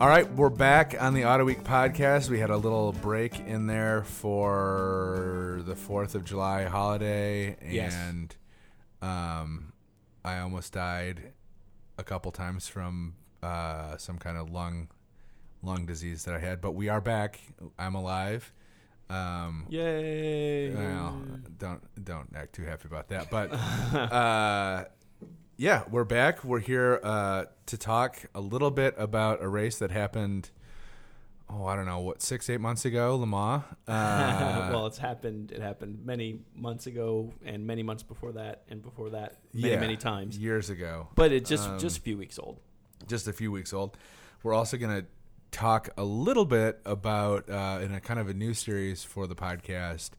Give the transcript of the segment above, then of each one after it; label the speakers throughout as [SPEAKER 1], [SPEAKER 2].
[SPEAKER 1] All right, we're back on the Auto Week podcast. We had a little break in there for the Fourth of July holiday,
[SPEAKER 2] Yes.
[SPEAKER 1] and um, I almost died a couple times from uh, some kind of lung lung disease that I had. But we are back. I'm alive. Um,
[SPEAKER 2] Yay!
[SPEAKER 1] well, don't don't act too happy about that. But uh, yeah, we're back. We're here uh, to talk a little bit about a race that happened. Oh, I don't know what six eight months ago, Le Mans. Uh,
[SPEAKER 2] well, it's happened. It happened many months ago, and many months before that, and before that, many
[SPEAKER 1] yeah,
[SPEAKER 2] many times.
[SPEAKER 1] years ago,
[SPEAKER 2] But it just
[SPEAKER 1] Um,
[SPEAKER 2] just a few weeks old.
[SPEAKER 1] just a few weeks old. We're also going to talk a little bit about, uh, in a kind of a new series for the podcast,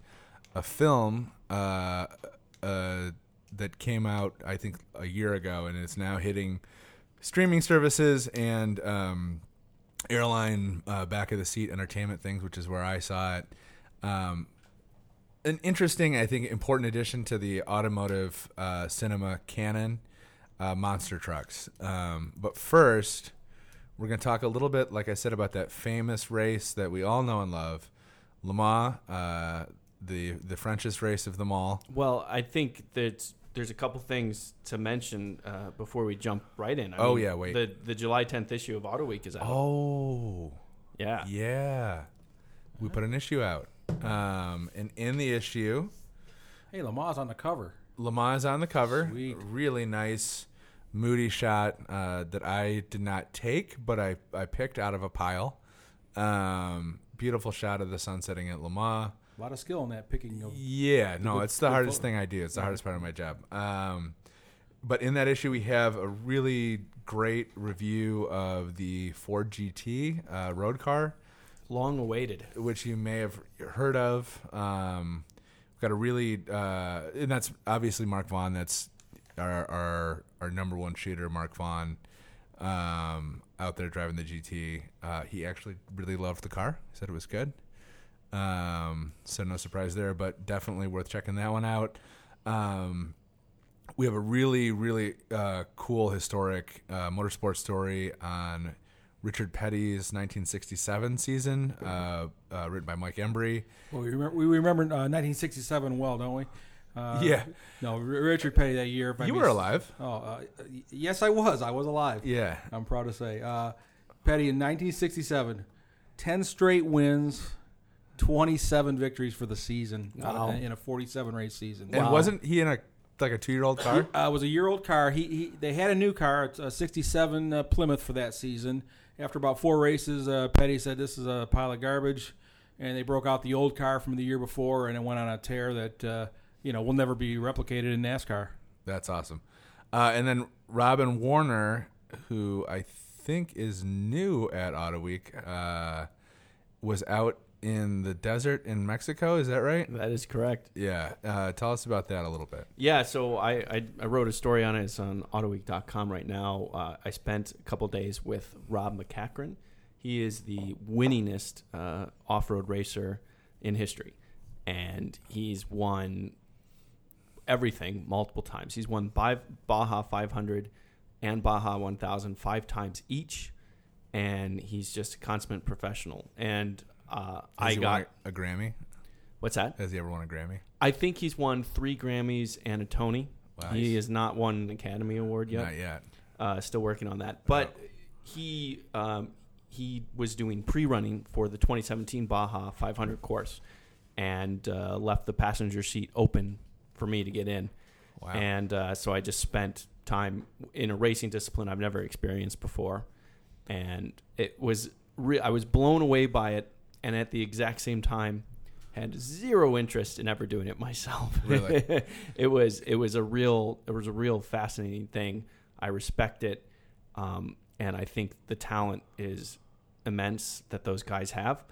[SPEAKER 1] a film uh, uh, that came out, I think, a year ago, and it's now hitting streaming services and um, airline uh, back of the seat entertainment things, which is where I saw it. Um, an interesting, I think, important addition to the automotive uh, cinema canon, uh, monster trucks. Um, but first, we're going to talk a little bit, like I said, about that famous race that we all know and love, Le Mans, uh, the the Frenchest race of them all.
[SPEAKER 2] Well, I think that there's a couple things to mention uh, before we jump right in. I
[SPEAKER 1] Oh, yeah, wait.
[SPEAKER 2] The the July 10th issue of Auto Week is out.
[SPEAKER 1] Oh,
[SPEAKER 2] yeah.
[SPEAKER 1] yeah, we put an issue out, um, and in the issue,
[SPEAKER 3] Hey, Lamar's on the cover.
[SPEAKER 1] Lamar is on the cover.
[SPEAKER 3] Sweet.
[SPEAKER 1] Really nice, moody shot uh, that I did not take, but I, I picked out of a pile. Um, beautiful shot of the sun setting at Lamar.
[SPEAKER 3] A lot of skill in that picking. Of,
[SPEAKER 1] Yeah, no,
[SPEAKER 3] good-
[SPEAKER 1] it's the
[SPEAKER 3] good
[SPEAKER 1] hardest
[SPEAKER 3] photo.
[SPEAKER 1] thing I do. It's the hardest part of my job. Um, but in that issue, we have a really great review of the Ford GT uh, road car
[SPEAKER 2] Long awaited.
[SPEAKER 1] which you may have heard of. Um, we've got a really, uh, and that's obviously Mark Vaughn. That's our our, our number one shooter, Mark Vaughn, um, out there driving the GT. Uh, he actually really loved the car. He said it was good. Um, so no surprise there, but definitely worth checking that one out. Um, we have a really, really uh, cool historic uh, motorsport story on Richard Petty's 1967 season, uh, uh, written by Mike Embry.
[SPEAKER 3] well, we remember, we remember uh, 1967 well, don't we? Uh,
[SPEAKER 1] Yeah.
[SPEAKER 3] No, R- Richard Petty that year. if I
[SPEAKER 1] You
[SPEAKER 3] may
[SPEAKER 1] were
[SPEAKER 3] s-
[SPEAKER 1] alive.
[SPEAKER 3] Oh, uh, y- yes, I was. I was alive.
[SPEAKER 1] Yeah.
[SPEAKER 3] I'm proud to say. Uh, Petty in 1967, 10 straight wins, 27 victories for the season uh,
[SPEAKER 2] Wow.
[SPEAKER 3] in a 47 race season.
[SPEAKER 1] And wasn't he in a like a two year old car?
[SPEAKER 3] Uh, it was a year old car. He, he they had a new car, it's a '67 uh, Plymouth for that season. After about four races, uh, Petty said this is a pile of garbage, and they broke out the old car from the year before, and it went on a tear that uh, you know will never be replicated in NASCAR.
[SPEAKER 1] That's awesome. Uh, and then Robin Warner, who I think is new at Auto Week, uh, was out in the desert in Mexico. Is that right?
[SPEAKER 2] That is correct.
[SPEAKER 1] Yeah. Uh, tell us about that a little bit.
[SPEAKER 2] Yeah, so I, I, I wrote a story on it. It's on AutoWeek.com right now. Uh, I spent a couple days with Rob McCachran. He is the winningest uh, off road racer in history, and he's won everything multiple times. He's won five, Baja 500 and Baja 1000 five times each, and he's just a consummate professional. And uh,
[SPEAKER 1] Has
[SPEAKER 2] I
[SPEAKER 1] he
[SPEAKER 2] got
[SPEAKER 1] won a, a Grammy.
[SPEAKER 2] what's that?
[SPEAKER 1] Has he ever won a Grammy?
[SPEAKER 2] I think he's won three Grammys and a Tony.
[SPEAKER 1] Wow.
[SPEAKER 2] He has not won an Academy Award yet.
[SPEAKER 1] Not yet.
[SPEAKER 2] Uh, still working on that. But he um, he was doing pre-running for the 2017 Baja 500 course, and uh, left the passenger seat open for me to get in.
[SPEAKER 1] Wow.
[SPEAKER 2] And uh, so I just spent time in a racing discipline I've never experienced before, and it was re- I was blown away by it, and at the exact same time, had zero interest in ever doing it myself.
[SPEAKER 1] Really?
[SPEAKER 2] it was it was a real it was a real fascinating thing. I respect it, um, and I think the talent is immense that those guys have,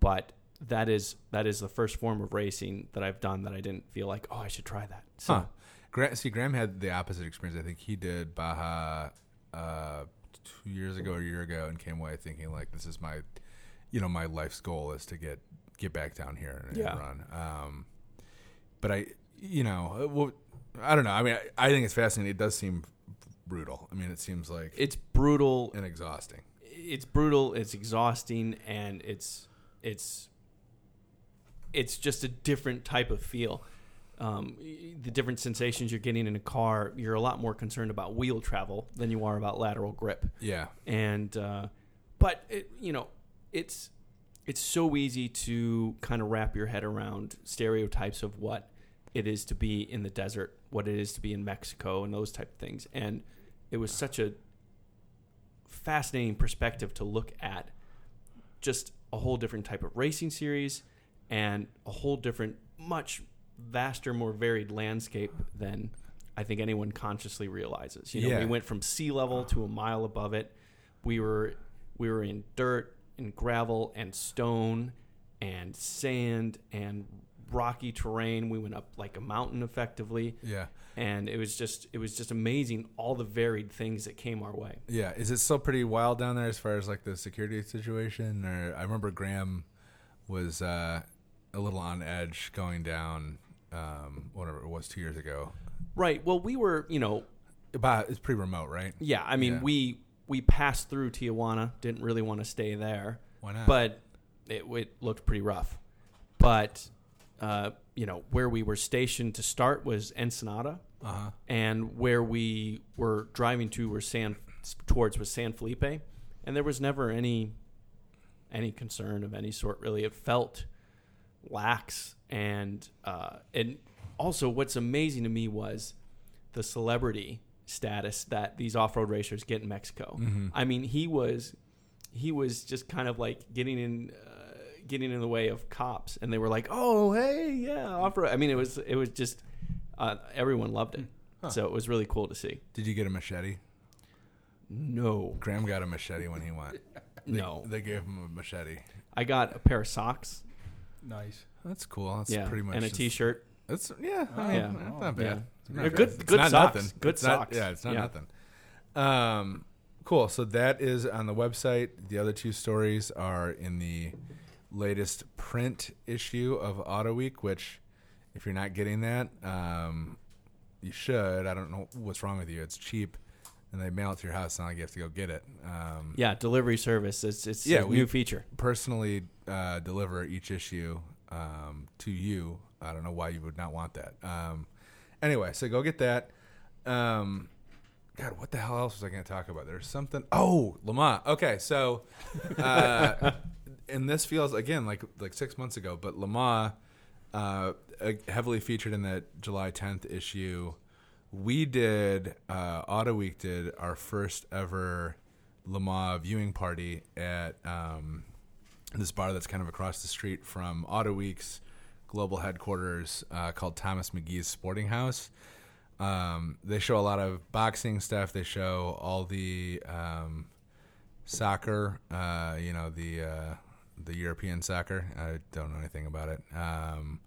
[SPEAKER 2] but. That is that is the first form of racing that I've done that I didn't feel like oh I should try that. So
[SPEAKER 1] Huh. Gra- see, Graham had the opposite experience. I think he did Baja uh, two years ago, or a year ago, and came away thinking like, "This is my, you know, my life's goal is to get get back down here and, and
[SPEAKER 2] Yeah.
[SPEAKER 1] run." Um, but I, you know, uh, well, I don't know. I mean, I, I think it's fascinating. It does seem brutal. I mean, it seems like
[SPEAKER 2] it's brutal
[SPEAKER 1] and exhausting.
[SPEAKER 2] it's brutal, it's exhausting, and it's it's it's just a different type of feel. Um, y- the different sensations you're getting in a car, you're a lot more concerned about wheel travel than you are about lateral grip
[SPEAKER 1] Yeah.
[SPEAKER 2] and uh, but it, you know it's it's so easy to kind of wrap your head around stereotypes of what it is to be in the desert what it is to be in mexico and those type of things and it was such a fascinating perspective to look at just a whole different type of racing series and a whole different much vaster more varied landscape than i think anyone consciously realizes you know
[SPEAKER 1] Yeah.
[SPEAKER 2] we went from sea level to a mile above it we were we were in dirt and gravel and stone and sand and rocky terrain we went up like a mountain effectively
[SPEAKER 1] Yeah.
[SPEAKER 2] and it was just it was just amazing all the varied things that came our way
[SPEAKER 1] Yeah, is it still pretty wild down there as far as like the security situation? Or I remember Graham was uh, a little on edge going down, um, whatever it was, two years ago.
[SPEAKER 2] right well we were you know
[SPEAKER 1] About it's pretty remote, right?
[SPEAKER 2] Yeah, I mean,
[SPEAKER 1] Yeah.
[SPEAKER 2] we we passed through Tijuana. Didn't really want to stay there,
[SPEAKER 1] Why not?
[SPEAKER 2] but it, it looked pretty rough. But uh, you know, where we were stationed to start was Ensenada,
[SPEAKER 1] uh huh.
[SPEAKER 2] and where we were driving to were San towards was San Felipe, and there was never any any concern of any sort. Really, it felt lax and uh, and also what's amazing to me was the celebrity status that these off-road racers get in Mexico. I mean, he was he was just kind of like getting in uh, getting in the way of cops, and they were like, "Oh, hey, yeah, off-road." I mean, it was it was just uh, everyone loved it,
[SPEAKER 1] Hmm.
[SPEAKER 2] so it was really cool to see.
[SPEAKER 1] Did you get a machete?
[SPEAKER 2] No,
[SPEAKER 1] Graham got a machete when he went.
[SPEAKER 2] no,
[SPEAKER 1] They gave him a machete.
[SPEAKER 2] I got a pair of socks,
[SPEAKER 3] Nice.
[SPEAKER 1] That's cool. That's
[SPEAKER 2] yeah,
[SPEAKER 1] pretty much
[SPEAKER 2] and a
[SPEAKER 1] just-
[SPEAKER 2] T-shirt.
[SPEAKER 1] That's yeah, I mean,
[SPEAKER 2] Yeah.
[SPEAKER 1] that's not
[SPEAKER 2] Yeah.
[SPEAKER 1] bad. It's not
[SPEAKER 2] They're
[SPEAKER 1] bad.
[SPEAKER 2] good-
[SPEAKER 1] It's
[SPEAKER 2] good
[SPEAKER 1] not
[SPEAKER 2] socks.
[SPEAKER 1] Nothing.
[SPEAKER 2] Good
[SPEAKER 1] It's not-
[SPEAKER 2] socks.
[SPEAKER 1] yeah, it's not
[SPEAKER 2] Yeah.
[SPEAKER 1] nothing. Um, cool. So that is on the website. The other two stories are in the latest print issue of Auto Week. Which, if you're not getting that, um, you should. I don't know what's wrong with you. It's cheap, and they mail it to your house. It's not like you have to go get it. Um,
[SPEAKER 2] Yeah, delivery service. It's it's
[SPEAKER 1] Yeah,
[SPEAKER 2] a
[SPEAKER 1] we-
[SPEAKER 2] new feature.
[SPEAKER 1] personally uh, deliver each issue um, to you. I don't know why you would not want that. Um, anyway, so go get that. Um, God, what the hell else was I going to talk about? There's something. Oh, Lamont. Okay, so, uh, and this feels again like like six months ago, but Lamont uh, uh, heavily featured in that July 10th issue. We did uh, Auto Week did our first ever Lamar viewing party at um, this bar that's kind of across the street from Auto Week's global headquarters uh, called Thomas McGee's Sporting House. Um, they show a lot of boxing stuff. They show all the um, soccer, uh, you know, the uh, the European soccer. I don't know anything about it. Um,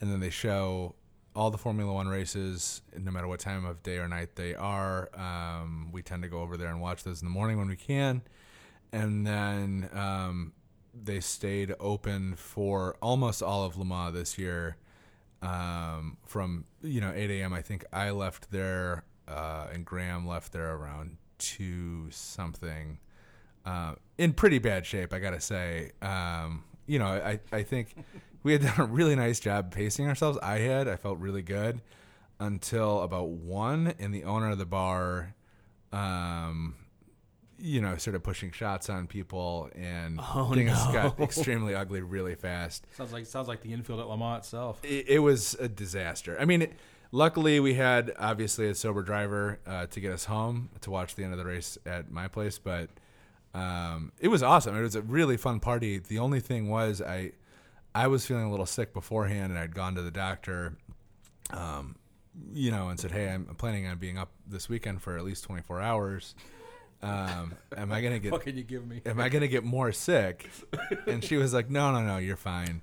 [SPEAKER 1] and then they show all the Formula One races, no matter what time of day or night they are. Um, we tend to go over there and watch those in the morning when we can. And then um, they stayed open for almost all of Lamar this year. Um, from you know 8 a.m. I think I left there, uh, and Graham left there around two something. Uh, in pretty bad shape, I gotta say. Um, you know, I I think we had done a really nice job pacing ourselves. I had. I felt really good until about one, and the owner of the bar. Um, you know, started pushing shots on people, and
[SPEAKER 2] Oh,
[SPEAKER 1] things
[SPEAKER 2] no.
[SPEAKER 1] got extremely ugly really fast
[SPEAKER 3] Sounds like sounds like the infield at Lamont itself.
[SPEAKER 1] it, it was a disaster. I mean, it, luckily we had obviously a sober driver uh, to get us home to watch the end of the race at my place, but um, it was awesome. It was a really fun party. The only thing was I I was feeling a little sick beforehand, and I'd gone to the doctor. Um, you know, and said, "Hey, I'm planning on being up this weekend for at least 24 hours. Um, am I gonna get
[SPEAKER 3] What can you give me?
[SPEAKER 1] am I going to get more sick? And she was like, no, no, no, you're fine.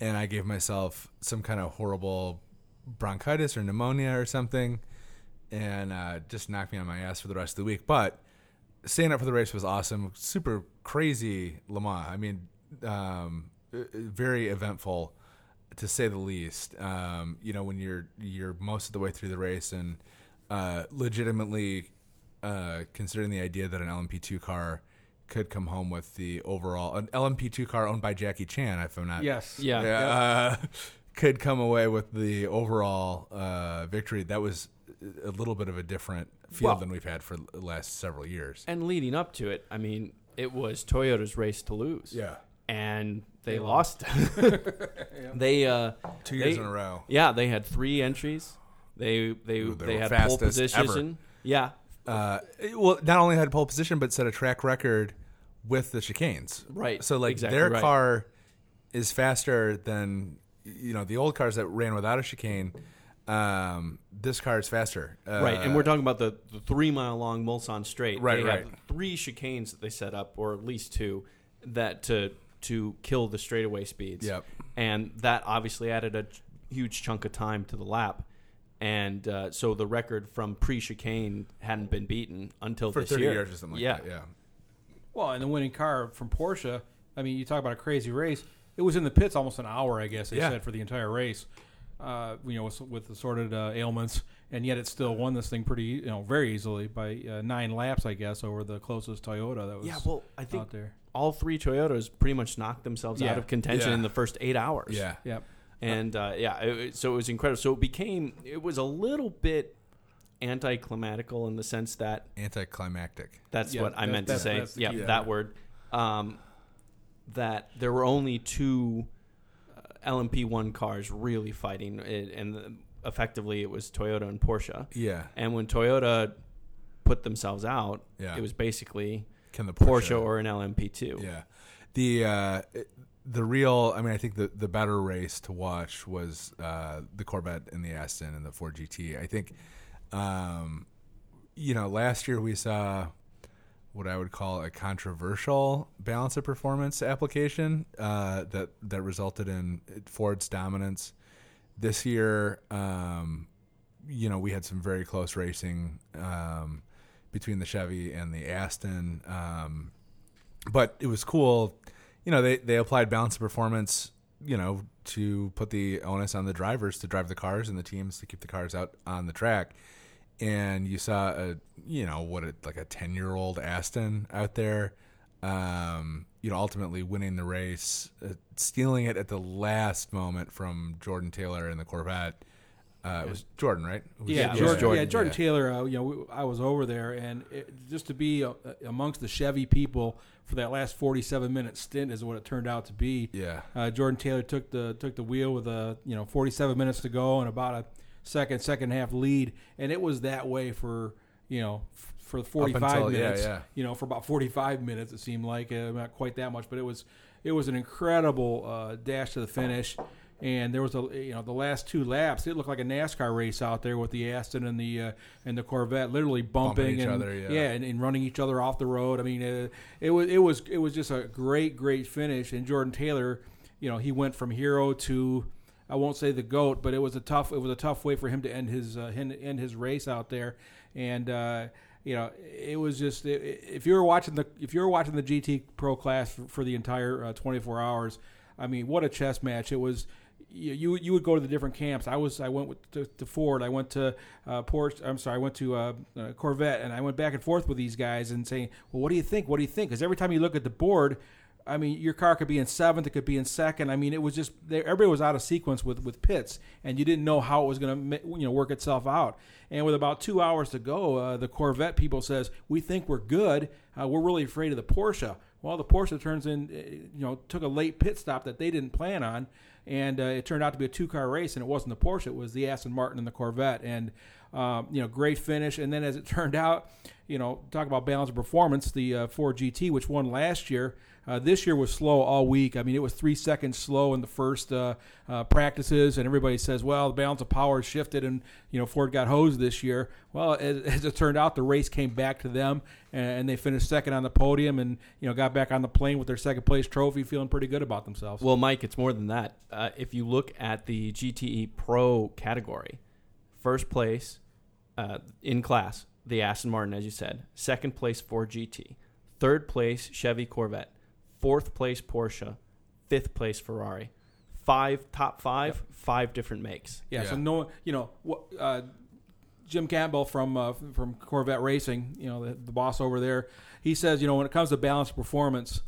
[SPEAKER 1] And I gave myself some kind of horrible bronchitis or pneumonia or something and uh, just knocked me on my ass for the rest of the week. But staying up for the race was awesome. Super crazy Lamar. I mean, um, uh, uh, very eventful to say the least. Um, you know, when you're you're most of the way through the race and uh, legitimately uh, considering the idea that an LMP2 car could come home with the overall an LMP2 car owned by Jackie Chan, if I'm not
[SPEAKER 3] Yes.
[SPEAKER 2] Yeah.
[SPEAKER 1] yeah, uh, could come away with the overall uh, victory. That was a little bit of a different field
[SPEAKER 2] Well-
[SPEAKER 1] than we've had for the last several years.
[SPEAKER 2] And leading up to it, I mean, it was Toyota's race to lose.
[SPEAKER 1] Yeah,
[SPEAKER 2] And they,
[SPEAKER 3] They
[SPEAKER 2] lost. They uh
[SPEAKER 1] two years
[SPEAKER 2] They-
[SPEAKER 1] in a row.
[SPEAKER 2] yeah, they had three entries. They they
[SPEAKER 1] Ooh,
[SPEAKER 2] they,
[SPEAKER 1] they were
[SPEAKER 2] had pole
[SPEAKER 1] fastest
[SPEAKER 2] position.
[SPEAKER 1] ever.
[SPEAKER 2] Yeah.
[SPEAKER 1] Uh, well, not only had pole position, but set a track record with the chicanes.
[SPEAKER 2] Right,
[SPEAKER 1] So like
[SPEAKER 2] exactly
[SPEAKER 1] their
[SPEAKER 2] right.
[SPEAKER 1] car is faster than you know the old cars that ran without a chicane. Um, this car is faster. Uh,
[SPEAKER 2] Right, and we're talking about the, the three mile long Mulsanne Straight.
[SPEAKER 1] Right,
[SPEAKER 2] they
[SPEAKER 1] right.
[SPEAKER 2] Have three chicanes that they set up, or at least two, that to to kill the straightaway speeds.
[SPEAKER 1] Yep.
[SPEAKER 2] And that obviously added a ch- huge chunk of time to the lap, and uh, so the record from pre chicane hadn't been beaten until
[SPEAKER 1] for
[SPEAKER 2] this
[SPEAKER 1] thirty
[SPEAKER 2] year.
[SPEAKER 1] years or something like
[SPEAKER 2] yeah.
[SPEAKER 1] that. Yeah.
[SPEAKER 3] Well, and the winning car from Porsche. I mean, you talk about a crazy race. It was in the pits almost an hour, I guess they
[SPEAKER 1] Yeah.
[SPEAKER 3] said for the entire race. Uh, you know, with, with assorted uh, ailments, and yet it still won this thing pretty, you know, very easily by uh, nine laps, I guess, over the closest Toyota that was
[SPEAKER 2] Yeah, well, I think
[SPEAKER 3] out there.
[SPEAKER 2] all three Toyotas pretty much knocked themselves
[SPEAKER 3] Yeah.
[SPEAKER 2] out of contention
[SPEAKER 1] Yeah.
[SPEAKER 2] in the first eight hours.
[SPEAKER 1] Yeah.
[SPEAKER 3] Yep.
[SPEAKER 2] and uh, yeah, it, it- so it was incredible. So it became it was a little bit anticlimatical in the sense that
[SPEAKER 1] Anticlimactic.
[SPEAKER 2] that's
[SPEAKER 3] Yeah,
[SPEAKER 2] what I
[SPEAKER 3] that-
[SPEAKER 2] meant to
[SPEAKER 3] that's-
[SPEAKER 2] say.
[SPEAKER 3] that's the
[SPEAKER 2] Yeah,
[SPEAKER 3] key
[SPEAKER 1] word.
[SPEAKER 2] that word. Um, that there were only two uh, LMP1 cars really fighting, and, and effectively it was Toyota and Porsche.
[SPEAKER 1] Yeah.
[SPEAKER 2] And when Toyota put themselves out,
[SPEAKER 1] Yeah.
[SPEAKER 2] it was basically
[SPEAKER 1] Can the
[SPEAKER 2] Porsche, or an LMP2.
[SPEAKER 1] Yeah, the uh, it- the real. I mean, I think the the better race to watch was uh, the Corvette and the Aston and the Ford GT. I think, um, you know, last year we saw what I would call a controversial balance of performance application uh, that that resulted in Ford's dominance. This year, um, you know, we had some very close racing um, between the Chevy and the Aston. Um, but it was cool. You know, they, they applied balance of performance, you know, to put the onus on the drivers to drive the cars and the teams to keep the cars out on the track. And you saw a, you know, what, a, like a 10 year old Aston out there, um, you know, ultimately winning the race, uh, stealing it at the last moment from Jordan Taylor and the Corvette. Uh, it was Jordan, right? It was-
[SPEAKER 3] Yeah,
[SPEAKER 2] it was
[SPEAKER 3] Jordan,
[SPEAKER 2] Jordan,
[SPEAKER 3] yeah, Jordan Taylor. Uh, you know, we, I was over there, and it, just to be uh, amongst the Chevy people for that last forty-seven minute stint is what it turned out to be.
[SPEAKER 1] Yeah.
[SPEAKER 3] Uh, Jordan Taylor took the took the wheel with a you know 47 minutes to go and about a second second half lead, and it was that way for you know f- for 45
[SPEAKER 1] until- yeah,
[SPEAKER 3] minutes.
[SPEAKER 1] yeah.
[SPEAKER 3] You know, for about 45 minutes it seemed like uh, not quite that much, but it was it was an incredible uh, dash to the finish. And there was a you know the last two laps, it looked like a NASCAR race out there with the Aston and the uh, and the Corvette literally bumping,
[SPEAKER 1] Bumping each
[SPEAKER 3] and
[SPEAKER 1] other, yeah.
[SPEAKER 3] and, and running each other off the road. I mean, uh, it was it was it was just a great great finish. And Jordan Taylor, you know, he went from hero to I won't say the goat, but it was a tough it was a tough way for him to end his uh, hen- end his race out there. And uh, you know, it was just i- i if you were watching the if you were watching the GT Pro class for, for the entire uh, 24 hours, I mean, what a chess match it was you, you you would go to the different camps. I was I went with, to, to Ford. I went to uh, Porsche. I'm sorry. I went to uh, uh, Corvette, and I went back and forth with these guys and saying, "Well, what do you think? What do you think?" Because every time you look at the board, I mean, your car could be in seventh, it could be in second. I mean, it was just they, everybody was out of sequence with with pits, and you didn't know how it was going to you know work itself out. And with about two hours to go, uh, the Corvette people says, "We think we're good. Uh, we're really afraid of the Porsche." Well, the Porsche turns in, uh, you know, took a late pit stop that they didn't plan on, and uh, it turned out to be a two-car race, and it wasn't the Porsche; it was the Aston Martin and the Corvette, and um, you know, great finish. And then, as it turned out, you know, talk about balance of performance. The uh, Ford GT, which won last year, uh, this year was slow all week. I mean, it was three seconds slow in the first uh, uh, practices, and everybody says, "Well, the balance of power shifted, and you know, Ford got hosed this year." Well, as, as it turned out, the race came back to them, and, and they finished second on the podium, and you know, got back on the plane with their second place trophy, feeling pretty good about themselves.
[SPEAKER 2] Well, Mike, it's more than that. Uh, if you look at the GTE Pro category, first place uh, in class, the Aston Martin, as you said. Second place, Ford GT. E. Third place, Chevy Corvette. Fourth place, Porsche. Fifth place, Ferrari. Five top five, five different makes.
[SPEAKER 3] Yeah, so
[SPEAKER 1] Yeah.
[SPEAKER 3] no, you know, what, uh, Jim Campbell from uh, from Corvette Racing, you know, the, the boss over there, he says, you know, when it comes to balanced performance,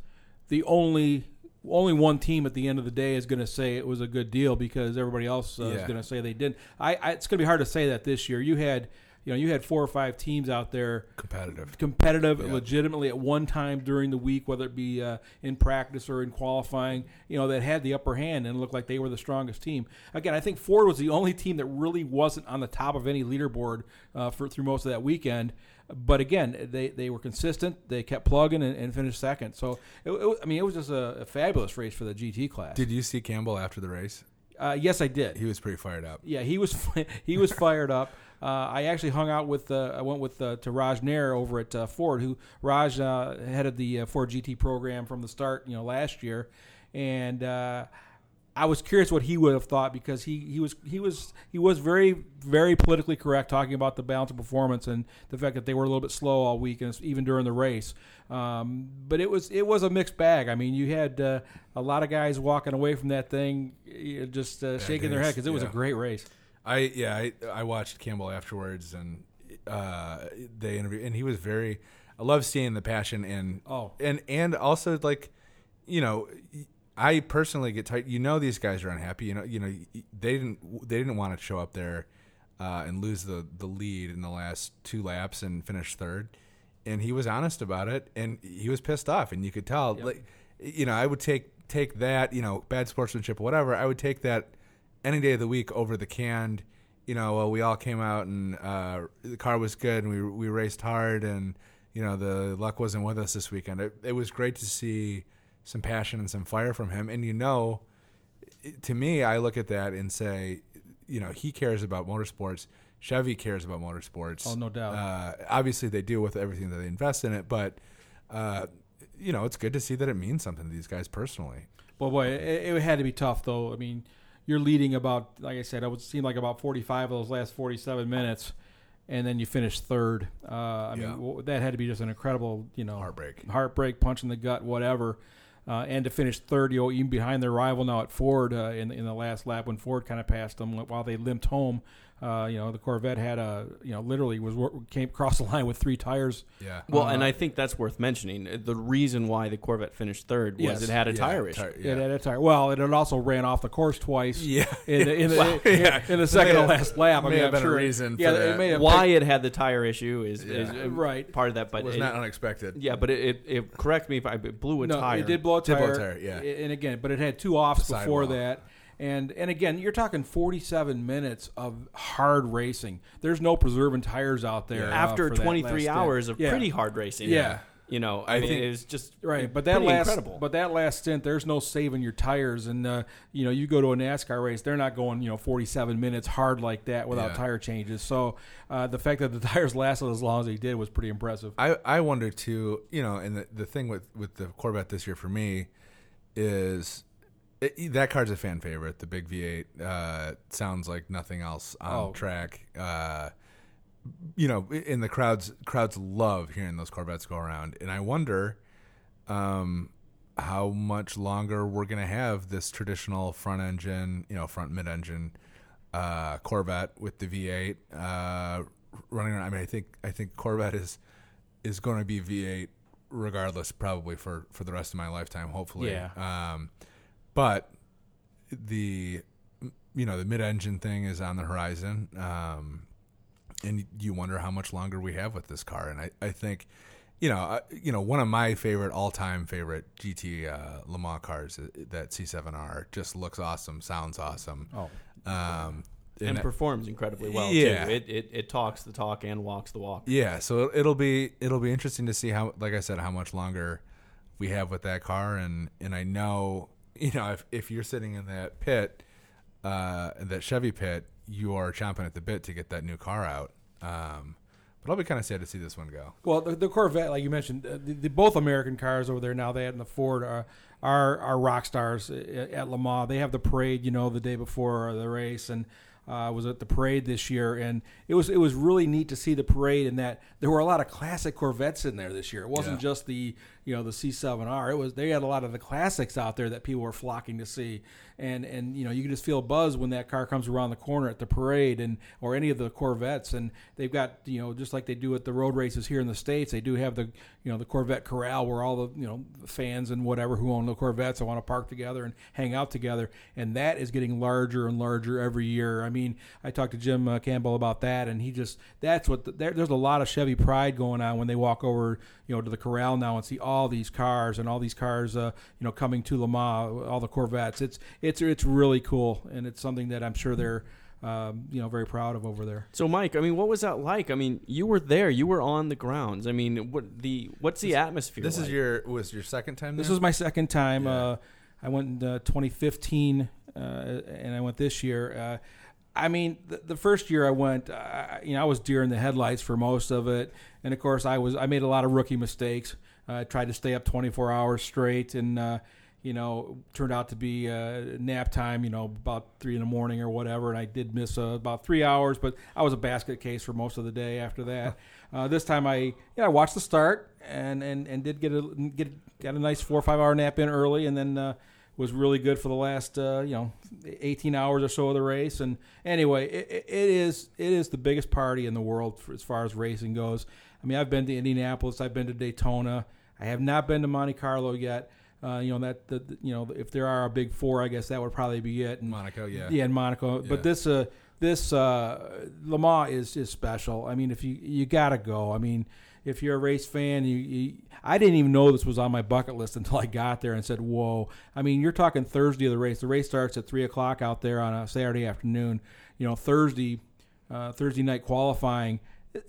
[SPEAKER 3] the only only one team at the end of the day is going to say it was a good deal because everybody else uh, is
[SPEAKER 1] Yeah.
[SPEAKER 3] going to say they didn't. I, I it's going to be hard to say that this year. You had you know you had four or five teams out there
[SPEAKER 1] competitive.
[SPEAKER 3] competitive
[SPEAKER 1] Yeah.
[SPEAKER 3] legitimately at one time during the week, whether it be uh, in practice or in qualifying, you know, that had the upper hand and looked like they were the strongest team. Again, I think Ford was the only team that really wasn't on the top of any leaderboard uh, for through most of that weekend. But again, they, they were consistent. They kept plugging and, and finished second. So, it, it, was- I mean, it was just a, a fabulous race for the GT class.
[SPEAKER 1] Did you see Campbell after the race?
[SPEAKER 3] uh, yes, I did.
[SPEAKER 1] He was pretty fired up.
[SPEAKER 3] Yeah, he was he was fired up. Uh, I actually hung out with uh, I went with uh, to Raj Nair over at uh, Ford, who Raj uh, headed the uh, Ford GT program from the start, you know, last year, and uh, I was curious what he would have thought because he, he was he was he was very very politically correct talking about the balance of performance and the fact that they were a little bit slow all week and even during the race. Um, but it was it was a mixed bag. I mean, you had uh, a lot of guys walking away from that thing, you know, just uh, shaking their head
[SPEAKER 1] days,
[SPEAKER 3] because it was a
[SPEAKER 1] yeah.
[SPEAKER 3] great race.
[SPEAKER 1] I yeah, I, I watched Campbell afterwards, and uh, they interviewed, and he was very. I love seeing the passion and
[SPEAKER 3] Oh.
[SPEAKER 1] and and also like, you know, I personally get tight. You know, these guys are unhappy. You know, you know they didn't they didn't want to show up there uh, and lose the the lead in the last two laps and finish third. And he was honest about it, and he was pissed off, and you could tell. Like, you know, I would take take that. You know, bad sportsmanship, whatever. I would take that any day of the week over the canned. You know, well, we all came out and uh, the car was good, and we we raced hard, and you know the luck wasn't with us this weekend. It, it was great to see some passion and some fire from him, and you know, it- to me, I look at that and say, you know, he cares about motorsports. Chevy cares about motorsports.
[SPEAKER 3] Oh, no doubt.
[SPEAKER 1] Uh, obviously, they do with everything that they invest in it, but uh, you know, it's good to see that it means something to these guys personally.
[SPEAKER 3] Well, boy, it, it had to be tough though. I mean, you're leading about, like I said, I would seem like about 45 of those last 47 minutes, and then you finish third. Uh, I
[SPEAKER 1] Yeah.
[SPEAKER 3] mean, w- that had to be just an incredible, you know,
[SPEAKER 1] Heartbreak.
[SPEAKER 3] heartbreak, punch in the gut, whatever. Uh, and to finish third, you know, even behind their rival now at Ford uh, in in the last lap when Ford kind of passed them while they limped home. Uh, you know, the Corvette had a, you know, literally was wor- came across the line with three tires.
[SPEAKER 1] Yeah.
[SPEAKER 2] Well, and
[SPEAKER 3] Uh,
[SPEAKER 2] I think that's worth mentioning. Uh, The reason why the Corvette finished third was
[SPEAKER 3] Yes.
[SPEAKER 2] it had a
[SPEAKER 1] Yeah,
[SPEAKER 2] tire issue.
[SPEAKER 1] tire-
[SPEAKER 3] It
[SPEAKER 1] yeah.
[SPEAKER 3] had a tire. Well, it had also ran off the course twice.
[SPEAKER 1] Yeah.
[SPEAKER 3] in the, in the,
[SPEAKER 1] Well,
[SPEAKER 3] in,
[SPEAKER 1] yeah.
[SPEAKER 3] in the second to
[SPEAKER 1] May have-
[SPEAKER 3] last lap. I
[SPEAKER 1] may
[SPEAKER 3] mean,
[SPEAKER 1] have
[SPEAKER 3] I'm
[SPEAKER 1] been a
[SPEAKER 3] sure
[SPEAKER 1] reason for
[SPEAKER 3] yeah, it
[SPEAKER 1] that.
[SPEAKER 3] may have
[SPEAKER 2] Why it had the tire issue is, is,
[SPEAKER 1] Yeah.
[SPEAKER 2] uh,
[SPEAKER 3] Right.
[SPEAKER 2] part of that, but
[SPEAKER 1] It was
[SPEAKER 2] it-
[SPEAKER 1] not unexpected.
[SPEAKER 2] yeah, but it, it, it correct me if I it blew a
[SPEAKER 3] no,
[SPEAKER 2] tire.
[SPEAKER 3] It did blow a
[SPEAKER 1] Did
[SPEAKER 3] tire.
[SPEAKER 1] blow a tire, yeah.
[SPEAKER 3] a- And again, but it had two offs
[SPEAKER 1] The
[SPEAKER 3] before
[SPEAKER 1] sidewall.
[SPEAKER 3] that. And and again, you're talking 47 minutes of hard racing. There's no preserving tires out there uh,
[SPEAKER 2] after
[SPEAKER 3] for that
[SPEAKER 2] 23
[SPEAKER 3] last
[SPEAKER 2] hours
[SPEAKER 3] stint.
[SPEAKER 2] of
[SPEAKER 3] Yeah.
[SPEAKER 2] pretty hard racing.
[SPEAKER 3] Yeah.
[SPEAKER 2] you know, I,
[SPEAKER 1] I
[SPEAKER 2] mean,
[SPEAKER 1] think-
[SPEAKER 2] it was just
[SPEAKER 3] Right, but that
[SPEAKER 2] pretty
[SPEAKER 3] last,
[SPEAKER 2] incredible.
[SPEAKER 3] but that last stint, there's no saving your tires, and uh, you know you go to a NASCAR race, they're not going you know 47 minutes hard like that without
[SPEAKER 1] Yeah.
[SPEAKER 3] tire changes. So uh, the fact that the tires lasted as long as they did was pretty impressive.
[SPEAKER 1] I, I wonder too, you know, and the, the thing with, with the Corvette this year for me is it, e, that car's a fan favorite. The big V8 uh, sounds like nothing else on
[SPEAKER 3] Oh.
[SPEAKER 1] track. Uh, you know, in the crowds, crowds love hearing those Corvettes go around, and I wonder um, how much longer we're going to have this traditional front engine, you know, front mid engine uh, Corvette with the V8 uh, running around. I mean, I think I think Corvette is is going to be V8 regardless, probably for for the rest of my lifetime, hopefully.
[SPEAKER 3] Yeah.
[SPEAKER 1] Um, but the you know the mid-engine thing is on the horizon um, and you wonder how much longer we have with this car and i, I think you know I, you know one of my favorite all-time favorite gt uh, le mans cars uh, that c7r just looks awesome sounds awesome
[SPEAKER 3] Oh,
[SPEAKER 1] um,
[SPEAKER 2] and
[SPEAKER 1] and I-
[SPEAKER 2] performs incredibly well.
[SPEAKER 1] Yeah.
[SPEAKER 2] too. It, it it talks the talk and walks the walk.
[SPEAKER 1] yeah so it- it'll be it'll be interesting to see how like i said how much longer we have with that car and and i know you know if, if you're sitting in that pit uh in that chevy pit you are chomping at the bit to get that new car out um but i'll be kind of sad to see this one go
[SPEAKER 3] Well, the, the Corvette, like you mentioned, uh, the, the both American cars over there now, they had in the Ford uh, are uh, are, are rock stars at, at Le Mans. They have the parade, you know, the day before the race, and uh, was at the parade this year, and it was it was really neat to see the parade. In that there were a lot of classic Corvettes in there this year. It wasn't
[SPEAKER 1] Yeah.
[SPEAKER 3] just the you know the C7R. It was they had a lot of the classics out there that people were flocking to see, and and you know you can just feel a buzz when that car comes around the corner at the parade and or any of the Corvettes. And they've got you know just like they do at the road races here in the states, they do have the you know the Corvette corral where all the you know fans and whatever who own the Corvettes want to park together and hang out together, and that is getting larger and larger every year. I mean, I talked to Jim uh, Campbell about that, and he just that's what the, there, there's a lot of Chevy pride going on when they walk over you know to the corral now and see all these cars and all these cars uh, you know coming to Lamar, all the Corvettes. It's it's it's really cool, and it's something that I'm sure they're um, you know very proud of over there.
[SPEAKER 2] So, Mike, I mean, what was that like? I mean, you were there. You were on the grounds. I mean, what the what's the atmosphere?
[SPEAKER 1] This is
[SPEAKER 2] like?
[SPEAKER 1] your was your second time.
[SPEAKER 3] This
[SPEAKER 1] there?
[SPEAKER 3] was my second time.
[SPEAKER 1] Yeah.
[SPEAKER 3] Uh, I went in uh, 2015, uh, and I went this year. Uh, I mean, the, the first year I went, uh, you know, I was deer in the headlights for most of it, and of course, I was I made a lot of rookie mistakes. Uh, I tried to stay up 24 hours straight, and uh, you know, turned out to be uh, nap time. You know, about three in the morning or whatever, and I did miss uh, about three hours, but I was a basket case for most of the day after that. Uh, this time I yeah I watched the start and and and did get a get got a nice four or five hour nap in early and then uh, was really good for the last uh, you know 18 hours or so of the race and anyway it, it- it is it is the biggest party in the world for, as far as racing goes I mean I've been to Indianapolis I've been to Daytona I have not been to Monte Carlo yet uh, you know that the, the- you know if there are a big four I guess that would probably be it and
[SPEAKER 1] Monaco. Yeah.
[SPEAKER 3] yeah, in Monaco.
[SPEAKER 1] Yeah.
[SPEAKER 3] But this uh this uh Le Mans is is special. I mean, if you you gotta go. I mean, if you're a race fan, you, you I didn't even know this was on my bucket list until I got there and said, "Whoa!" I mean, you're talking Thursday of the race. The race starts at three o'clock out there on a Saturday afternoon. You know, Thursday uh, Thursday night qualifying.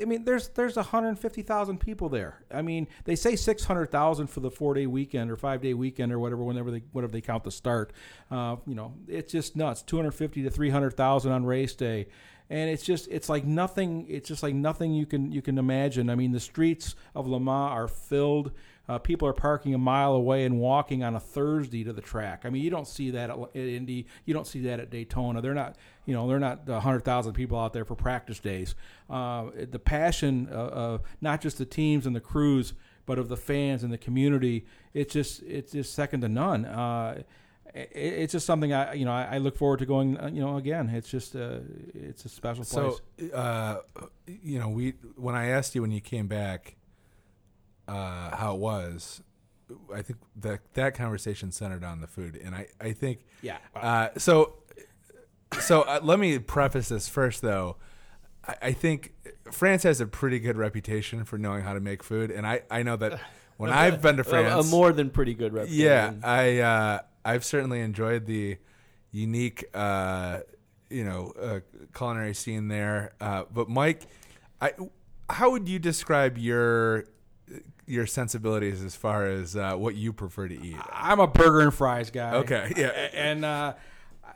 [SPEAKER 3] I mean, there's there's 150,000 people there. I mean, they say 600,000 for the four day weekend or five day weekend or whatever, whenever they whatever they count the start. Uh, you know, it's just nuts. 250 to 300,000 on race day, and it's just it's like nothing. It's just like nothing you can you can imagine. I mean, the streets of Lamar are filled. Uh, people are parking a mile away and walking on a Thursday to the track. I mean, you don't see that at, at Indy. You don't see that at Daytona. They're not, you know, they're not the 100,000 people out there for practice days. Uh, it- the passion uh, of not just the teams and the crews, but of the fans and the community, it's just it's just second to none. Uh, i- i it's just something I, you know, I, I look forward to going, uh, you know, again. It's just uh, it's a special place.
[SPEAKER 1] So, uh, you know, we when I asked you when you came back, uh, how it was, I think that that conversation centered on the food, and I I think
[SPEAKER 3] yeah.
[SPEAKER 1] uh, so so uh, let me preface this first though. I, I think France has a pretty good reputation for knowing how to make food, and I I know that when I've been to
[SPEAKER 2] A- a,
[SPEAKER 1] France,
[SPEAKER 2] more than pretty good rep.
[SPEAKER 1] yeah, I uh, I've certainly enjoyed the unique uh, you know uh, culinary scene there. Uh, but Mike, I how would you describe your your sensibilities as far as uh, what you prefer to eat?
[SPEAKER 3] I'm a burger and fries guy.
[SPEAKER 1] Okay, yeah.
[SPEAKER 3] A- and uh,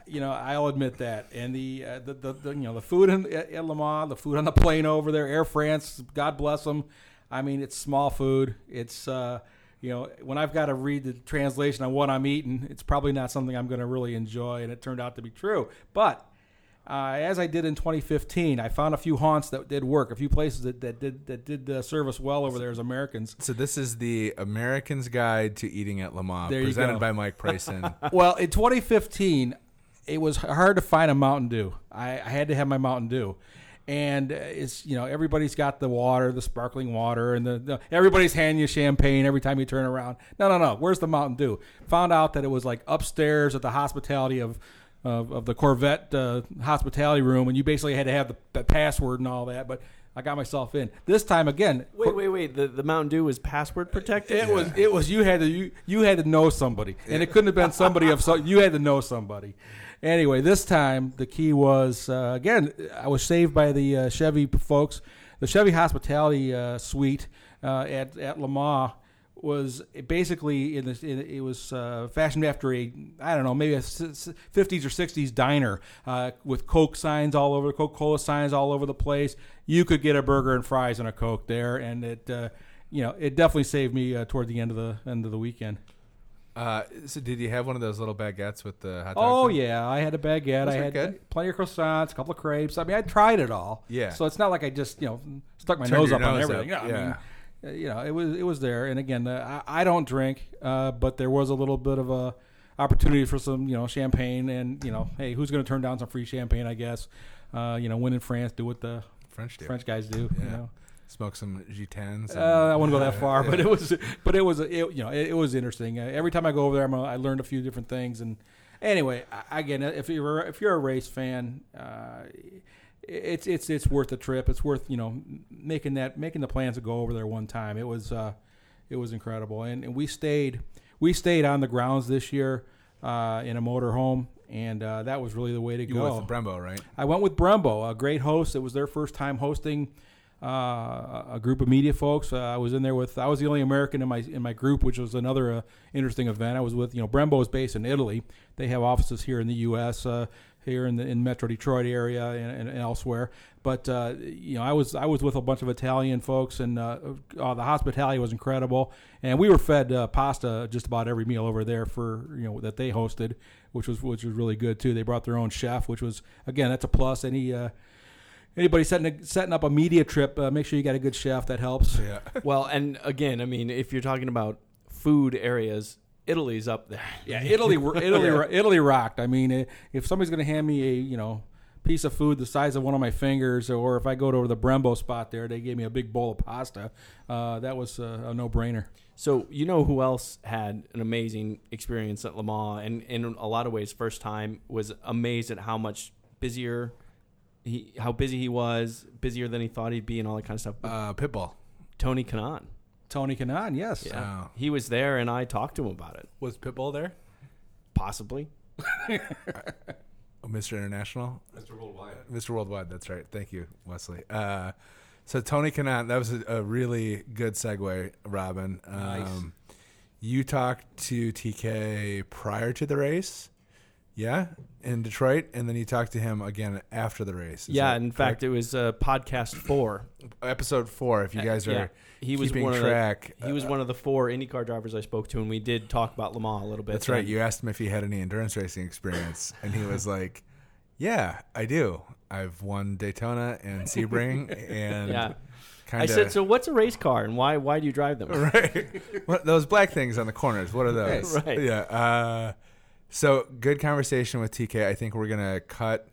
[SPEAKER 3] you know I'll admit that. And the uh, the, the, the you know the food in at at Le Mans, the food on the plane over there, Air France, God bless them. I mean, it's small food. It's uh, you know when I've got to read the translation on what I'm eating, it's probably not something I'm going to really enjoy. And it turned out to be true, but. Uh, as I did in 2015, I found a few haunts that did work, a few places that, that did that did uh, serve us well over there as Americans.
[SPEAKER 1] So this is the American's Guide to Eating at Lamar,
[SPEAKER 3] There you
[SPEAKER 1] presented
[SPEAKER 3] go.
[SPEAKER 1] by Mike Prayson.
[SPEAKER 3] well, in 2015, it was hard to find a Mountain Dew. I, I had to have my Mountain Dew. And uh, it's you know everybody's got the water, the sparkling water, and the, the everybody's handing you champagne every time you turn around. No, no, no. Where's the Mountain Dew? Found out that it was like upstairs at the hospitality of of, of the Corvette uh, hospitality room, and you basically had to have the, the password and all that. But I got myself in. This time again,
[SPEAKER 2] Wait, wait, wait. The, the Mountain Dew was password protected.
[SPEAKER 3] it was it was you had to you, you had to know somebody, and it couldn't have been somebody of so you had to know somebody. Anyway, this time the key was uh, again I was saved by the uh, Chevy folks. The Chevy hospitality uh, suite uh, at at Lamar was basically in this in, it was uh, fashioned after a I don't know maybe a s- s- 50s or 60s diner uh, with Coke signs all over Coca Cola signs all over the place. You could get a burger and fries and a Coke there, and it. Uh, you know, it definitely saved me uh, toward the end of the end of the weekend.
[SPEAKER 1] Uh, so did you have one of those little baguettes with the hot dogs?
[SPEAKER 3] Oh
[SPEAKER 1] in it?
[SPEAKER 3] yeah, I had a baguette.
[SPEAKER 1] Those
[SPEAKER 3] I
[SPEAKER 1] are
[SPEAKER 3] had
[SPEAKER 1] good.
[SPEAKER 3] plenty of croissants, a couple of crepes. I mean, I tried it all.
[SPEAKER 1] Yeah.
[SPEAKER 3] So it's not like I just you know stuck my
[SPEAKER 1] Turned
[SPEAKER 3] nose
[SPEAKER 1] your
[SPEAKER 3] up on
[SPEAKER 1] nose up,
[SPEAKER 3] everything. I
[SPEAKER 1] yeah.
[SPEAKER 3] mean, uh, you know, it was it was there. And again, uh, I, I don't drink, uh, but there was a little bit of a opportunity for some you know champagne and you know hey who's going to turn down some free champagne I guess. Uh, you know, when in France, do what the
[SPEAKER 1] French dip.
[SPEAKER 3] French guys do.
[SPEAKER 1] Yeah.
[SPEAKER 3] You know?
[SPEAKER 1] Smoke some G10s. and-
[SPEAKER 3] Uh, I wouldn't go that far, but it was, but it was, it, you know, it, it was interesting. Uh, every time I go over there, I'm a, I learned a few different things. And anyway, I- again, if you're if you're a race fan, uh, it's it's it's worth the trip. It's worth you know making that making the plans to go over there one time. It was uh, it was incredible, and, and we stayed we stayed on the grounds this year uh, in a motorhome, and uh, that was really the way to
[SPEAKER 1] You
[SPEAKER 3] go.
[SPEAKER 1] went with the Brembo, right?
[SPEAKER 3] I went with Brembo, a great host. It was their first time hosting uh, a group of media folks. Uh, I was in there with. I was the only American in my in my group, which was another uh, interesting event. I was with. You know, Brembo is based in Italy. They have offices here in the U.S. Uh, here in the in Metro Detroit area and, and, and elsewhere, but uh, you know I was I was with a bunch of Italian folks and uh, uh, the hospitality was incredible and we were fed uh, pasta just about every meal over there for you know that they hosted which was which was really good too. They brought their own chef, which was again that's a plus. Any uh, anybody setting setting up a media trip, uh, make sure you got a good chef that helps.
[SPEAKER 1] Yeah.
[SPEAKER 2] well, and again, I mean, if you're talking about food areas, Italy's up there.
[SPEAKER 3] Yeah, Italy, were- Italy, ro- Italy rocked. I mean, eh, if somebody's going to hand me a you know piece of food the size of one of my fingers, or if I go to the Brembo spot there, they gave me a big bowl of pasta. Uh, that was uh, a no brainer.
[SPEAKER 2] So you know who else had an amazing experience at Le Mans, and in a lot of ways, first time was amazed at how much busier he, how busy he was, busier than he thought he'd be, and all that kind of stuff.
[SPEAKER 1] Uh, Pitbull.
[SPEAKER 2] Tony Kanan,
[SPEAKER 3] Tony Kanan, yes.
[SPEAKER 2] yeah,
[SPEAKER 1] Oh.
[SPEAKER 2] he was there, and I talked to him about it.
[SPEAKER 1] Was Pitbull there?
[SPEAKER 2] Possibly,
[SPEAKER 1] Oh, Mr. International?
[SPEAKER 4] Mr. Worldwide.
[SPEAKER 1] Mr. Worldwide, that's right. Thank you, Wesley. Uh, so Tony Kanan, that was a, a really good segue, Robin. Um,
[SPEAKER 3] Nice.
[SPEAKER 1] You talked to TK prior to the race, yeah, in Detroit, and then you talked to him again after the race. Is
[SPEAKER 2] yeah.
[SPEAKER 1] that
[SPEAKER 2] In
[SPEAKER 1] correct?
[SPEAKER 2] fact, it was uh, podcast four.
[SPEAKER 1] episode four. If you guys are
[SPEAKER 2] Uh, yeah. he was
[SPEAKER 1] keeping
[SPEAKER 2] one
[SPEAKER 1] track,
[SPEAKER 2] Of the, he was
[SPEAKER 1] uh,
[SPEAKER 2] one of the four IndyCar drivers I spoke to, and we did talk about Le Mans a little bit.
[SPEAKER 1] That's right.
[SPEAKER 2] And-
[SPEAKER 1] You asked him if he had any endurance racing experience, and he was like, "Yeah, I do. I've won Daytona and Sebring, and uh,
[SPEAKER 2] Yeah.
[SPEAKER 1] kind
[SPEAKER 2] I
[SPEAKER 1] of."
[SPEAKER 2] said, so what's a race car, and why why do you drive them?
[SPEAKER 1] what, those black things on the corners. What are those?
[SPEAKER 2] Right.
[SPEAKER 1] Yeah. Uh, so good conversation with TK. I think we're gonna cut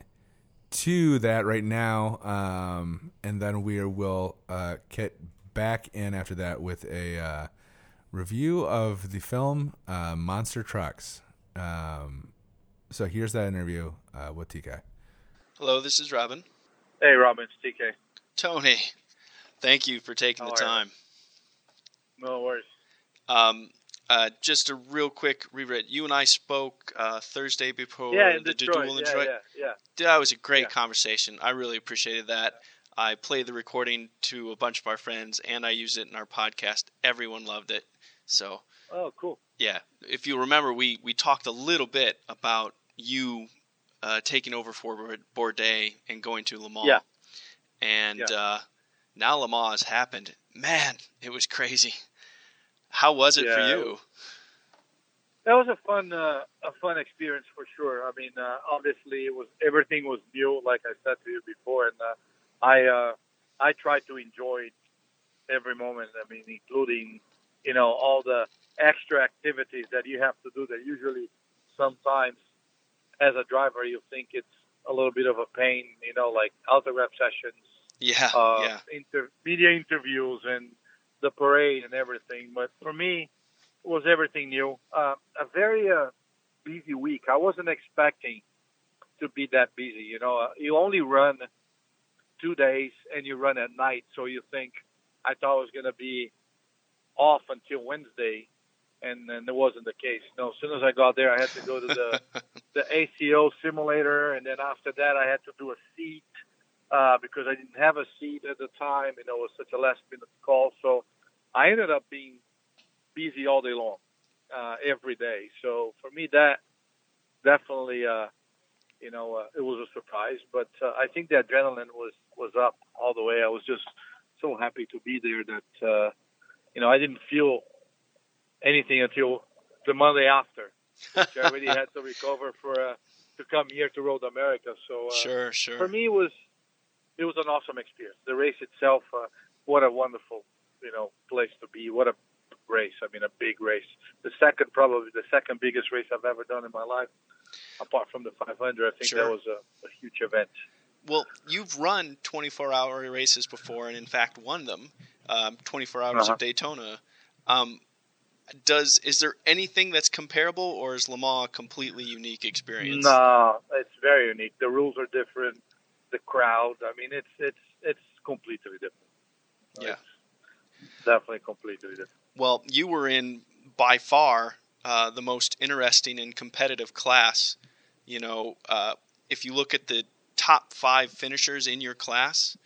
[SPEAKER 1] to that right now, um, and then we will uh, get back in after that with a uh, review of the film uh, Monster Trucks. Um, so here's that interview uh, with TK.
[SPEAKER 5] Hello, this is Robin.
[SPEAKER 6] Hey, Robin, it's TK.
[SPEAKER 5] Tony, thank you for taking
[SPEAKER 6] How
[SPEAKER 5] the
[SPEAKER 6] are you?
[SPEAKER 5] time.
[SPEAKER 6] No worries.
[SPEAKER 5] Um, uh, just a real quick reread. You and I spoke uh, Thursday
[SPEAKER 2] Oh,
[SPEAKER 5] before
[SPEAKER 6] yeah, in
[SPEAKER 5] the
[SPEAKER 6] Detroit.
[SPEAKER 5] Duel in
[SPEAKER 6] yeah,
[SPEAKER 5] Detroit.
[SPEAKER 6] yeah,
[SPEAKER 5] That was a great
[SPEAKER 6] Yeah.
[SPEAKER 5] conversation. I really appreciated that. I played the recording to a bunch of our friends, and I used it in our podcast. Everyone loved it. So
[SPEAKER 6] yeah. Oh, cool.
[SPEAKER 5] yeah, if you remember, we we talked a little bit about you uh, taking over for Bor- Bourdais and going to Le Mans.
[SPEAKER 6] Yeah.
[SPEAKER 5] And
[SPEAKER 6] Yeah.
[SPEAKER 5] Uh, now Le Mans has happened. Man, it was crazy. How was it for
[SPEAKER 6] Yeah.
[SPEAKER 5] you?
[SPEAKER 6] That was a fun, uh, a fun experience for sure. I mean, uh, obviously, it was everything was new, like I said to you before, and uh, I, uh, I tried to enjoy every moment. I mean, including, you know, all the extra activities that you have to do. That usually, sometimes, as a driver, you think it's a little bit of a pain. You know, like autograph sessions,
[SPEAKER 5] Yeah,
[SPEAKER 6] uh,
[SPEAKER 5] yeah,
[SPEAKER 6] inter- media interviews and the parade and everything. But for me, it was everything new. Uh, a very uh, busy week. I wasn't expecting to be that busy. You know, uh, you only run two days and you run at night, so you think I thought I was going to be off until Wednesday. And, and it wasn't the case. No, as soon as I got there, I had to go to the the ACO simulator, and then after that, I had to do a seat uh, because I didn't have a seat at the time, and it was such a last minute call. So I ended up being busy all day long, uh, every day. So for me, that definitely, uh, you know, uh, it was a surprise. But uh, I think the adrenaline was was up all the way. I was just so happy to be there that uh, you know I didn't feel anything until the Monday after, which I really had to recover for uh, to come here to Road America. So uh,
[SPEAKER 2] sure, sure.
[SPEAKER 6] for me, it was it was an awesome experience. The race itself, uh, what a wonderful you know place to be. What a race! I mean, a big race. The second, probably the second biggest race I've ever done in my life, apart from the 500. I think
[SPEAKER 2] Sure.
[SPEAKER 6] that was a, a huge event.
[SPEAKER 2] Well, you've run 24 hour races before and, in fact, won them um, 24 hours
[SPEAKER 6] Uh-huh.
[SPEAKER 2] of Daytona. Um, does is there anything that's comparable, or is Le Mans a completely unique experience?
[SPEAKER 6] No, it's very unique. The rules are different. The crowd. I mean, it's it's it's completely different.
[SPEAKER 2] Yeah.
[SPEAKER 6] It's definitely completely different.
[SPEAKER 2] Well, you were in by far uh, the most interesting and competitive class. You know, uh, if you look at the top five finishers in your class,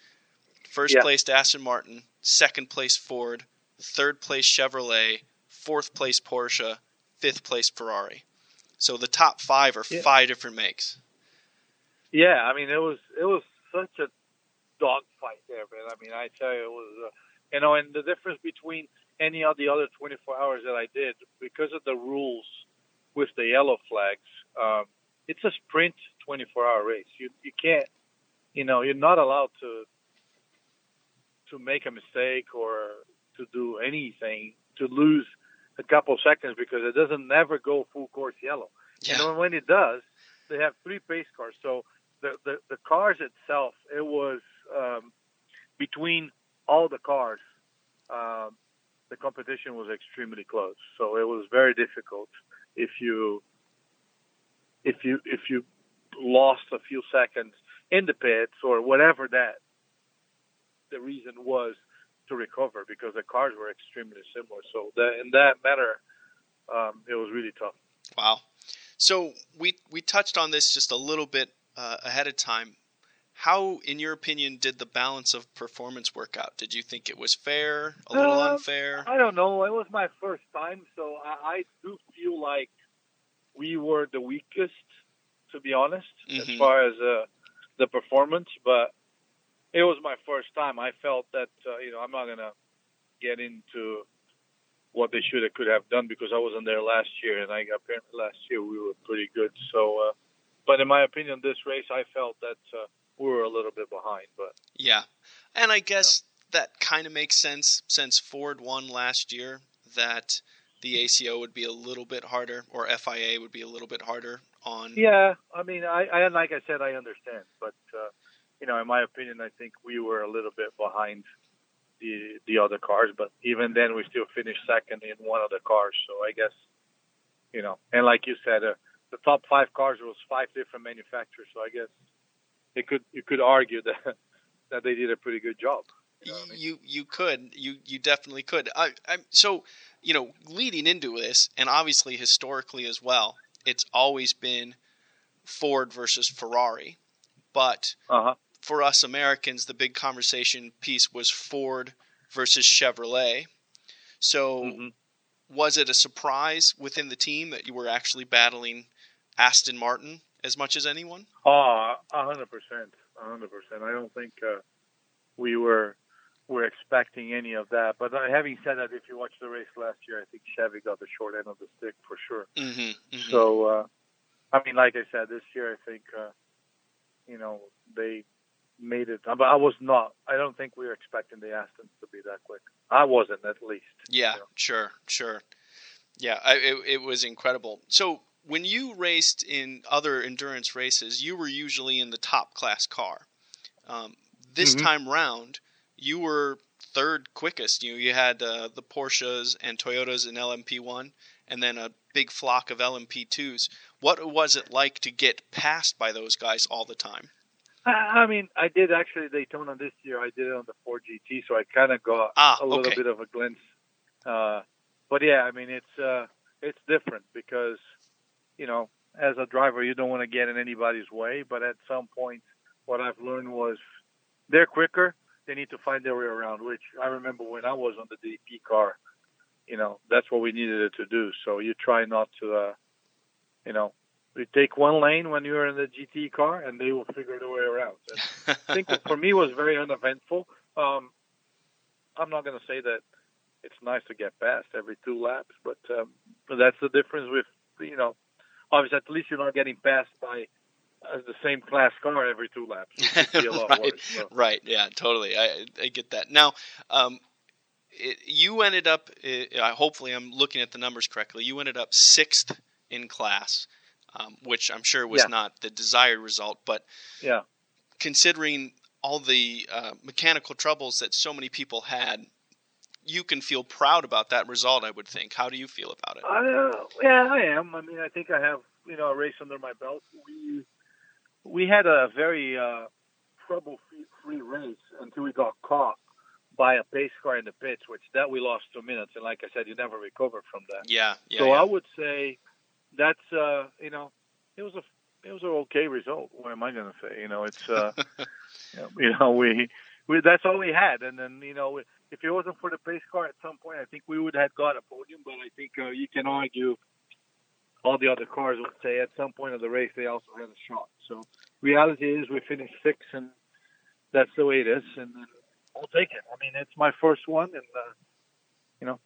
[SPEAKER 2] first
[SPEAKER 6] Yeah.
[SPEAKER 2] place to Aston Martin, second place Ford, third place Chevrolet, fourth place Porsche, fifth place Ferrari. So the top five are
[SPEAKER 6] Yeah.
[SPEAKER 2] five different makes.
[SPEAKER 6] Yeah, I mean, it was it was such a dogfight there, man. I mean, I tell you, it was uh, you know, and the difference between any of the other 24 hours that I did because of the rules with the yellow flags. Um, it's a sprint 24-hour race. You you can't, you know, you're not allowed to to make a mistake or to do anything to lose a couple seconds because it doesn't never go full course yellow.
[SPEAKER 2] Yeah,
[SPEAKER 6] And when it does, they have three pace cars. So the, the, the cars itself, it was um, between all the cars, um, the competition was extremely close. So it was very difficult if you if you if you lost a few seconds in the pits or whatever that the reason was to recover because the cars were extremely similar. So that, in that matter, um, it was really tough.
[SPEAKER 2] wow. So we we touched on this just a little bit uh, ahead of time. How, in your opinion, did the balance of performance work out? Did you think it was fair, a little
[SPEAKER 6] Um,
[SPEAKER 2] unfair?
[SPEAKER 6] I don't know. It was my first time, so I, I do feel like we were the weakest, to be honest, as
[SPEAKER 2] Mhm.
[SPEAKER 6] far as uh, the performance. But it was my first time. I felt that uh, you know I'm not gonna get into what they should have could have done because I wasn't there last year, and I apparently last year we were pretty good. So, uh, but in my opinion, this race I felt that uh, we were a little bit behind, but.
[SPEAKER 2] Yeah. And I guess that kind of makes sense since Ford won last year that the ACO would be a little bit harder or FIA would be a little bit harder on
[SPEAKER 6] Yeah, I mean, I, I like I said, I understand, but uh, you know, in my opinion, I think we were a little bit behind the the other cars, but even then, we still finished second in one of the cars. So I guess, you know, and like you said, uh, the top five cars was five different manufacturers. So I guess it could you could argue that that they did a pretty good job. You know what I mean?
[SPEAKER 2] you you could you you definitely could I, I so you know leading into this and obviously historically as well it's always been Ford versus Ferrari but
[SPEAKER 6] Uh huh.
[SPEAKER 2] for us Americans, the big conversation piece was Ford versus Chevrolet. So,
[SPEAKER 6] Mhm.
[SPEAKER 2] was it a surprise within the team that you were actually battling Aston Martin as much as anyone?
[SPEAKER 6] Oh, a hundred percent, a hundred percent. I don't think uh, we were were expecting any of that. But uh, having said that, if you watch the race last year, I think Chevy got the short end of the stick for sure.
[SPEAKER 2] Mm-hmm.
[SPEAKER 6] So, uh, I mean, like I said, this year I think uh, you know they made it. But I was not. I don't think we were expecting the Astons to be that quick. I wasn't, at least.
[SPEAKER 2] yeah,
[SPEAKER 6] yeah.
[SPEAKER 2] sure, sure. Yeah, I, it, it was incredible. So, when you raced in other endurance races, you were usually in the top class car. Um, this
[SPEAKER 6] Mhm.
[SPEAKER 2] time round, you were third quickest. You you had uh, the Porsches and Toyotas in LMP1, and then a big flock of LMP2s. What was it like to get passed by those guys all the time?
[SPEAKER 6] I, I mean, I did actually Daytona this year. I did it on the 4GT, so I kind of got
[SPEAKER 2] Ah,
[SPEAKER 6] a little
[SPEAKER 2] okay.
[SPEAKER 6] bit of a glimpse. Uh, but yeah, I mean, it's uh, it's different because you know, as a driver, you don't want to get in anybody's way. But at some point, what I've learned was they're quicker. They need to find their way around. Which I remember when I was on the DP car, you know, that's what we needed it to do. So you try not to, uh, you know. You take one lane when you're in the GT car, and they will figure their way around. And I think for me it was very uneventful. Um, I'm not going to say that it's nice to get past every two laps, but um, But that's the difference with you know, obviously at least you're not getting passed by uh, the same class car every two laps. It could be a lot
[SPEAKER 2] right,
[SPEAKER 6] worse. So.
[SPEAKER 2] right, yeah, totally. I, I get that. Now, um, it, you ended up. uh, I hopefully, I'm looking at the numbers correctly. You ended up sixth in class, um, which I'm sure was
[SPEAKER 6] Yeah.
[SPEAKER 2] not the desired result. But
[SPEAKER 6] Yeah.
[SPEAKER 2] considering all the uh, mechanical troubles that so many people had, you can feel proud about that result. I would think. How do you feel about it?
[SPEAKER 6] I, uh, yeah, I am. I mean, I think I have you know a race under my belt. We we had a very uh, trouble-free race until we got caught by a pace car in the pits, which that we lost two minutes, and like I said, you never recover from that.
[SPEAKER 2] Yeah, yeah.
[SPEAKER 6] so
[SPEAKER 2] yeah.
[SPEAKER 6] I would say that's uh, you know it was a it was an okay result. What am I going to say? You know, it's uh, you know we, we that's all we had, and then you know if it wasn't for the pace car at some point, I think we would have got a podium. But I think uh, you can argue all the other cars would say at some point of the race they also had a shot. So reality is we finished sixth, and that's the way it is, and then I'll take it. I mean, it's my first one, and uh, you know.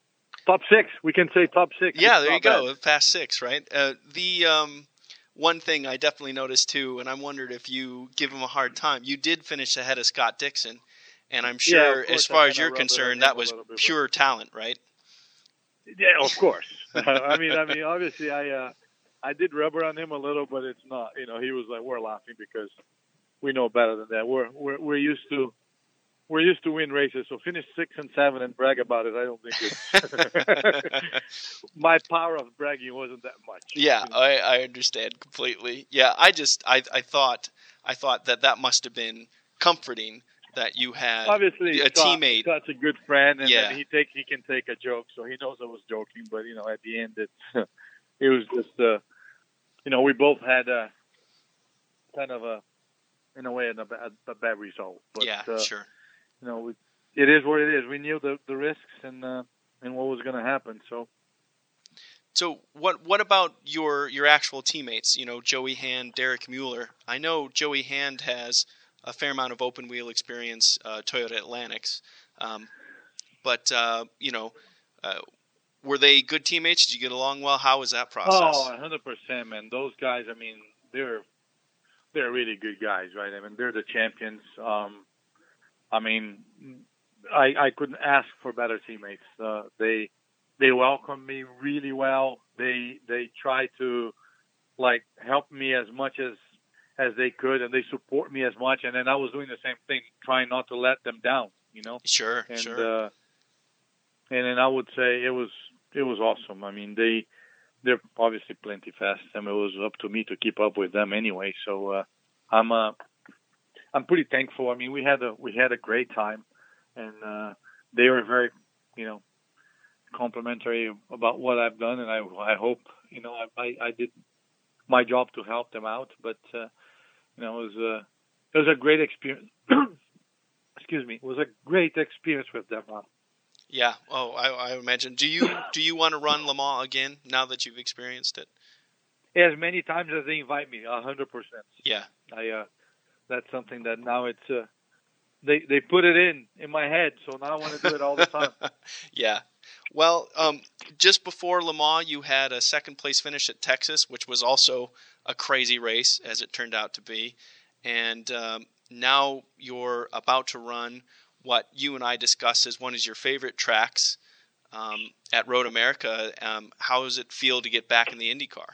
[SPEAKER 6] Top six, we can say top six.
[SPEAKER 2] Yeah,
[SPEAKER 6] It's
[SPEAKER 2] there you
[SPEAKER 6] not bad.
[SPEAKER 2] go. Past six, right? Uh, the um, one thing I definitely noticed too, and I wondered if you give him a hard time. You did finish ahead of Scott Dixon, and I'm
[SPEAKER 6] Yeah, of
[SPEAKER 2] sure,
[SPEAKER 6] course,
[SPEAKER 2] as
[SPEAKER 6] I
[SPEAKER 2] far as
[SPEAKER 6] kinda
[SPEAKER 2] you're
[SPEAKER 6] rubbed it in
[SPEAKER 2] concerned,
[SPEAKER 6] him
[SPEAKER 2] that
[SPEAKER 6] a
[SPEAKER 2] was
[SPEAKER 6] little bit, but-
[SPEAKER 2] pure talent, right?
[SPEAKER 6] Yeah, of course. I mean, I mean, obviously, I uh, I did rubber on him a little, but it's not. You know, he was like, we're laughing because we know better than that. We're we're we're used to we're used to win races. So finish six and seven and brag about it. I don't think it's my power of bragging wasn't that much.
[SPEAKER 2] Yeah,
[SPEAKER 6] You know?
[SPEAKER 2] I, I understand completely. Yeah, I just I, I thought I thought that that must have been comforting that you had.
[SPEAKER 6] obviously,
[SPEAKER 2] a
[SPEAKER 6] Scott-
[SPEAKER 2] teammate.
[SPEAKER 6] Scott's a good friend, and
[SPEAKER 2] Yeah.
[SPEAKER 6] then he take he can take a joke, so he knows I was joking. But you know, at the end, it's it was just uh, you know we both had uh, kind of a in a way an, a, bad- a bad result. But
[SPEAKER 2] yeah,
[SPEAKER 6] uh,
[SPEAKER 2] sure.
[SPEAKER 6] you know, we, it is what it is. We knew the the risks and uh, and what was going to happen. So
[SPEAKER 2] So what what about your your actual teammates? You know, Joey Hand, Derek Mueller. I know Joey Hand has a fair amount of open wheel experience, uh, Toyota Atlantics. Um, but uh, you know, uh, were they good teammates? Did you get along well? How was that process?
[SPEAKER 6] Oh, 100 percent, man. Those guys, I mean, they're they're really good guys, right? I mean, they're the champions. Um, I mean, I I couldn't ask for better teammates. Uh, they they welcomed me really well. They they try to like help me as much as as they could, and they support me as much. And then I was doing the same thing, trying not to let them down. You know
[SPEAKER 2] sure,
[SPEAKER 6] and
[SPEAKER 2] sure.
[SPEAKER 6] uh, and then I would say it was it was awesome. I mean they they're obviously plenty fast, and it was up to me to keep up with them anyway. So uh, I'm uh, I'm pretty thankful. I mean we had a we had a great time, and uh, they were very you know complimentary about what I've done, and I I hope you know I I, I did my job to help them out, but uh, you know it was a it was a great experience. Excuse me. It was a great experience with them. Rob.
[SPEAKER 2] yeah. Oh, I, I imagine. Do you do you want to run Le Mans again now that you've experienced it?
[SPEAKER 6] as many times as they invite me, a hundred percent.
[SPEAKER 2] Yeah.
[SPEAKER 6] I uh, that's something that now it's uh, they they put it in in my head, so now I want to do it all the time.
[SPEAKER 2] yeah. Well, um, just before Le Mans, you had a second place finish at Texas, which was also a crazy race, as it turned out to be. And um, now you're about to run what you and I discussed as one of your favorite tracks um, at Road America. Um, how does it feel to get back in the IndyCar?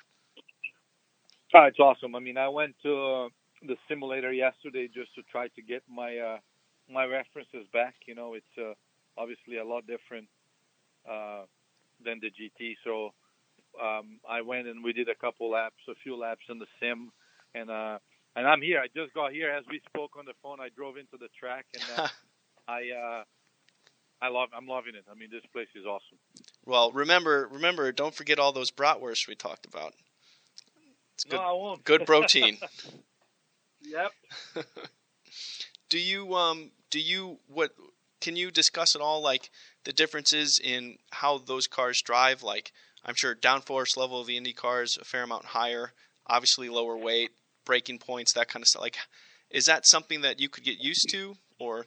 [SPEAKER 6] Ah, it's awesome. I mean, I went to uh, the simulator yesterday just to try to get my uh, my references back. You know, it's uh, obviously a lot different uh, than the GT. So um, I went and we did a couple laps, a few laps in the sim, and uh, and I'm here. I just got here as we spoke on the phone. I drove into the track and uh, I uh, I love I'm loving it. I mean, this place is awesome.
[SPEAKER 2] well, remember, remember, don't forget all those bratwursts we talked about. It's good,
[SPEAKER 6] No, I won't.
[SPEAKER 2] good protein.
[SPEAKER 6] Yep.
[SPEAKER 2] do you um do you what can you discuss at all like the differences in how those cars drive like i'm sure downforce level of the indy cars a fair amount higher obviously lower weight braking points that kind of stuff like is that something that you could get used to or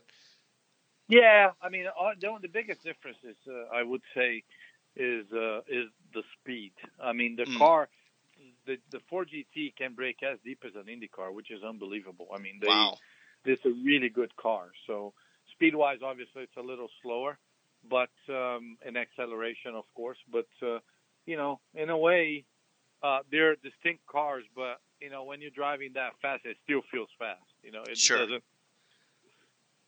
[SPEAKER 6] Yeah, I mean, uh, the, the biggest difference is, uh, I would say, is uh, is the speed. I mean, the
[SPEAKER 5] Mm.
[SPEAKER 6] car, the the 4GT can brake as deep as an IndyCar, which is unbelievable. I mean, they
[SPEAKER 5] Wow.
[SPEAKER 6] this is a really good car. So speed wise, obviously, it's a little slower, but um, in acceleration, of course. But uh, you know, in a way, uh, they're distinct cars. But you know, when you're driving that fast, it still feels fast. You know, it
[SPEAKER 5] Sure.
[SPEAKER 6] doesn't.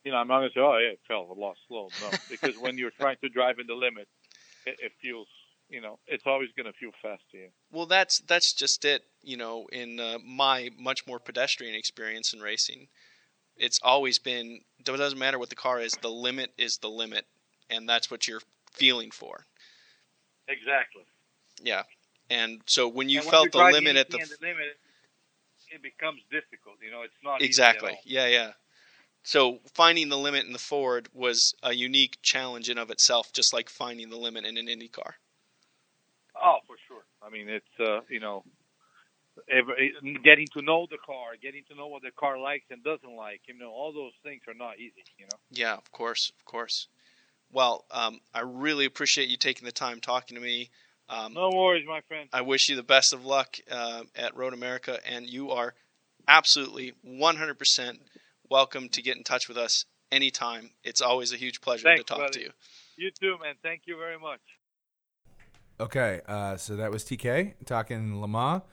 [SPEAKER 6] You know, I'm not gonna say, oh yeah, it fell, it lost slow. No, because when you're trying to drive in the limit, it, it feels. You know, it's always gonna feel fast to you.
[SPEAKER 5] Well, that's that's just it. You know, in uh, my much more pedestrian experience in racing, it's always been it doesn't matter what the car is, the limit is the limit, and that's what you're feeling for.
[SPEAKER 6] Exactly.
[SPEAKER 5] Yeah, and so when you
[SPEAKER 6] And when
[SPEAKER 5] felt
[SPEAKER 6] you're
[SPEAKER 5] the
[SPEAKER 6] driving
[SPEAKER 5] limit at the
[SPEAKER 6] anything in the limit, it becomes difficult. You know, it's not easy at
[SPEAKER 5] exactly,
[SPEAKER 6] all.
[SPEAKER 5] yeah, yeah. So finding the limit in the Ford was a unique challenge in of itself, just like finding the limit in an Indy car.
[SPEAKER 6] Oh, for sure. I mean, it's uh, you know, every, getting to know the car, getting to know what the car likes and doesn't like. You know, all those things are not easy. You know.
[SPEAKER 5] Yeah, of course, of course. Well, um, I really appreciate you taking the time talking to me. Um,
[SPEAKER 6] No worries, my friend.
[SPEAKER 5] I wish you the best of luck uh, at Road America, and you are absolutely 100% welcome to get in touch with us anytime. It's always a huge pleasure
[SPEAKER 6] Thanks,
[SPEAKER 5] to talk
[SPEAKER 6] buddy.
[SPEAKER 5] to you.
[SPEAKER 6] You too, man. Thank you very much.
[SPEAKER 1] Okay, uh, so that was TK talking Lama.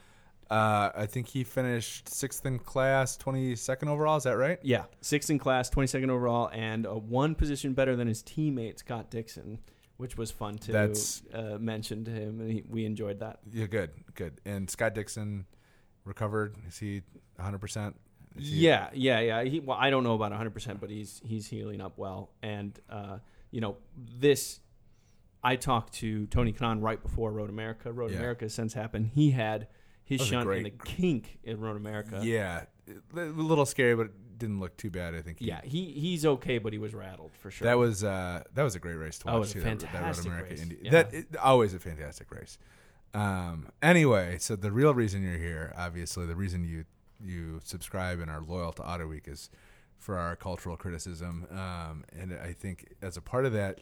[SPEAKER 1] Uh, I think he finished sixth in class, twenty second overall. Is that right?
[SPEAKER 2] Yeah, sixth in class, 22nd overall, and uh, one position better than his teammate Scott Dixon, which was fun to
[SPEAKER 1] That's-
[SPEAKER 2] uh, mention to him, and he, we enjoyed that.
[SPEAKER 1] Yeah, good, good. And Scott Dixon recovered. Is he one hundred percent?
[SPEAKER 2] Yeah, yeah, yeah. He, well, I don't know about 100%, but he's he's healing up well. And, uh, you know, this, I talked to Tony Kanon right before Road America. Road
[SPEAKER 1] Yeah.
[SPEAKER 2] America has since happened. He had his
[SPEAKER 1] That was a
[SPEAKER 2] shunt in
[SPEAKER 1] great-
[SPEAKER 2] the kink in Road America.
[SPEAKER 1] Yeah, a little scary, but it didn't look too bad. I think. he-
[SPEAKER 2] Yeah, he, he's okay, but he was rattled for sure.
[SPEAKER 1] That was uh, that was a great race to
[SPEAKER 2] That
[SPEAKER 1] watch.
[SPEAKER 2] was a
[SPEAKER 1] too,
[SPEAKER 2] fantastic race,
[SPEAKER 1] Indy.
[SPEAKER 2] yeah.
[SPEAKER 1] That it, always a fantastic race. Um, anyway, so the real reason you're here, obviously, the reason you you subscribe and are loyal to Auto Week is for our cultural criticism. Um, and I think as a part of that,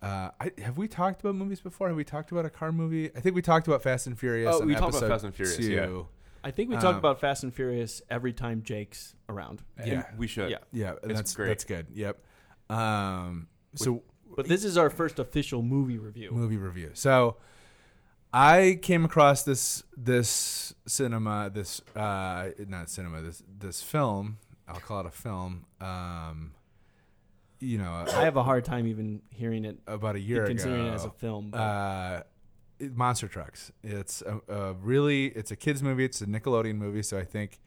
[SPEAKER 1] uh, I, have we talked about movies before? Have we talked about a car movie? I think we talked about Fast and Furious.
[SPEAKER 4] Oh,
[SPEAKER 1] on
[SPEAKER 4] we talked about
[SPEAKER 1] episode
[SPEAKER 4] Fast and Furious,
[SPEAKER 1] two.
[SPEAKER 4] yeah.
[SPEAKER 2] I think we talk
[SPEAKER 1] Um,
[SPEAKER 2] about Fast and Furious every time Jake's around.
[SPEAKER 1] Yeah.
[SPEAKER 4] we should.
[SPEAKER 2] Yeah.
[SPEAKER 1] Yeah, and
[SPEAKER 4] It's
[SPEAKER 1] that's
[SPEAKER 4] great.
[SPEAKER 1] that's good. Yep. Um, so
[SPEAKER 2] But this is our first official movie review.
[SPEAKER 1] movie review. So I came across this this cinema this uh not cinema this this film. I'll call it a film. Um you know,
[SPEAKER 2] I have a hard time even hearing it,
[SPEAKER 1] about a year
[SPEAKER 2] considering
[SPEAKER 1] ago.
[SPEAKER 2] it as a film. but-
[SPEAKER 1] uh it- Monster Trucks. It's a, a really it's a kids movie. It's a Nickelodeon movie, so I think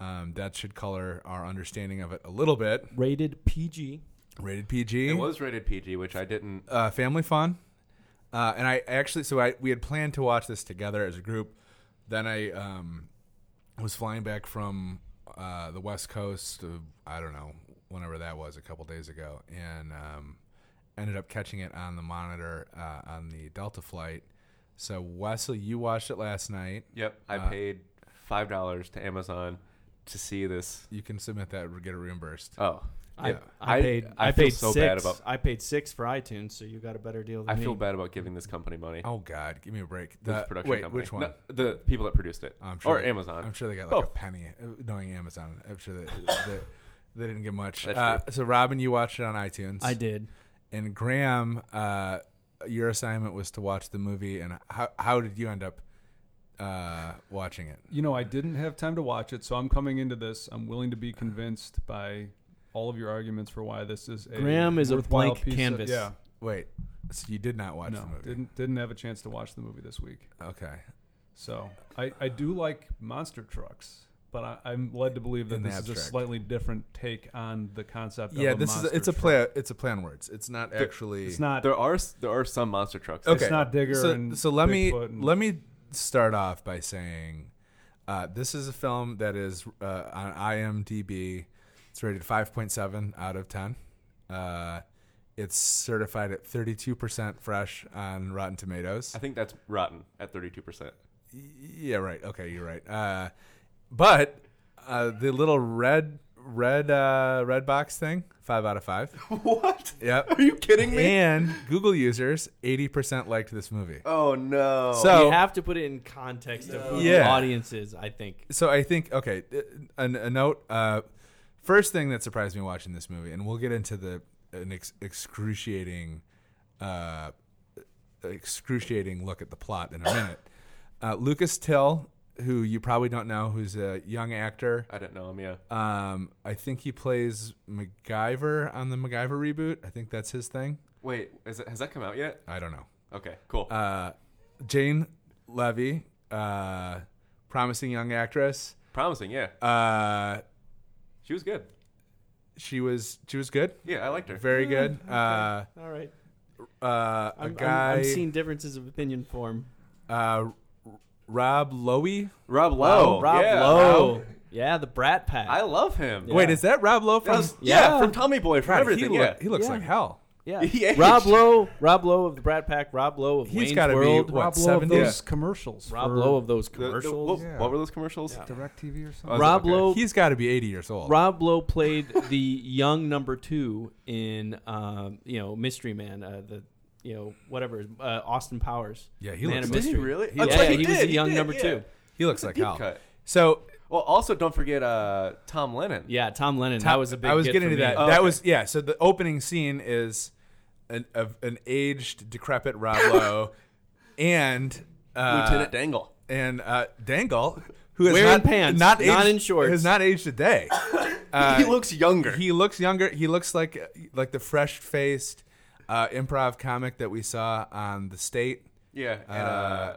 [SPEAKER 1] um, that should color our understanding of it a little bit.
[SPEAKER 2] rated PG.
[SPEAKER 1] Rated PG.
[SPEAKER 4] It was rated PG, which I didn't.
[SPEAKER 1] uh, family fun. Uh, and I actually, so I we had planned to watch this together as a group. Then I um, was flying back from uh, the West Coast. Of, I don't know whenever that was, a couple days ago, and um, ended up catching it on the monitor uh, on the Delta flight. So Wesley, you watched it last night.
[SPEAKER 4] Yep, Uh, I paid five dollars to Amazon to see this.
[SPEAKER 1] You can submit that or get it reimbursed.
[SPEAKER 4] Oh,
[SPEAKER 2] I,
[SPEAKER 4] yeah.
[SPEAKER 2] I, paid. I,
[SPEAKER 4] feel
[SPEAKER 2] paid
[SPEAKER 4] so
[SPEAKER 2] six.
[SPEAKER 4] bad about.
[SPEAKER 2] I paid six for iTunes, so you got a better deal. Than
[SPEAKER 4] I feel
[SPEAKER 2] me.
[SPEAKER 4] bad about giving this company money.
[SPEAKER 1] Oh God, give me a break.
[SPEAKER 4] this
[SPEAKER 1] The-
[SPEAKER 4] production
[SPEAKER 1] wait,
[SPEAKER 4] company.
[SPEAKER 1] which one?
[SPEAKER 4] No, the people that produced it,
[SPEAKER 1] I'm sure
[SPEAKER 4] or Amazon.
[SPEAKER 1] I'm sure they got like a
[SPEAKER 4] Both.
[SPEAKER 1] penny. uh, Knowing Amazon, I'm sure that that they didn't get much.
[SPEAKER 4] That's
[SPEAKER 1] Uh, so, Robin, you watched it on iTunes.
[SPEAKER 2] I did.
[SPEAKER 1] And Graham, uh, your assignment was to watch the movie. And how how did you end up uh, watching it?
[SPEAKER 7] You know, I didn't have time to watch it, so I'm coming into this. I'm willing to be convinced by all of your arguments for why this is a
[SPEAKER 2] Graham is a
[SPEAKER 7] worthwhile
[SPEAKER 2] blank
[SPEAKER 7] piece of-
[SPEAKER 2] canvas.
[SPEAKER 7] yeah,
[SPEAKER 1] Wait, so you did not watch the
[SPEAKER 7] no,
[SPEAKER 1] movie?
[SPEAKER 7] didn't didn't have a chance to watch the movie this week.
[SPEAKER 1] Okay.
[SPEAKER 7] So I, I do like monster trucks, but I, I'm led to believe
[SPEAKER 1] In
[SPEAKER 7] that
[SPEAKER 1] the
[SPEAKER 7] this is a
[SPEAKER 1] abstract.
[SPEAKER 7] slightly different take on the concept.
[SPEAKER 1] yeah,
[SPEAKER 7] of a
[SPEAKER 1] this is
[SPEAKER 7] monster
[SPEAKER 1] a, it's a
[SPEAKER 7] truck.
[SPEAKER 1] play. It's a play on words. It's not actually.
[SPEAKER 7] It's not.
[SPEAKER 4] There are s- there are some monster trucks.
[SPEAKER 1] okay.
[SPEAKER 7] It's not Digger
[SPEAKER 1] So,
[SPEAKER 7] and
[SPEAKER 1] so let me
[SPEAKER 7] Bigfoot and-
[SPEAKER 1] let me start off by saying uh, this is a film that is uh, on IMDb. It's rated 5.7 out of 10. Uh, it's certified at 32% fresh on Rotten Tomatoes.
[SPEAKER 4] I think that's rotten at thirty two percent.
[SPEAKER 1] Yeah, right. Okay, you're right. Uh, but uh, the little red red uh, red box thing, five out of five.
[SPEAKER 4] What?
[SPEAKER 1] Yep.
[SPEAKER 4] Are you kidding me?
[SPEAKER 1] And Google users, eighty percent liked this movie.
[SPEAKER 4] Oh no.
[SPEAKER 1] So
[SPEAKER 2] you have to put it in context of who the
[SPEAKER 1] Yeah.
[SPEAKER 2] audience is. I think
[SPEAKER 1] so I think okay, a, a note. Uh, first thing that surprised me watching this movie, and we'll get into the an ex- excruciating, uh, excruciating look at the plot in a minute. Uh, Lucas Till, who you probably don't know, who's a young actor.
[SPEAKER 4] I don't know him. Yeah.
[SPEAKER 1] Um, I think he plays MacGyver on the MacGyver reboot. I think that's his thing.
[SPEAKER 4] Wait, is it, has that come out yet?
[SPEAKER 1] I don't know.
[SPEAKER 4] Okay, cool.
[SPEAKER 1] Uh, Jane Levy, uh, promising young actress.
[SPEAKER 4] Promising. Yeah,
[SPEAKER 1] Uh,
[SPEAKER 4] she was good.
[SPEAKER 1] she was she was good,
[SPEAKER 4] Yeah, I liked her.
[SPEAKER 1] very good. Uh,
[SPEAKER 2] all right.
[SPEAKER 1] uh, a
[SPEAKER 2] I'm,
[SPEAKER 1] guy,
[SPEAKER 2] I'm, I'm seeing differences of opinion form.
[SPEAKER 1] uh, Rob Lowy.
[SPEAKER 4] Rob Lowe.
[SPEAKER 2] Rob
[SPEAKER 4] Oh, yeah,
[SPEAKER 2] Lowe.
[SPEAKER 4] Rob.
[SPEAKER 2] Yeah, the Brat Pack.
[SPEAKER 4] I love him.
[SPEAKER 2] Yeah.
[SPEAKER 1] Wait, is that Rob Lowe from?
[SPEAKER 4] That was-
[SPEAKER 2] Yeah.
[SPEAKER 4] yeah. from Tommy Boy, from
[SPEAKER 1] God, he,
[SPEAKER 4] everything.
[SPEAKER 1] look-
[SPEAKER 4] yeah.
[SPEAKER 1] he looks
[SPEAKER 2] Yeah.
[SPEAKER 1] like hell.
[SPEAKER 2] yeah,
[SPEAKER 4] He aged.
[SPEAKER 2] Rob Lowe. Rob Lowe of the Brat Pack. Rob Lowe of
[SPEAKER 1] He's
[SPEAKER 2] Wayne's
[SPEAKER 1] gotta be,
[SPEAKER 2] World.
[SPEAKER 1] what,
[SPEAKER 7] Rob Lowe of
[SPEAKER 1] 70?
[SPEAKER 7] those commercials.
[SPEAKER 2] Rob
[SPEAKER 7] for
[SPEAKER 2] Lowe of those
[SPEAKER 4] The- the-
[SPEAKER 2] commercials.
[SPEAKER 4] what,
[SPEAKER 7] Yeah.
[SPEAKER 4] what were those commercials?
[SPEAKER 7] Direct TV or something.
[SPEAKER 4] Oh, is it-
[SPEAKER 2] Rob
[SPEAKER 4] okay.
[SPEAKER 2] Lowe.
[SPEAKER 1] He's got to be eighty years old.
[SPEAKER 2] Rob Lowe played the young number two in, um, you know, Mystery Man, uh, the, you know, whatever, uh, Austin Powers.
[SPEAKER 1] Yeah, he
[SPEAKER 2] Man
[SPEAKER 1] looks
[SPEAKER 2] of
[SPEAKER 1] like-
[SPEAKER 4] Did he
[SPEAKER 2] Mystery.
[SPEAKER 4] really?
[SPEAKER 2] He,
[SPEAKER 4] Oh, that's
[SPEAKER 2] yeah,
[SPEAKER 4] right,
[SPEAKER 2] he,
[SPEAKER 4] he
[SPEAKER 2] was
[SPEAKER 4] did,
[SPEAKER 2] the
[SPEAKER 4] he
[SPEAKER 2] young
[SPEAKER 4] did,
[SPEAKER 2] number
[SPEAKER 4] yeah.
[SPEAKER 2] two.
[SPEAKER 1] he looks like
[SPEAKER 4] deep
[SPEAKER 1] hell.
[SPEAKER 4] cut.
[SPEAKER 1] So
[SPEAKER 4] Well, also don't forget uh, Tom Lennon.
[SPEAKER 2] Yeah, Tom Lennon. that was a big.
[SPEAKER 1] I was
[SPEAKER 2] hit
[SPEAKER 1] getting
[SPEAKER 2] for
[SPEAKER 1] to that.
[SPEAKER 2] me. Oh,
[SPEAKER 1] That
[SPEAKER 4] Okay.
[SPEAKER 1] was yeah. So the opening scene is an of an aged, decrepit Rob Lowe and uh,
[SPEAKER 4] Lieutenant Dangle.
[SPEAKER 1] and uh, Dangle, who has
[SPEAKER 2] Wearing
[SPEAKER 1] not,
[SPEAKER 2] pants,
[SPEAKER 1] not, aged,
[SPEAKER 2] not in shorts.
[SPEAKER 1] has not aged a day. Uh,
[SPEAKER 4] he looks younger.
[SPEAKER 1] he looks younger. He looks like like the fresh faced uh, improv comic that we saw on the state
[SPEAKER 4] yeah, and, uh,
[SPEAKER 1] uh,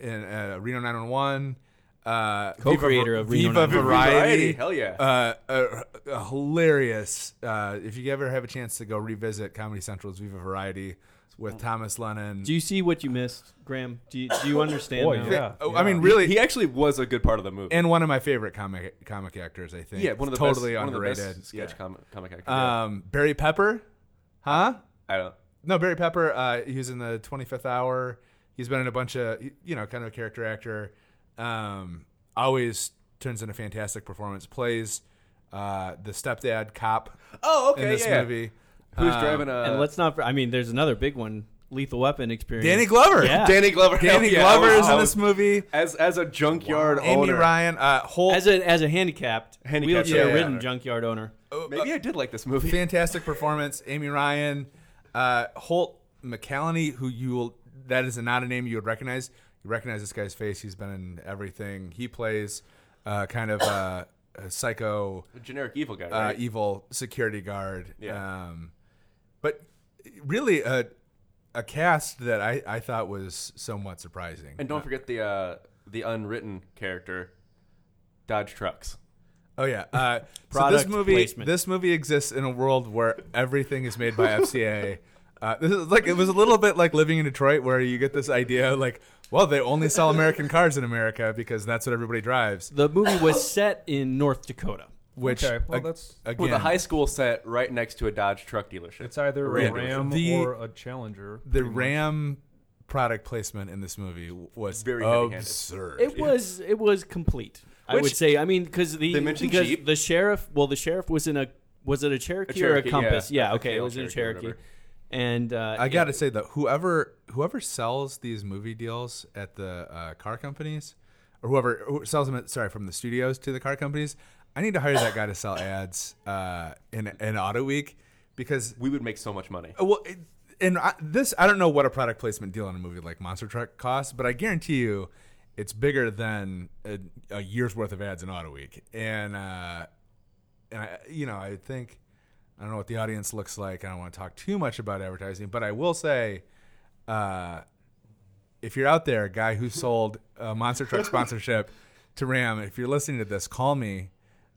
[SPEAKER 1] in uh, Reno 911. Uh,
[SPEAKER 2] Co-creator
[SPEAKER 1] Viva,
[SPEAKER 2] of Reno
[SPEAKER 1] Viva
[SPEAKER 2] 911.
[SPEAKER 1] Variety.
[SPEAKER 4] Variety, hell yeah.
[SPEAKER 1] Uh, a, a hilarious. Uh, if you ever have a chance to go revisit Comedy Central's Viva Variety with Thomas Lennon.
[SPEAKER 2] Do you see what you missed, Graham? Do you, do you understand?
[SPEAKER 7] Boy,
[SPEAKER 2] now?
[SPEAKER 7] yeah.
[SPEAKER 1] Oh, I mean,
[SPEAKER 4] he-
[SPEAKER 1] really,
[SPEAKER 4] he actually was a good part of the movie.
[SPEAKER 1] and one of my favorite comic comic actors, I think.
[SPEAKER 4] yeah, one of the
[SPEAKER 1] totally
[SPEAKER 4] best,
[SPEAKER 1] underrated.
[SPEAKER 4] one of the best sketch
[SPEAKER 1] Yeah.
[SPEAKER 4] comic, comic actors. yeah.
[SPEAKER 1] Um, Barry Pepper, huh?
[SPEAKER 4] I don't.
[SPEAKER 1] No, Barry Pepper. Uh, he was in the Twenty Fifth Hour. He's been in a bunch of you know, kind of a character actor. Um, always turns in a fantastic performance. Plays uh, the stepdad cop
[SPEAKER 4] Oh, okay,
[SPEAKER 1] in this
[SPEAKER 4] yeah.
[SPEAKER 1] movie.
[SPEAKER 4] Who's
[SPEAKER 1] Um,
[SPEAKER 4] driving uh, a?
[SPEAKER 2] And let's not. I mean, there's another big one, Lethal Weapon experience.
[SPEAKER 1] Danny Glover.
[SPEAKER 2] Yeah.
[SPEAKER 4] Danny Glover.
[SPEAKER 1] Danny
[SPEAKER 4] Hell yeah, I
[SPEAKER 1] Glover
[SPEAKER 4] was-
[SPEAKER 1] is
[SPEAKER 4] I
[SPEAKER 1] in
[SPEAKER 4] was-
[SPEAKER 1] this movie.
[SPEAKER 4] as as a junkyard
[SPEAKER 1] Amy
[SPEAKER 4] owner.
[SPEAKER 1] Ryan. Uh, whole
[SPEAKER 2] As a as a handicapped,
[SPEAKER 4] Handicapped
[SPEAKER 2] wheelchair-ridden
[SPEAKER 1] owner.
[SPEAKER 2] junkyard owner.
[SPEAKER 4] Maybe I did like this movie.
[SPEAKER 1] fantastic performance. Amy Ryan, uh, Holt McCallany, who you will that is not a name you would recognize. You recognize this guy's face. He's been in everything. He plays uh, kind of uh, a psycho,
[SPEAKER 4] A generic evil guy.
[SPEAKER 1] uh,
[SPEAKER 4] Right?
[SPEAKER 1] evil security guard.
[SPEAKER 4] Yeah.
[SPEAKER 1] Um, but really, a, a cast that I, I thought was somewhat surprising.
[SPEAKER 4] and don't forget the uh, the unwritten character, Dodge trucks.
[SPEAKER 1] Oh yeah. Uh, so this
[SPEAKER 2] Product
[SPEAKER 1] movie,
[SPEAKER 2] placement.
[SPEAKER 1] this movie exists in a world where everything is made by FCA. Uh, this is like it was a little bit like living in Detroit, where you get this idea like, well, they only sell American cars in America because that's what everybody drives.
[SPEAKER 2] The movie was set in North Dakota.
[SPEAKER 1] Which
[SPEAKER 7] Okay, well,
[SPEAKER 1] ag-
[SPEAKER 7] that's-
[SPEAKER 1] again,
[SPEAKER 4] With a high school set right next to a Dodge truck dealership.
[SPEAKER 7] It's either
[SPEAKER 1] Yeah.
[SPEAKER 7] a Ram
[SPEAKER 1] The-
[SPEAKER 7] or a Challenger.
[SPEAKER 1] the Ram product placement in this movie w- was
[SPEAKER 4] Very heavy-handed.
[SPEAKER 1] absurd.
[SPEAKER 2] It was it was complete. I
[SPEAKER 4] Which-
[SPEAKER 2] would say. I mean, because the
[SPEAKER 4] They mentioned
[SPEAKER 2] because
[SPEAKER 4] Jeep.
[SPEAKER 2] the sheriff. Well, the sheriff was in a was it a Cherokee,
[SPEAKER 4] Cherokee,
[SPEAKER 2] or a Compass?
[SPEAKER 4] yeah.
[SPEAKER 2] Yeah,
[SPEAKER 4] A
[SPEAKER 2] okay, it
[SPEAKER 4] Camel
[SPEAKER 2] was in a
[SPEAKER 4] Cherokee or
[SPEAKER 2] Cherokee.
[SPEAKER 4] whatever.
[SPEAKER 2] And uh,
[SPEAKER 1] I
[SPEAKER 2] yeah.
[SPEAKER 1] gotta say though, whoever whoever sells these movie deals at the uh, car companies, or whoever who sells them, at, sorry, from the studios to the car companies, I need to hire that guy to sell ads uh, in in Auto Week because
[SPEAKER 4] we would make so much money.
[SPEAKER 1] well, it, and I, this I don't know what a product placement deal on a movie like Monster Truck costs, but I guarantee you, it's bigger than a, a year's worth of ads in Auto Week, and uh, and I, you know, I think I don't know what the audience looks like. I don't want to talk too much about advertising, but I will say, uh, if you're out there, a guy who sold a monster truck sponsorship to Ram, if you're listening to this, call me.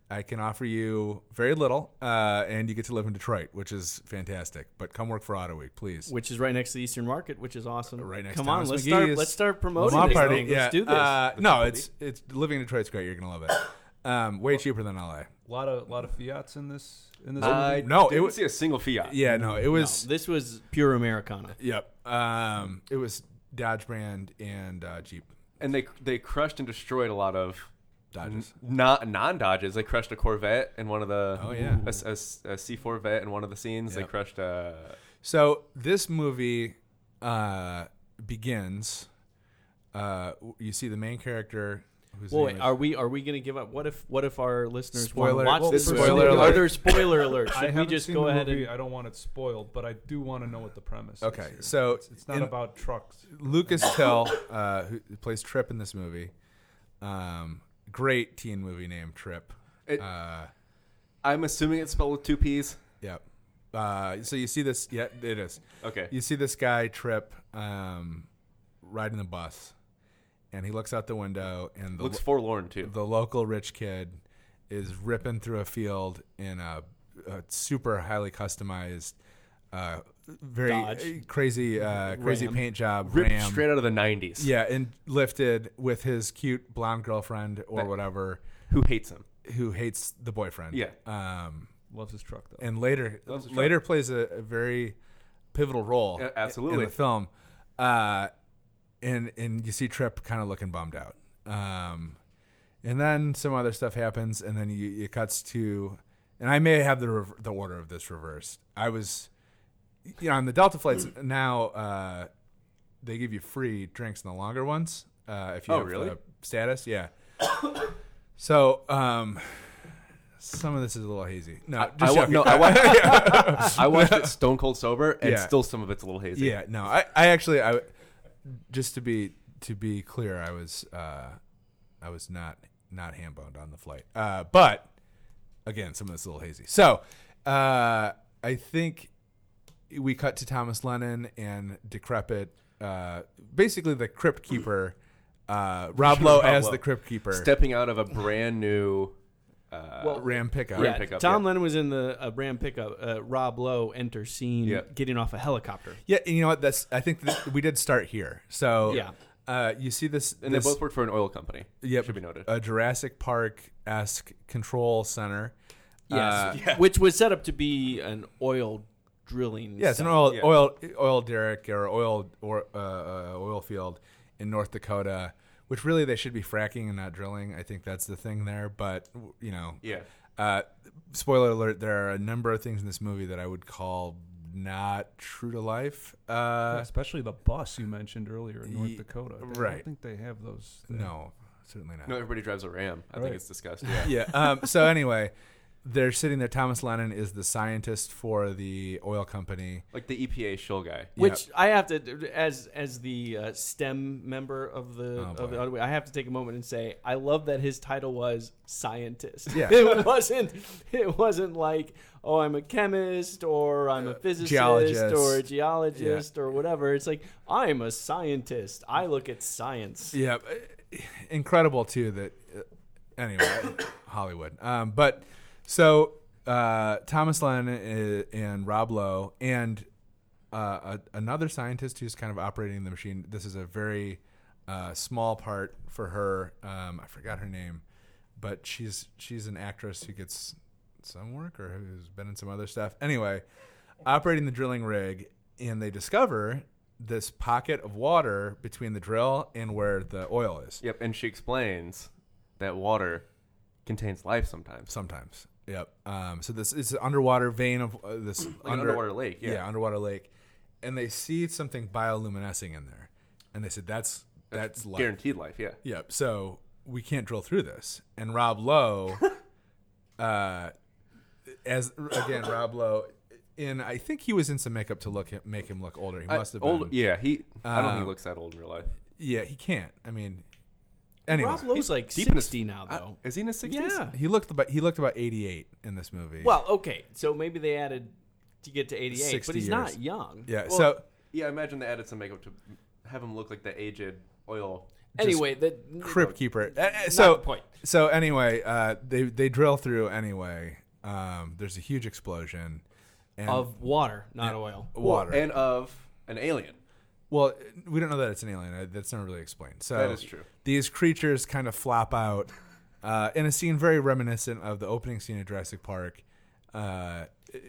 [SPEAKER 1] I can offer you very little, uh, and you get to live in Detroit, which is fantastic. But come work for Auto Week, please.
[SPEAKER 2] which is right next to the Eastern Market, which is awesome.
[SPEAKER 1] Right next
[SPEAKER 2] Come
[SPEAKER 1] to
[SPEAKER 2] on,
[SPEAKER 1] Thomas
[SPEAKER 2] let's
[SPEAKER 1] McGee's.
[SPEAKER 2] start. Let's start promoting
[SPEAKER 1] Lamar
[SPEAKER 2] this
[SPEAKER 1] Party,
[SPEAKER 2] thing.
[SPEAKER 1] Yeah.
[SPEAKER 2] Let's do this.
[SPEAKER 1] Uh, no, it's it's living in Detroit's great. You're gonna love it. Um, way cheaper than LA.
[SPEAKER 7] A lot of lot of Fiats in this in this
[SPEAKER 4] I
[SPEAKER 7] movie.
[SPEAKER 1] Oh, no, it
[SPEAKER 4] didn't
[SPEAKER 1] was-
[SPEAKER 4] see a single Fiat.
[SPEAKER 1] Yeah, no, it
[SPEAKER 2] No,
[SPEAKER 1] was.
[SPEAKER 2] this was pure Americana.
[SPEAKER 1] Yep. Um, it was Dodge brand and uh, Jeep.
[SPEAKER 4] and they they crushed and destroyed a lot of
[SPEAKER 1] Dodges.
[SPEAKER 4] Not non Dodges. They crushed a Corvette in one of the.
[SPEAKER 1] Oh, yeah.
[SPEAKER 4] a, a- a C4 Vet in one of the scenes. They
[SPEAKER 1] Yep.
[SPEAKER 4] crushed uh, a.
[SPEAKER 1] So this movie uh, begins. Uh, w- you see the main character. Whose
[SPEAKER 2] Well,
[SPEAKER 1] name
[SPEAKER 2] wait,
[SPEAKER 1] is-
[SPEAKER 2] are we are we gonna give up? What if what if our listeners
[SPEAKER 1] Spoiler-
[SPEAKER 2] want to watch
[SPEAKER 1] well,
[SPEAKER 2] this?
[SPEAKER 1] first
[SPEAKER 2] movie?
[SPEAKER 1] spoiler
[SPEAKER 2] Are
[SPEAKER 1] alert.
[SPEAKER 2] there spoiler alerts?
[SPEAKER 7] I
[SPEAKER 2] Should we
[SPEAKER 7] haven't
[SPEAKER 2] just
[SPEAKER 7] seen
[SPEAKER 2] go
[SPEAKER 7] the
[SPEAKER 2] ahead
[SPEAKER 7] movie.
[SPEAKER 2] and
[SPEAKER 7] I don't want it spoiled, but I do want to know what the premise
[SPEAKER 3] uh,
[SPEAKER 7] is.
[SPEAKER 1] Okay,
[SPEAKER 7] here.
[SPEAKER 1] so
[SPEAKER 7] it's, it's not
[SPEAKER 1] in-
[SPEAKER 7] about trucks.
[SPEAKER 1] Lucas Tell, uh, who plays Trip in this movie. Um, great teen movie name, Trip.
[SPEAKER 4] It-
[SPEAKER 1] uh,
[SPEAKER 4] I'm assuming it's spelled with two P's.
[SPEAKER 1] yep. Uh, so you see this? Yeah, it is.
[SPEAKER 4] Okay.
[SPEAKER 1] You see this guy Trip um, riding the bus, and he looks out the window, and the
[SPEAKER 4] Looks forlorn too.
[SPEAKER 1] the local rich kid is ripping through a field in a, a super highly customized, uh, very
[SPEAKER 2] Dodge.
[SPEAKER 1] crazy, uh, crazy
[SPEAKER 2] Ram.
[SPEAKER 1] paint job
[SPEAKER 4] Ripped
[SPEAKER 1] ram.
[SPEAKER 4] straight out of the 90s.
[SPEAKER 1] yeah, and lifted with his cute blonde girlfriend or whatever,
[SPEAKER 4] Who hates him?
[SPEAKER 1] who hates the boyfriend.
[SPEAKER 4] Yeah.
[SPEAKER 1] Um,
[SPEAKER 7] Loves his truck though.
[SPEAKER 1] and later, later plays a, a very pivotal role.
[SPEAKER 4] A-
[SPEAKER 1] i-
[SPEAKER 4] absolutely.
[SPEAKER 1] in the film. Uh, and and you see Trip kind of looking bummed out. Um, and then some other stuff happens, and then you, it cuts to, and I may have the rev- the order of this reversed. I was, you know, on the Delta flights now, uh, they give you free drinks in the longer ones uh, if you
[SPEAKER 4] Oh,
[SPEAKER 1] have
[SPEAKER 4] really?
[SPEAKER 1] the status. Yeah. so um, some of this is a little hazy. No,
[SPEAKER 4] I,
[SPEAKER 1] just
[SPEAKER 4] wa-
[SPEAKER 1] joking.
[SPEAKER 4] no, I, wa- I watched it stone cold sober, and
[SPEAKER 1] Yeah.
[SPEAKER 4] still some of it's a little hazy.
[SPEAKER 1] Yeah, no, I, I actually, I, just to be to be clear, I was, uh, I was not not ham boned on the flight, uh, but again, some of this is a little hazy. So, uh, I think we cut to Thomas Lennon and decrepit, uh, basically the crypt keeper, uh, Rob Lowe
[SPEAKER 4] Rob
[SPEAKER 1] as
[SPEAKER 4] Lowe.
[SPEAKER 1] the crypt keeper,
[SPEAKER 4] Stepping out of a brand new. Uh,
[SPEAKER 1] Ram pickup.
[SPEAKER 4] Ram
[SPEAKER 2] Yeah,
[SPEAKER 4] pickup,
[SPEAKER 2] Tom
[SPEAKER 4] yeah.
[SPEAKER 2] Lennon was in the uh, Ram pickup. Uh, Rob Lowe enters scene
[SPEAKER 4] Yeah.
[SPEAKER 2] getting off a helicopter.
[SPEAKER 1] Yeah, and you know what? That's I think that we did start here. So
[SPEAKER 2] Yeah.
[SPEAKER 1] uh, you see this,
[SPEAKER 4] and
[SPEAKER 1] this
[SPEAKER 4] they both work for an oil company.
[SPEAKER 1] Yep. Uh,
[SPEAKER 4] Should be noted.
[SPEAKER 1] A Jurassic Park esque control center. Uh,
[SPEAKER 2] which was set up to be an oil drilling.
[SPEAKER 1] yeah, it's an
[SPEAKER 2] site.
[SPEAKER 1] oil
[SPEAKER 4] Yeah.
[SPEAKER 1] oil oil derrick or oil or uh, uh, oil field in North Dakota, which really they should be fracking and not drilling. I think that's the thing there. But you know,
[SPEAKER 4] yeah.
[SPEAKER 1] uh, spoiler alert: there are a number of things in this movie that I would call not true to life. Uh,
[SPEAKER 7] Especially the bus you mentioned earlier in North
[SPEAKER 1] Ye-
[SPEAKER 7] Dakota. I
[SPEAKER 1] right.
[SPEAKER 7] don't think they have those. there.
[SPEAKER 1] No, certainly not.
[SPEAKER 4] No, everybody drives a Ram. I
[SPEAKER 7] Right.
[SPEAKER 4] think it's disgusting. Yeah.
[SPEAKER 1] yeah. Um, so anyway, they're sitting there. Thomas Lennon is the scientist for the oil company.
[SPEAKER 4] Like the EPA shill guy.
[SPEAKER 2] Which I have to, as as the uh, STEM member of the
[SPEAKER 1] Oh,
[SPEAKER 2] of the
[SPEAKER 1] boy.
[SPEAKER 2] other way, I have to take a moment and say I love that his title was scientist.
[SPEAKER 1] Yeah.
[SPEAKER 2] it wasn't it wasn't like oh I'm a chemist or I'm a physicist
[SPEAKER 1] Uh, Geologist.
[SPEAKER 2] or a geologist or whatever. It's like I'm a scientist. I look at science.
[SPEAKER 1] Yeah, uh, incredible too. That uh, anyway, Hollywood. Um, but so uh, Thomas Lennon i- and Rob Lowe and uh, a, another scientist who's kind of operating the machine. This is a very uh, small part for her. Um, I forgot her name, but she's she's an actress who gets some work or who's been in some other stuff. Anyway, operating the drilling rig, and they discover this pocket of water between the drill and where the oil is.
[SPEAKER 4] Yep. And she explains that water contains life sometimes.
[SPEAKER 1] Sometimes. Yep. Um, so this is an underwater vein of uh, this
[SPEAKER 4] Like an underwater lake, yeah.
[SPEAKER 1] underwater lake, and they see something bioluminescing in there, and they said that's that's life.
[SPEAKER 4] Guaranteed life. Yeah.
[SPEAKER 1] Yep. So we can't drill through this. And Rob Lowe, uh, as again Rob Lowe, in I think he was in some makeup to look make him look older. He must have
[SPEAKER 4] I, old,
[SPEAKER 1] been.
[SPEAKER 4] Yeah. He. I don't think
[SPEAKER 1] Um,
[SPEAKER 4] he looks that old in real life.
[SPEAKER 1] Yeah, he can't. I mean, anyway,
[SPEAKER 2] Rob Lowe's like
[SPEAKER 4] deep in his-
[SPEAKER 2] sixty now though.
[SPEAKER 4] Is he in his sixties?
[SPEAKER 2] yeah.
[SPEAKER 1] he looked about he looked about eighty eight in this movie.
[SPEAKER 2] Well, okay, so maybe they added to get to eighty eight,
[SPEAKER 1] 60
[SPEAKER 2] but he's not
[SPEAKER 1] years.
[SPEAKER 2] young.
[SPEAKER 1] yeah.
[SPEAKER 4] Well,
[SPEAKER 1] so
[SPEAKER 4] yeah, I imagine they added some makeup to have him look like the aged oil.
[SPEAKER 2] Anyway, the
[SPEAKER 1] Crib Keeper. Uh, uh, so
[SPEAKER 2] the point.
[SPEAKER 1] So anyway, uh, they they drill through anyway. Um, there's a huge explosion. And
[SPEAKER 2] of water, not oil.
[SPEAKER 1] water.
[SPEAKER 4] and of an alien.
[SPEAKER 1] Well, we don't know that it's an alien. Uh, That's never really explained. So
[SPEAKER 4] That is true.
[SPEAKER 1] These creatures kind of flop out uh, in a scene very reminiscent of the opening scene of Jurassic Park, uh,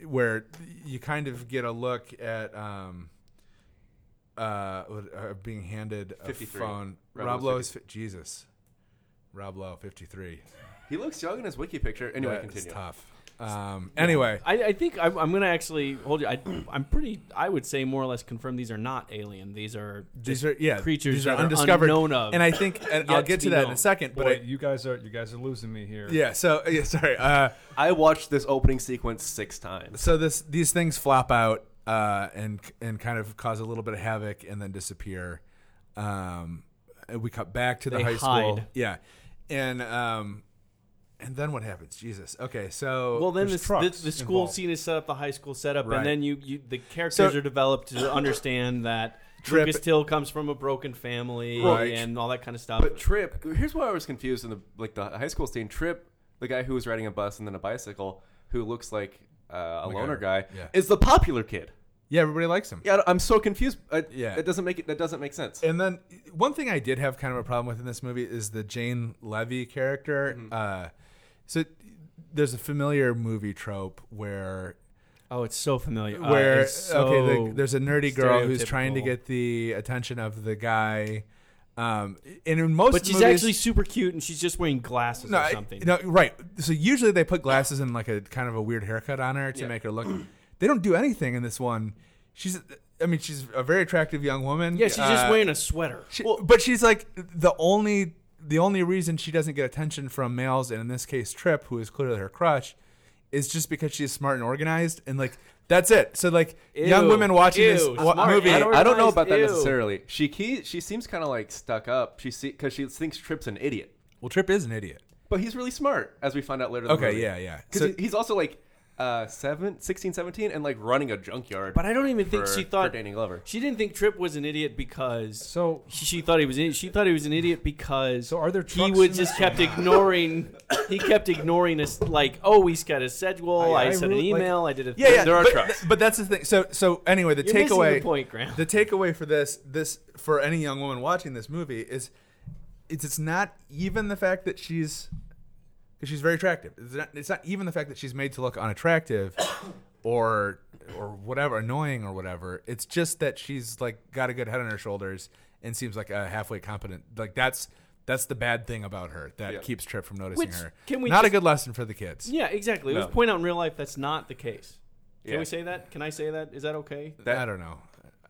[SPEAKER 1] where you kind of get a look at um, uh, what- uh, being handed a
[SPEAKER 4] 53.
[SPEAKER 1] phone.
[SPEAKER 4] Rob
[SPEAKER 1] Rob
[SPEAKER 4] Lowe's
[SPEAKER 1] Lowe's fi- Jesus. Rob Lowe, 53.
[SPEAKER 4] He looks young in his wiki picture. Anyway,
[SPEAKER 1] That is
[SPEAKER 4] continue.
[SPEAKER 1] tough. Um, anyway,
[SPEAKER 2] I, I think I'm, I'm going to actually hold you. I, I'm pretty. I would say more or less confirm these are not alien. These are
[SPEAKER 1] these
[SPEAKER 2] just
[SPEAKER 1] are yeah
[SPEAKER 2] creatures
[SPEAKER 1] these are
[SPEAKER 2] that are
[SPEAKER 1] undiscovered,
[SPEAKER 2] unknown of.
[SPEAKER 1] and I think and I'll
[SPEAKER 2] Yet
[SPEAKER 1] get to
[SPEAKER 2] to be
[SPEAKER 1] that in
[SPEAKER 2] known.
[SPEAKER 1] a second. But
[SPEAKER 7] Boy,
[SPEAKER 1] I,
[SPEAKER 7] you guys are you guys are losing me here.
[SPEAKER 1] yeah, so yeah, sorry. Uh,
[SPEAKER 4] I watched this opening sequence six times.
[SPEAKER 1] so this these things flop out uh, and and kind of cause a little bit of havoc and then disappear. Um, and we cut back to the
[SPEAKER 2] They
[SPEAKER 1] high school.
[SPEAKER 2] hide.
[SPEAKER 1] Yeah, and um, and then what happens? Jesus. Okay, so
[SPEAKER 2] well, then
[SPEAKER 7] there's
[SPEAKER 2] this, the,
[SPEAKER 7] trucks
[SPEAKER 2] the school
[SPEAKER 7] involved.
[SPEAKER 2] scene is set up, the high school setup,
[SPEAKER 1] Right.
[SPEAKER 2] and then you, you the characters
[SPEAKER 1] So-
[SPEAKER 2] are developed to understand that
[SPEAKER 1] Trip-
[SPEAKER 2] Lucas Till comes from a broken family
[SPEAKER 1] Right.
[SPEAKER 2] and all that kind of stuff.
[SPEAKER 4] But Trip, here's why I was confused in the like the high school scene. Trip, the guy who was riding a bus and then a bicycle, who looks like uh, a loner guy,
[SPEAKER 1] Yeah.
[SPEAKER 4] is the popular kid.
[SPEAKER 1] yeah, everybody likes him.
[SPEAKER 4] Yeah, I don't- I'm so confused. I,
[SPEAKER 1] Yeah.
[SPEAKER 4] yeah, it doesn't make it. That doesn't make sense.
[SPEAKER 1] And then one thing I did have kind of a problem with in this movie is the Jane Levy character.
[SPEAKER 2] Mm-hmm.
[SPEAKER 1] Uh, so there's a familiar movie trope where
[SPEAKER 2] oh, it's so familiar. Uh,
[SPEAKER 1] where
[SPEAKER 2] it's so
[SPEAKER 1] okay, the, there's a nerdy girl who's trying to
[SPEAKER 2] stereotypical.
[SPEAKER 1] get the attention of the guy. Um, and in most
[SPEAKER 2] But she's
[SPEAKER 1] movies,
[SPEAKER 2] actually super cute, and she's just wearing glasses
[SPEAKER 1] no,
[SPEAKER 2] or
[SPEAKER 1] I-
[SPEAKER 2] something.
[SPEAKER 1] no, right. So usually they put glasses and like a kind of a weird haircut on her to
[SPEAKER 4] Yeah.
[SPEAKER 1] make her look. They don't do anything in this one. She's, I mean, she's a very attractive young woman.
[SPEAKER 2] yeah, she's just
[SPEAKER 1] Uh,
[SPEAKER 2] wearing a sweater.
[SPEAKER 1] She, but she's like the only the only reason she doesn't get attention from males, and in this case, Trip, who is clearly her crush, is just because she's smart and organized, and like that's it. So like young
[SPEAKER 2] Ew.
[SPEAKER 1] women watching this
[SPEAKER 2] Ew,
[SPEAKER 1] wa-
[SPEAKER 2] smart
[SPEAKER 1] movie,
[SPEAKER 4] I
[SPEAKER 2] and
[SPEAKER 4] don't, I don't know
[SPEAKER 2] Organized,
[SPEAKER 4] about that
[SPEAKER 2] ew.
[SPEAKER 4] necessarily. She key, she seems kind of like stuck up. She see because she thinks Trip's an idiot,
[SPEAKER 1] well, Trip is an idiot.
[SPEAKER 4] but he's really smart, as we find out later. in the
[SPEAKER 1] Okay,
[SPEAKER 4] movie.
[SPEAKER 1] yeah, yeah.
[SPEAKER 4] Because
[SPEAKER 1] So-
[SPEAKER 4] he's also like uh, seven, 16, 17, and like running a junkyard.
[SPEAKER 2] But I don't even think
[SPEAKER 4] for-
[SPEAKER 2] she thought
[SPEAKER 4] for dating Glover.
[SPEAKER 2] She didn't think Trip was an idiot because
[SPEAKER 7] So-
[SPEAKER 2] she, she thought he was. An, she thought he was an idiot because
[SPEAKER 7] So are there
[SPEAKER 2] he
[SPEAKER 7] trucks
[SPEAKER 2] would
[SPEAKER 7] in
[SPEAKER 2] just
[SPEAKER 7] this
[SPEAKER 2] kept ignoring. he kept ignoring us. Like, oh, he's got a schedule. I,
[SPEAKER 7] I
[SPEAKER 2] sent
[SPEAKER 7] really-
[SPEAKER 2] an
[SPEAKER 7] like-
[SPEAKER 2] email. I did a.
[SPEAKER 1] yeah, yeah.
[SPEAKER 4] There are
[SPEAKER 1] but,
[SPEAKER 4] trucks.
[SPEAKER 1] but that's the thing. So so anyway, the
[SPEAKER 2] You're missing
[SPEAKER 1] takeaway
[SPEAKER 2] the point, Graham.
[SPEAKER 1] the takeaway for this this for any young woman watching this movie is it's it's not even the fact that she's because she's very attractive. It's not, it's not even the fact that she's made to look unattractive or or whatever annoying or whatever. It's just that she's like got a good head on her shoulders and seems like a halfway competent. Like that's that's the bad thing about her that
[SPEAKER 4] Yeah.
[SPEAKER 1] keeps Trip from noticing
[SPEAKER 2] Which,
[SPEAKER 1] her.
[SPEAKER 2] can we
[SPEAKER 1] not a
[SPEAKER 2] just-
[SPEAKER 1] good lesson for the kids.
[SPEAKER 2] Yeah, exactly. Let's
[SPEAKER 4] No.
[SPEAKER 2] point out in real life that's not the case. Can
[SPEAKER 4] Yeah.
[SPEAKER 2] we say that? Can I say that? Is that okay?
[SPEAKER 4] That-
[SPEAKER 1] I don't know.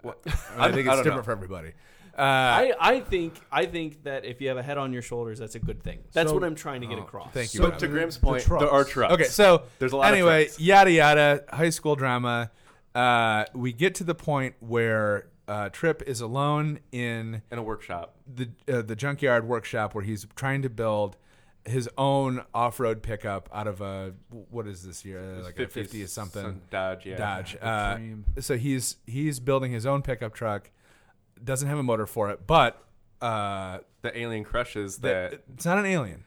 [SPEAKER 4] What?
[SPEAKER 1] I think it's
[SPEAKER 4] don't
[SPEAKER 1] different
[SPEAKER 4] know.
[SPEAKER 1] for everybody. Uh,
[SPEAKER 2] I, I think I think that if you have a head on your shoulders, that's a good thing. That's
[SPEAKER 7] So-
[SPEAKER 2] what I'm trying to get across.
[SPEAKER 1] thank you.
[SPEAKER 4] So
[SPEAKER 1] Adam.
[SPEAKER 4] to Graham's
[SPEAKER 7] The
[SPEAKER 4] point,
[SPEAKER 7] trucks.
[SPEAKER 4] there are trucks.
[SPEAKER 1] okay, so
[SPEAKER 4] There's a lot of
[SPEAKER 1] Anyway,
[SPEAKER 4] trucks.
[SPEAKER 1] yada yada, high school drama. Uh, we get to the point where uh, Trip is alone in
[SPEAKER 4] in a workshop.
[SPEAKER 1] the uh, the junkyard workshop where he's trying to build his own off road pickup out of a what is this year Uh, like a
[SPEAKER 4] 50
[SPEAKER 1] fifty something
[SPEAKER 4] some Dodge, yeah.
[SPEAKER 1] Dodge.
[SPEAKER 7] the
[SPEAKER 1] Uh,
[SPEAKER 7] dream.
[SPEAKER 1] so he's he's building his own pickup truck. Doesn't have a motor for it, but uh,
[SPEAKER 4] The alien crushes
[SPEAKER 1] that-
[SPEAKER 4] that.
[SPEAKER 1] it's not an alien.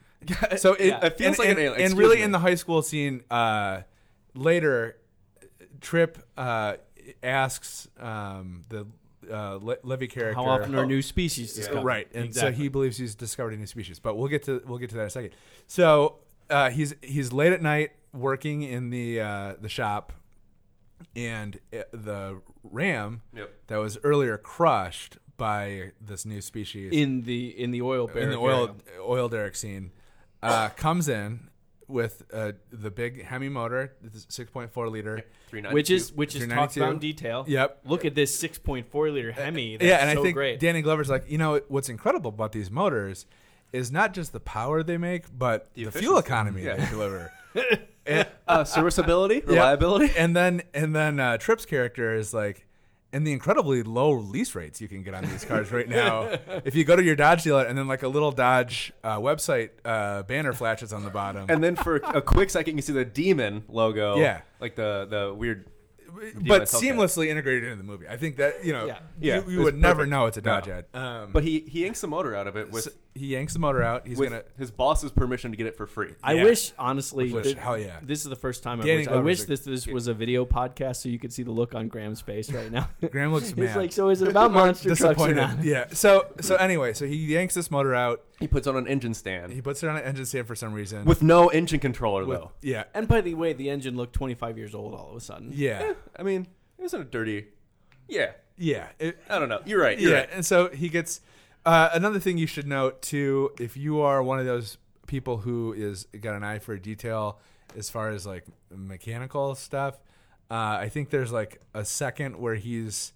[SPEAKER 1] So it,
[SPEAKER 4] It
[SPEAKER 1] and-
[SPEAKER 4] feels like an
[SPEAKER 1] and-
[SPEAKER 4] alien.
[SPEAKER 1] And
[SPEAKER 4] Excuse
[SPEAKER 1] really,
[SPEAKER 4] me.
[SPEAKER 1] in the high school scene, uh, later, Trip uh, asks um, the uh, Le- Levy character
[SPEAKER 2] How often
[SPEAKER 4] Oh,
[SPEAKER 2] are new species discovered?
[SPEAKER 1] right, and
[SPEAKER 2] exactly.
[SPEAKER 1] so he believes he's discovered a new species. But we'll get to we'll get to that in a second. So uh, he's he's late at night working in the uh, the shop, and uh, the ram
[SPEAKER 4] Yep.
[SPEAKER 1] that was earlier crushed by this new species
[SPEAKER 2] in the in the oil barrel.
[SPEAKER 1] in the oil oil derrick scene uh, comes in with uh, the big Hemi motor, this 6.4 liter.
[SPEAKER 4] 392.
[SPEAKER 2] which is which is talked
[SPEAKER 1] 392.
[SPEAKER 2] about in detail.
[SPEAKER 1] Yep. Uh,
[SPEAKER 2] Look at this 6.4 liter Hemi. That's
[SPEAKER 1] yeah, and
[SPEAKER 2] so
[SPEAKER 1] I think
[SPEAKER 2] great.
[SPEAKER 1] Danny Glover's like, you know, what's incredible about these motors is not just the power they make, but the, fuel
[SPEAKER 4] efficiency.
[SPEAKER 1] economy they deliver. and,
[SPEAKER 4] uh, serviceability,
[SPEAKER 1] yeah.
[SPEAKER 4] reliability.
[SPEAKER 1] and then and then uh, Tripp's character is like, and the incredibly low lease rates you can get on these cars right now. if you go to your Dodge dealer, and then like a little Dodge uh, website uh, banner flashes on the bottom,
[SPEAKER 4] And then for a quick second, you see the demon logo.
[SPEAKER 1] Yeah.
[SPEAKER 4] like the the weird.
[SPEAKER 1] but
[SPEAKER 4] DLSL cat.
[SPEAKER 1] seamlessly integrated into the movie. I think that you know,
[SPEAKER 2] Yeah.
[SPEAKER 4] Yeah.
[SPEAKER 1] you, you
[SPEAKER 4] It's
[SPEAKER 1] would never
[SPEAKER 4] perfect.
[SPEAKER 1] know it's a
[SPEAKER 4] No.
[SPEAKER 1] Dodge ad. Um,
[SPEAKER 4] But he he inks the motor out of it with
[SPEAKER 1] so he yanks the motor out. He's
[SPEAKER 4] with
[SPEAKER 1] gonna.
[SPEAKER 4] his boss's permission to get it for free.
[SPEAKER 2] I
[SPEAKER 1] Yeah.
[SPEAKER 2] wish, honestly,
[SPEAKER 1] Which-
[SPEAKER 2] that-
[SPEAKER 1] hell yeah.
[SPEAKER 2] This is the first time I
[SPEAKER 1] Danny
[SPEAKER 2] wish, I
[SPEAKER 1] Glover's
[SPEAKER 2] wish
[SPEAKER 1] a-
[SPEAKER 2] this this was a video podcast so you could see the look on Graham's face right now.
[SPEAKER 1] Graham looks mad.
[SPEAKER 2] It's like, so is it about monster trucks or
[SPEAKER 1] disappointed.
[SPEAKER 2] not?
[SPEAKER 1] Yeah. So so anyway, so he yanks this motor out.
[SPEAKER 4] he puts on an engine stand
[SPEAKER 1] He puts it on an engine stand for some reason.
[SPEAKER 4] with no engine controller
[SPEAKER 1] With-
[SPEAKER 4] though.
[SPEAKER 1] yeah
[SPEAKER 2] And by the way, the engine looked 25 years old all of a sudden.
[SPEAKER 1] yeah
[SPEAKER 4] I mean, it wasn't a dirty. Yeah,
[SPEAKER 1] yeah. It-
[SPEAKER 4] I don't know. You're right.
[SPEAKER 1] yeah.
[SPEAKER 4] You're right.
[SPEAKER 1] And so he gets Uh, another thing you should note too, if you are one of those people who is got an eye for detail as far as like mechanical stuff, uh, I think there's like a second where he's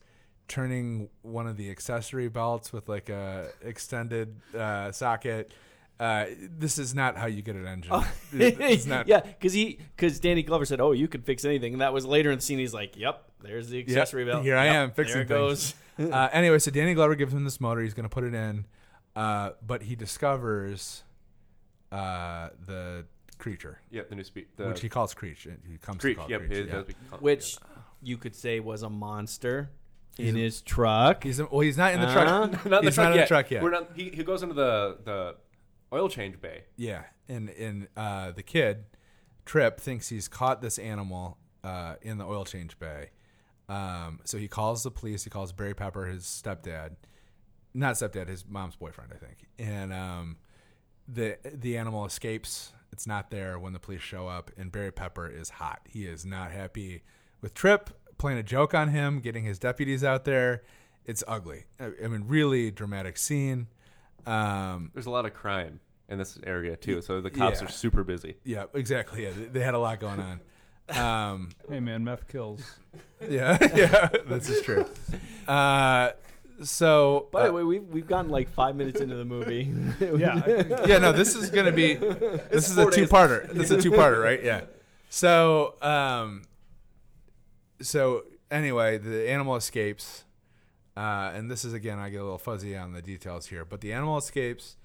[SPEAKER 1] turning one of the accessory belts with like a extended uh, socket. Uh, this is not how you get an engine. It's not-
[SPEAKER 2] yeah, because he because Danny Glover said, "Oh, you can fix anything," and that was later in the scene. He's like, "Yep, there's the
[SPEAKER 1] Yep,
[SPEAKER 2] accessory belt.
[SPEAKER 1] Here I
[SPEAKER 2] Yep,
[SPEAKER 1] am fixing
[SPEAKER 2] there it goes."
[SPEAKER 1] things. uh, anyway, so Danny Glover gives him this motor. He's going to put it in, uh, but he discovers uh, the creature,
[SPEAKER 4] Yep, the new speed. The
[SPEAKER 1] which he calls Creech. and He comes
[SPEAKER 4] Creek,
[SPEAKER 1] to call
[SPEAKER 4] yep,
[SPEAKER 1] Creech.
[SPEAKER 4] it
[SPEAKER 1] yeah.
[SPEAKER 4] does become-
[SPEAKER 2] Which you could say was a monster in his truck.
[SPEAKER 1] He's well, he's not in the
[SPEAKER 2] Uh,
[SPEAKER 1] truck.
[SPEAKER 4] Uh-huh. not in the
[SPEAKER 1] he's
[SPEAKER 4] truck
[SPEAKER 1] not in
[SPEAKER 4] yet.
[SPEAKER 1] the truck yet.
[SPEAKER 4] We're not, he, he goes into the the oil change bay.
[SPEAKER 1] Yeah, and and uh, the kid Trip thinks he's caught this animal uh, in the oil change bay. Um, so he calls the police. He calls Barry Pepper, his stepdad, not stepdad, his mom's boyfriend, I think. And um, the the animal escapes. It's not there when the police show up, and Barry Pepper is hot. He is not happy with Trip playing a joke on him, getting his deputies out there. It's ugly. I, I mean, really dramatic scene. Um,
[SPEAKER 4] There's a lot of crime in this area too, so the cops
[SPEAKER 1] yeah.
[SPEAKER 4] are super busy.
[SPEAKER 1] Yeah, exactly. Yeah, they- they had a lot going on. Um,
[SPEAKER 7] Hey man, meth kills.
[SPEAKER 1] yeah, yeah, this is true. Uh, so, uh,
[SPEAKER 2] By the way, we've we've gotten like five minutes into the movie.
[SPEAKER 7] Yeah,
[SPEAKER 1] yeah, no, this is gonna be this is a two parter. This is a two parter, right? Yeah. So, um, so anyway, the animal escapes, uh, and this is again, I get a little fuzzy on the details here, but the animal escapes.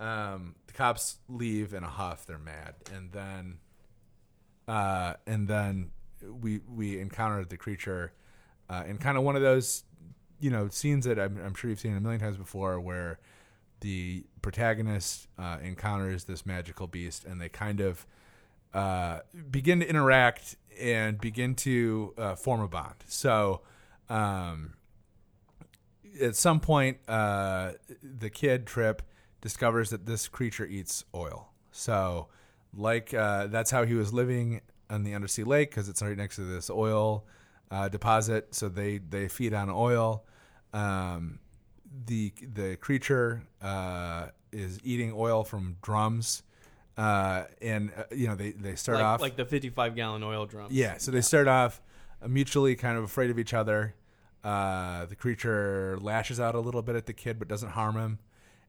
[SPEAKER 1] Um, the cops leave in a huff. They're mad, and then, uh, and then we we encountered the creature, uh, in kind of one of those, you know, scenes that I'm, I'm sure you've seen a million times before, where the protagonist uh, encounters this magical beast and they kind of uh, begin to interact and begin to uh, form a bond. So, um, at some point, uh, the kid Trip discovers that this creature eats oil. So, like uh, that's how he was living on the undersea lake because it's right next to this oil uh, deposit. So they they feed on oil. Um, the the creature uh, is eating oil from drums, uh, and uh, you know they they start
[SPEAKER 2] like,
[SPEAKER 1] off
[SPEAKER 2] like the fifty-five gallon oil drum.
[SPEAKER 1] yeah, so they start off uh, mutually kind of afraid of each other. Uh, the creature lashes out a little bit at the kid, but doesn't harm him.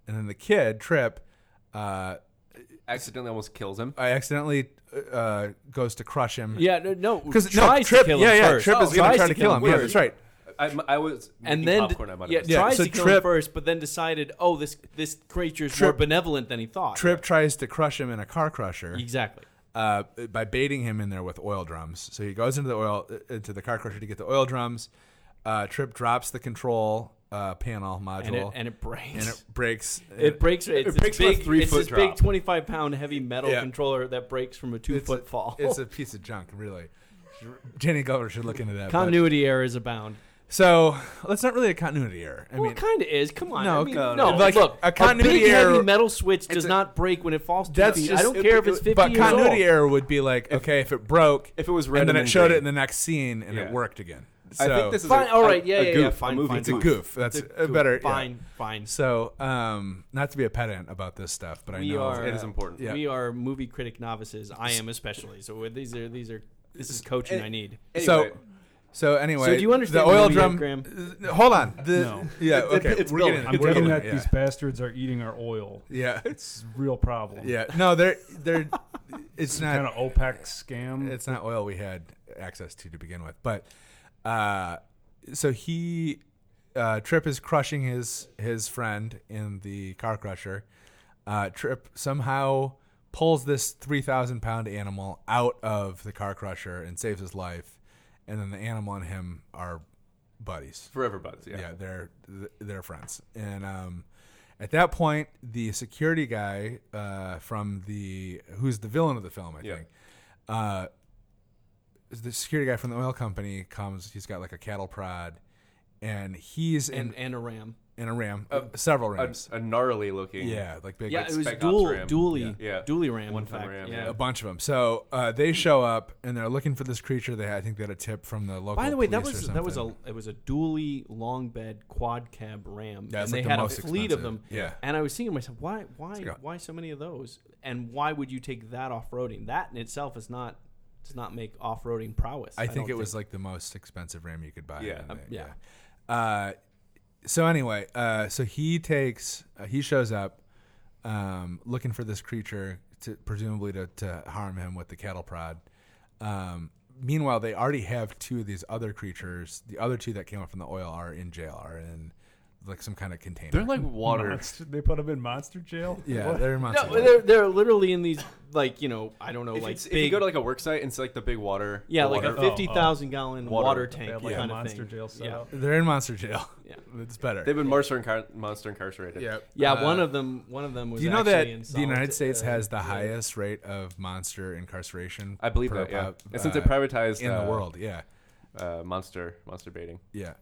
[SPEAKER 1] And then the kid, Trip, uh,
[SPEAKER 4] Accidentally almost kills him.
[SPEAKER 1] I accidentally uh, goes to crush him.
[SPEAKER 2] Yeah, no, no,
[SPEAKER 1] because no,
[SPEAKER 2] tries
[SPEAKER 1] Trip,
[SPEAKER 2] to kill
[SPEAKER 1] yeah,
[SPEAKER 2] him
[SPEAKER 1] yeah,
[SPEAKER 2] first. Oh,
[SPEAKER 1] Trip is
[SPEAKER 2] tries
[SPEAKER 1] gonna try to kill him. Yeah,
[SPEAKER 2] first.
[SPEAKER 1] that's right.
[SPEAKER 4] I, I was
[SPEAKER 2] And
[SPEAKER 4] making
[SPEAKER 2] then
[SPEAKER 4] popcorn. I might have
[SPEAKER 2] yeah,
[SPEAKER 4] missed.
[SPEAKER 1] Yeah,
[SPEAKER 2] tries
[SPEAKER 1] so
[SPEAKER 2] to kill him
[SPEAKER 1] Trip-
[SPEAKER 2] first, but then decided, oh, this this creature's more
[SPEAKER 1] Trip-
[SPEAKER 2] benevolent than he thought.
[SPEAKER 1] Trip tries to crush him in a car crusher.
[SPEAKER 2] exactly.
[SPEAKER 1] uh, by baiting him in there with oil drums. So he goes into the oil uh, into the car crusher to get the oil drums. Uh, Trip drops the control uh, panel module
[SPEAKER 2] And it, and it breaks.
[SPEAKER 1] and it breaks.
[SPEAKER 2] It breaks. It's
[SPEAKER 4] It
[SPEAKER 2] this
[SPEAKER 4] breaks from a
[SPEAKER 2] big,
[SPEAKER 4] three
[SPEAKER 2] It's
[SPEAKER 4] foot
[SPEAKER 2] this big
[SPEAKER 4] drop.
[SPEAKER 2] twenty-five pound heavy metal
[SPEAKER 1] Yeah.
[SPEAKER 2] controller that breaks from a
[SPEAKER 1] It's a-
[SPEAKER 2] two-foot fall.
[SPEAKER 1] It's a piece of junk, really. Jenny Glover should look into that. but-
[SPEAKER 2] Continuity errors abound.
[SPEAKER 1] So that's not really a continuity error. I
[SPEAKER 2] well,
[SPEAKER 1] mean,
[SPEAKER 2] it kind of is. Come on.
[SPEAKER 1] No,
[SPEAKER 2] I mean,
[SPEAKER 1] no,
[SPEAKER 2] no,
[SPEAKER 1] no. Like,
[SPEAKER 2] look,
[SPEAKER 1] a
[SPEAKER 2] a,
[SPEAKER 1] continuity
[SPEAKER 2] big
[SPEAKER 1] error-
[SPEAKER 2] heavy metal switch does
[SPEAKER 1] a-
[SPEAKER 2] not break when it falls two
[SPEAKER 1] That's
[SPEAKER 2] feet.
[SPEAKER 1] just-
[SPEAKER 2] I don't
[SPEAKER 1] it-
[SPEAKER 2] care if it's fifty
[SPEAKER 1] but
[SPEAKER 2] years
[SPEAKER 1] continuity
[SPEAKER 2] old.
[SPEAKER 1] error would be like, okay, if it broke,
[SPEAKER 4] If it was red
[SPEAKER 1] and then
[SPEAKER 4] and
[SPEAKER 1] it showed
[SPEAKER 4] green.
[SPEAKER 1] it in the next scene and
[SPEAKER 4] Yeah.
[SPEAKER 1] it worked again.
[SPEAKER 4] I
[SPEAKER 1] So-
[SPEAKER 4] think this is
[SPEAKER 2] Fine.
[SPEAKER 4] a-
[SPEAKER 2] All right.
[SPEAKER 4] a-
[SPEAKER 2] Yeah.
[SPEAKER 4] a
[SPEAKER 2] yeah. yeah.
[SPEAKER 4] goof, a
[SPEAKER 2] Fine.
[SPEAKER 4] movie
[SPEAKER 2] fine,
[SPEAKER 1] it's a
[SPEAKER 2] fine.
[SPEAKER 1] goof. That's
[SPEAKER 2] It's
[SPEAKER 1] a uh, better. yeah.
[SPEAKER 2] Fine. Fine.
[SPEAKER 1] So, um, not to be a pedant about this stuff, but I
[SPEAKER 2] We
[SPEAKER 1] know
[SPEAKER 2] are-
[SPEAKER 4] it is important.
[SPEAKER 1] Yeah.
[SPEAKER 2] We are movie critic novices. I am especially. So with- these are these are this is coaching I need.
[SPEAKER 1] So,
[SPEAKER 4] Anyway.
[SPEAKER 1] so anyway,
[SPEAKER 2] So do you understand
[SPEAKER 1] the
[SPEAKER 2] the
[SPEAKER 1] oil
[SPEAKER 2] movie,
[SPEAKER 1] drum?
[SPEAKER 2] Graham?
[SPEAKER 1] uh, Hold on. The,
[SPEAKER 7] No.
[SPEAKER 1] Yeah. Okay.
[SPEAKER 4] it's
[SPEAKER 1] we're
[SPEAKER 4] building.
[SPEAKER 1] getting,
[SPEAKER 4] I'm
[SPEAKER 7] I'm
[SPEAKER 1] we're
[SPEAKER 7] getting
[SPEAKER 1] getting
[SPEAKER 7] that
[SPEAKER 1] it,
[SPEAKER 7] these bastards are eating our oil.
[SPEAKER 1] yeah. yeah.
[SPEAKER 7] It's a real problem.
[SPEAKER 1] Yeah. No, they're they're. It's
[SPEAKER 7] Kind of
[SPEAKER 1] not.
[SPEAKER 7] OPEC scam.
[SPEAKER 1] It's not oil we had access to to begin with, but uh, so he uh, Trip is crushing his his friend in the car crusher. Uh, Trip somehow pulls this three thousand pound animal out of the car crusher and saves his life, and then the animal and him are buddies.
[SPEAKER 4] Forever buds. Yeah.
[SPEAKER 1] yeah, they're they're friends. And um, at that point, the security guy uh, from the who's the villain of the film, I
[SPEAKER 4] Yeah.
[SPEAKER 1] think, uh, the security guy from the oil company comes. He's got like a cattle prod, and he's in
[SPEAKER 2] And and a ram.
[SPEAKER 1] and a ram, uh, several
[SPEAKER 4] A,
[SPEAKER 1] rams.
[SPEAKER 4] a gnarly looking.
[SPEAKER 1] yeah, like big.
[SPEAKER 2] Yeah,
[SPEAKER 1] like
[SPEAKER 2] it was
[SPEAKER 4] Spec Ops
[SPEAKER 2] dual,
[SPEAKER 4] Ram.
[SPEAKER 2] dually,
[SPEAKER 4] Yeah.
[SPEAKER 2] dually ram. in
[SPEAKER 4] One-ton
[SPEAKER 2] fact,
[SPEAKER 4] Ram,
[SPEAKER 2] yeah.
[SPEAKER 4] yeah.
[SPEAKER 1] a bunch of them. So uh, they show up and they're looking for this creature. They had, I think they had a tip from the local.
[SPEAKER 2] By the way, that
[SPEAKER 1] police or
[SPEAKER 2] was that was a
[SPEAKER 1] something.
[SPEAKER 2] it was a dually long bed quad cab ram,
[SPEAKER 1] Yeah,
[SPEAKER 2] and
[SPEAKER 1] it's
[SPEAKER 2] they
[SPEAKER 1] like the
[SPEAKER 2] had a
[SPEAKER 1] most
[SPEAKER 2] fleet of
[SPEAKER 1] expensive.
[SPEAKER 2] them.
[SPEAKER 1] Yeah.
[SPEAKER 2] and I was thinking to myself, why why
[SPEAKER 1] like a-
[SPEAKER 2] why so many of those, and why would you take that off roading? That in itself is not does not make off roading prowess.
[SPEAKER 1] I think
[SPEAKER 2] don't
[SPEAKER 1] it was like the most expensive ram you could buy.
[SPEAKER 4] Yeah,
[SPEAKER 1] I think,
[SPEAKER 2] yeah.
[SPEAKER 1] yeah. Uh, so anyway, uh, so he takes uh, he shows up um, looking for this creature to presumably to, to harm him with the cattle prod. Um, meanwhile, they already have two of these other creatures. The other two that came up from the oil are in jail, are in like some kind of container.
[SPEAKER 4] They're like water.
[SPEAKER 8] Monster- they put him in monster jail.
[SPEAKER 1] yeah, they're in monster.
[SPEAKER 2] No, they're, they're literally in these like you know I don't know
[SPEAKER 4] If,
[SPEAKER 2] like
[SPEAKER 4] it's- if
[SPEAKER 2] big
[SPEAKER 4] you go to like a work site and it's like the big water.
[SPEAKER 2] yeah
[SPEAKER 4] the
[SPEAKER 2] like
[SPEAKER 4] water.
[SPEAKER 2] a fifty thousand gallon water,
[SPEAKER 7] Oh, They
[SPEAKER 2] tank
[SPEAKER 7] had like
[SPEAKER 2] kind
[SPEAKER 7] a
[SPEAKER 2] of
[SPEAKER 7] monster
[SPEAKER 2] thing.
[SPEAKER 7] jail set
[SPEAKER 2] Yeah.
[SPEAKER 7] up.
[SPEAKER 1] They're in monster jail.
[SPEAKER 2] Yeah.
[SPEAKER 1] It's better.
[SPEAKER 4] They've been monster, incar- monster incarcerated.
[SPEAKER 2] Yeah,
[SPEAKER 1] Uh,
[SPEAKER 2] one of them one of them was
[SPEAKER 1] Do you know
[SPEAKER 2] actually
[SPEAKER 1] that
[SPEAKER 2] in
[SPEAKER 1] the United
[SPEAKER 2] solita-
[SPEAKER 1] States
[SPEAKER 2] uh,
[SPEAKER 1] has the highest rate of monster incarceration?
[SPEAKER 4] I believe
[SPEAKER 1] per
[SPEAKER 4] that. Yeah,
[SPEAKER 1] pop-
[SPEAKER 4] and since
[SPEAKER 1] uh,
[SPEAKER 4] they privatized
[SPEAKER 1] in
[SPEAKER 4] uh,
[SPEAKER 1] the world, yeah,
[SPEAKER 4] uh, monster monster baiting.
[SPEAKER 1] yeah.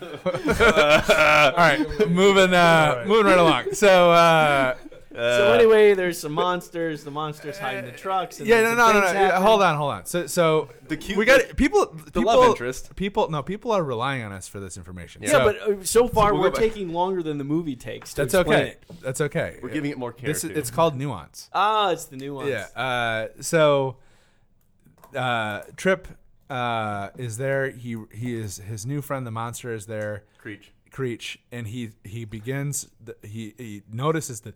[SPEAKER 1] All right, moving uh, moving right along. So uh,
[SPEAKER 2] So anyway, there's some monsters. The monsters hide in the trucks. And
[SPEAKER 1] yeah, no,
[SPEAKER 2] then
[SPEAKER 1] no,
[SPEAKER 2] some
[SPEAKER 1] no, no.
[SPEAKER 2] things
[SPEAKER 1] yeah,
[SPEAKER 2] happen.
[SPEAKER 1] Hold on, hold on. So so
[SPEAKER 4] The cute-
[SPEAKER 1] we got people. people
[SPEAKER 4] love interest.
[SPEAKER 1] People, no, people are relying on us for this information.
[SPEAKER 2] Yeah,
[SPEAKER 1] So
[SPEAKER 2] but uh, so far
[SPEAKER 4] we'll
[SPEAKER 2] we're
[SPEAKER 4] go back.
[SPEAKER 2] taking longer than the movie takes. To
[SPEAKER 1] that's
[SPEAKER 2] explain
[SPEAKER 1] okay.
[SPEAKER 2] it.
[SPEAKER 1] That's okay.
[SPEAKER 4] We're giving it more care.
[SPEAKER 1] This is,
[SPEAKER 4] too.
[SPEAKER 1] it's called nuance.
[SPEAKER 2] Ah, it's the nuance.
[SPEAKER 1] Yeah. Uh, so, uh, Trip uh, is there. He he is his new friend. The monster is there.
[SPEAKER 4] Creech.
[SPEAKER 1] Creech, and he he begins. th he he notices that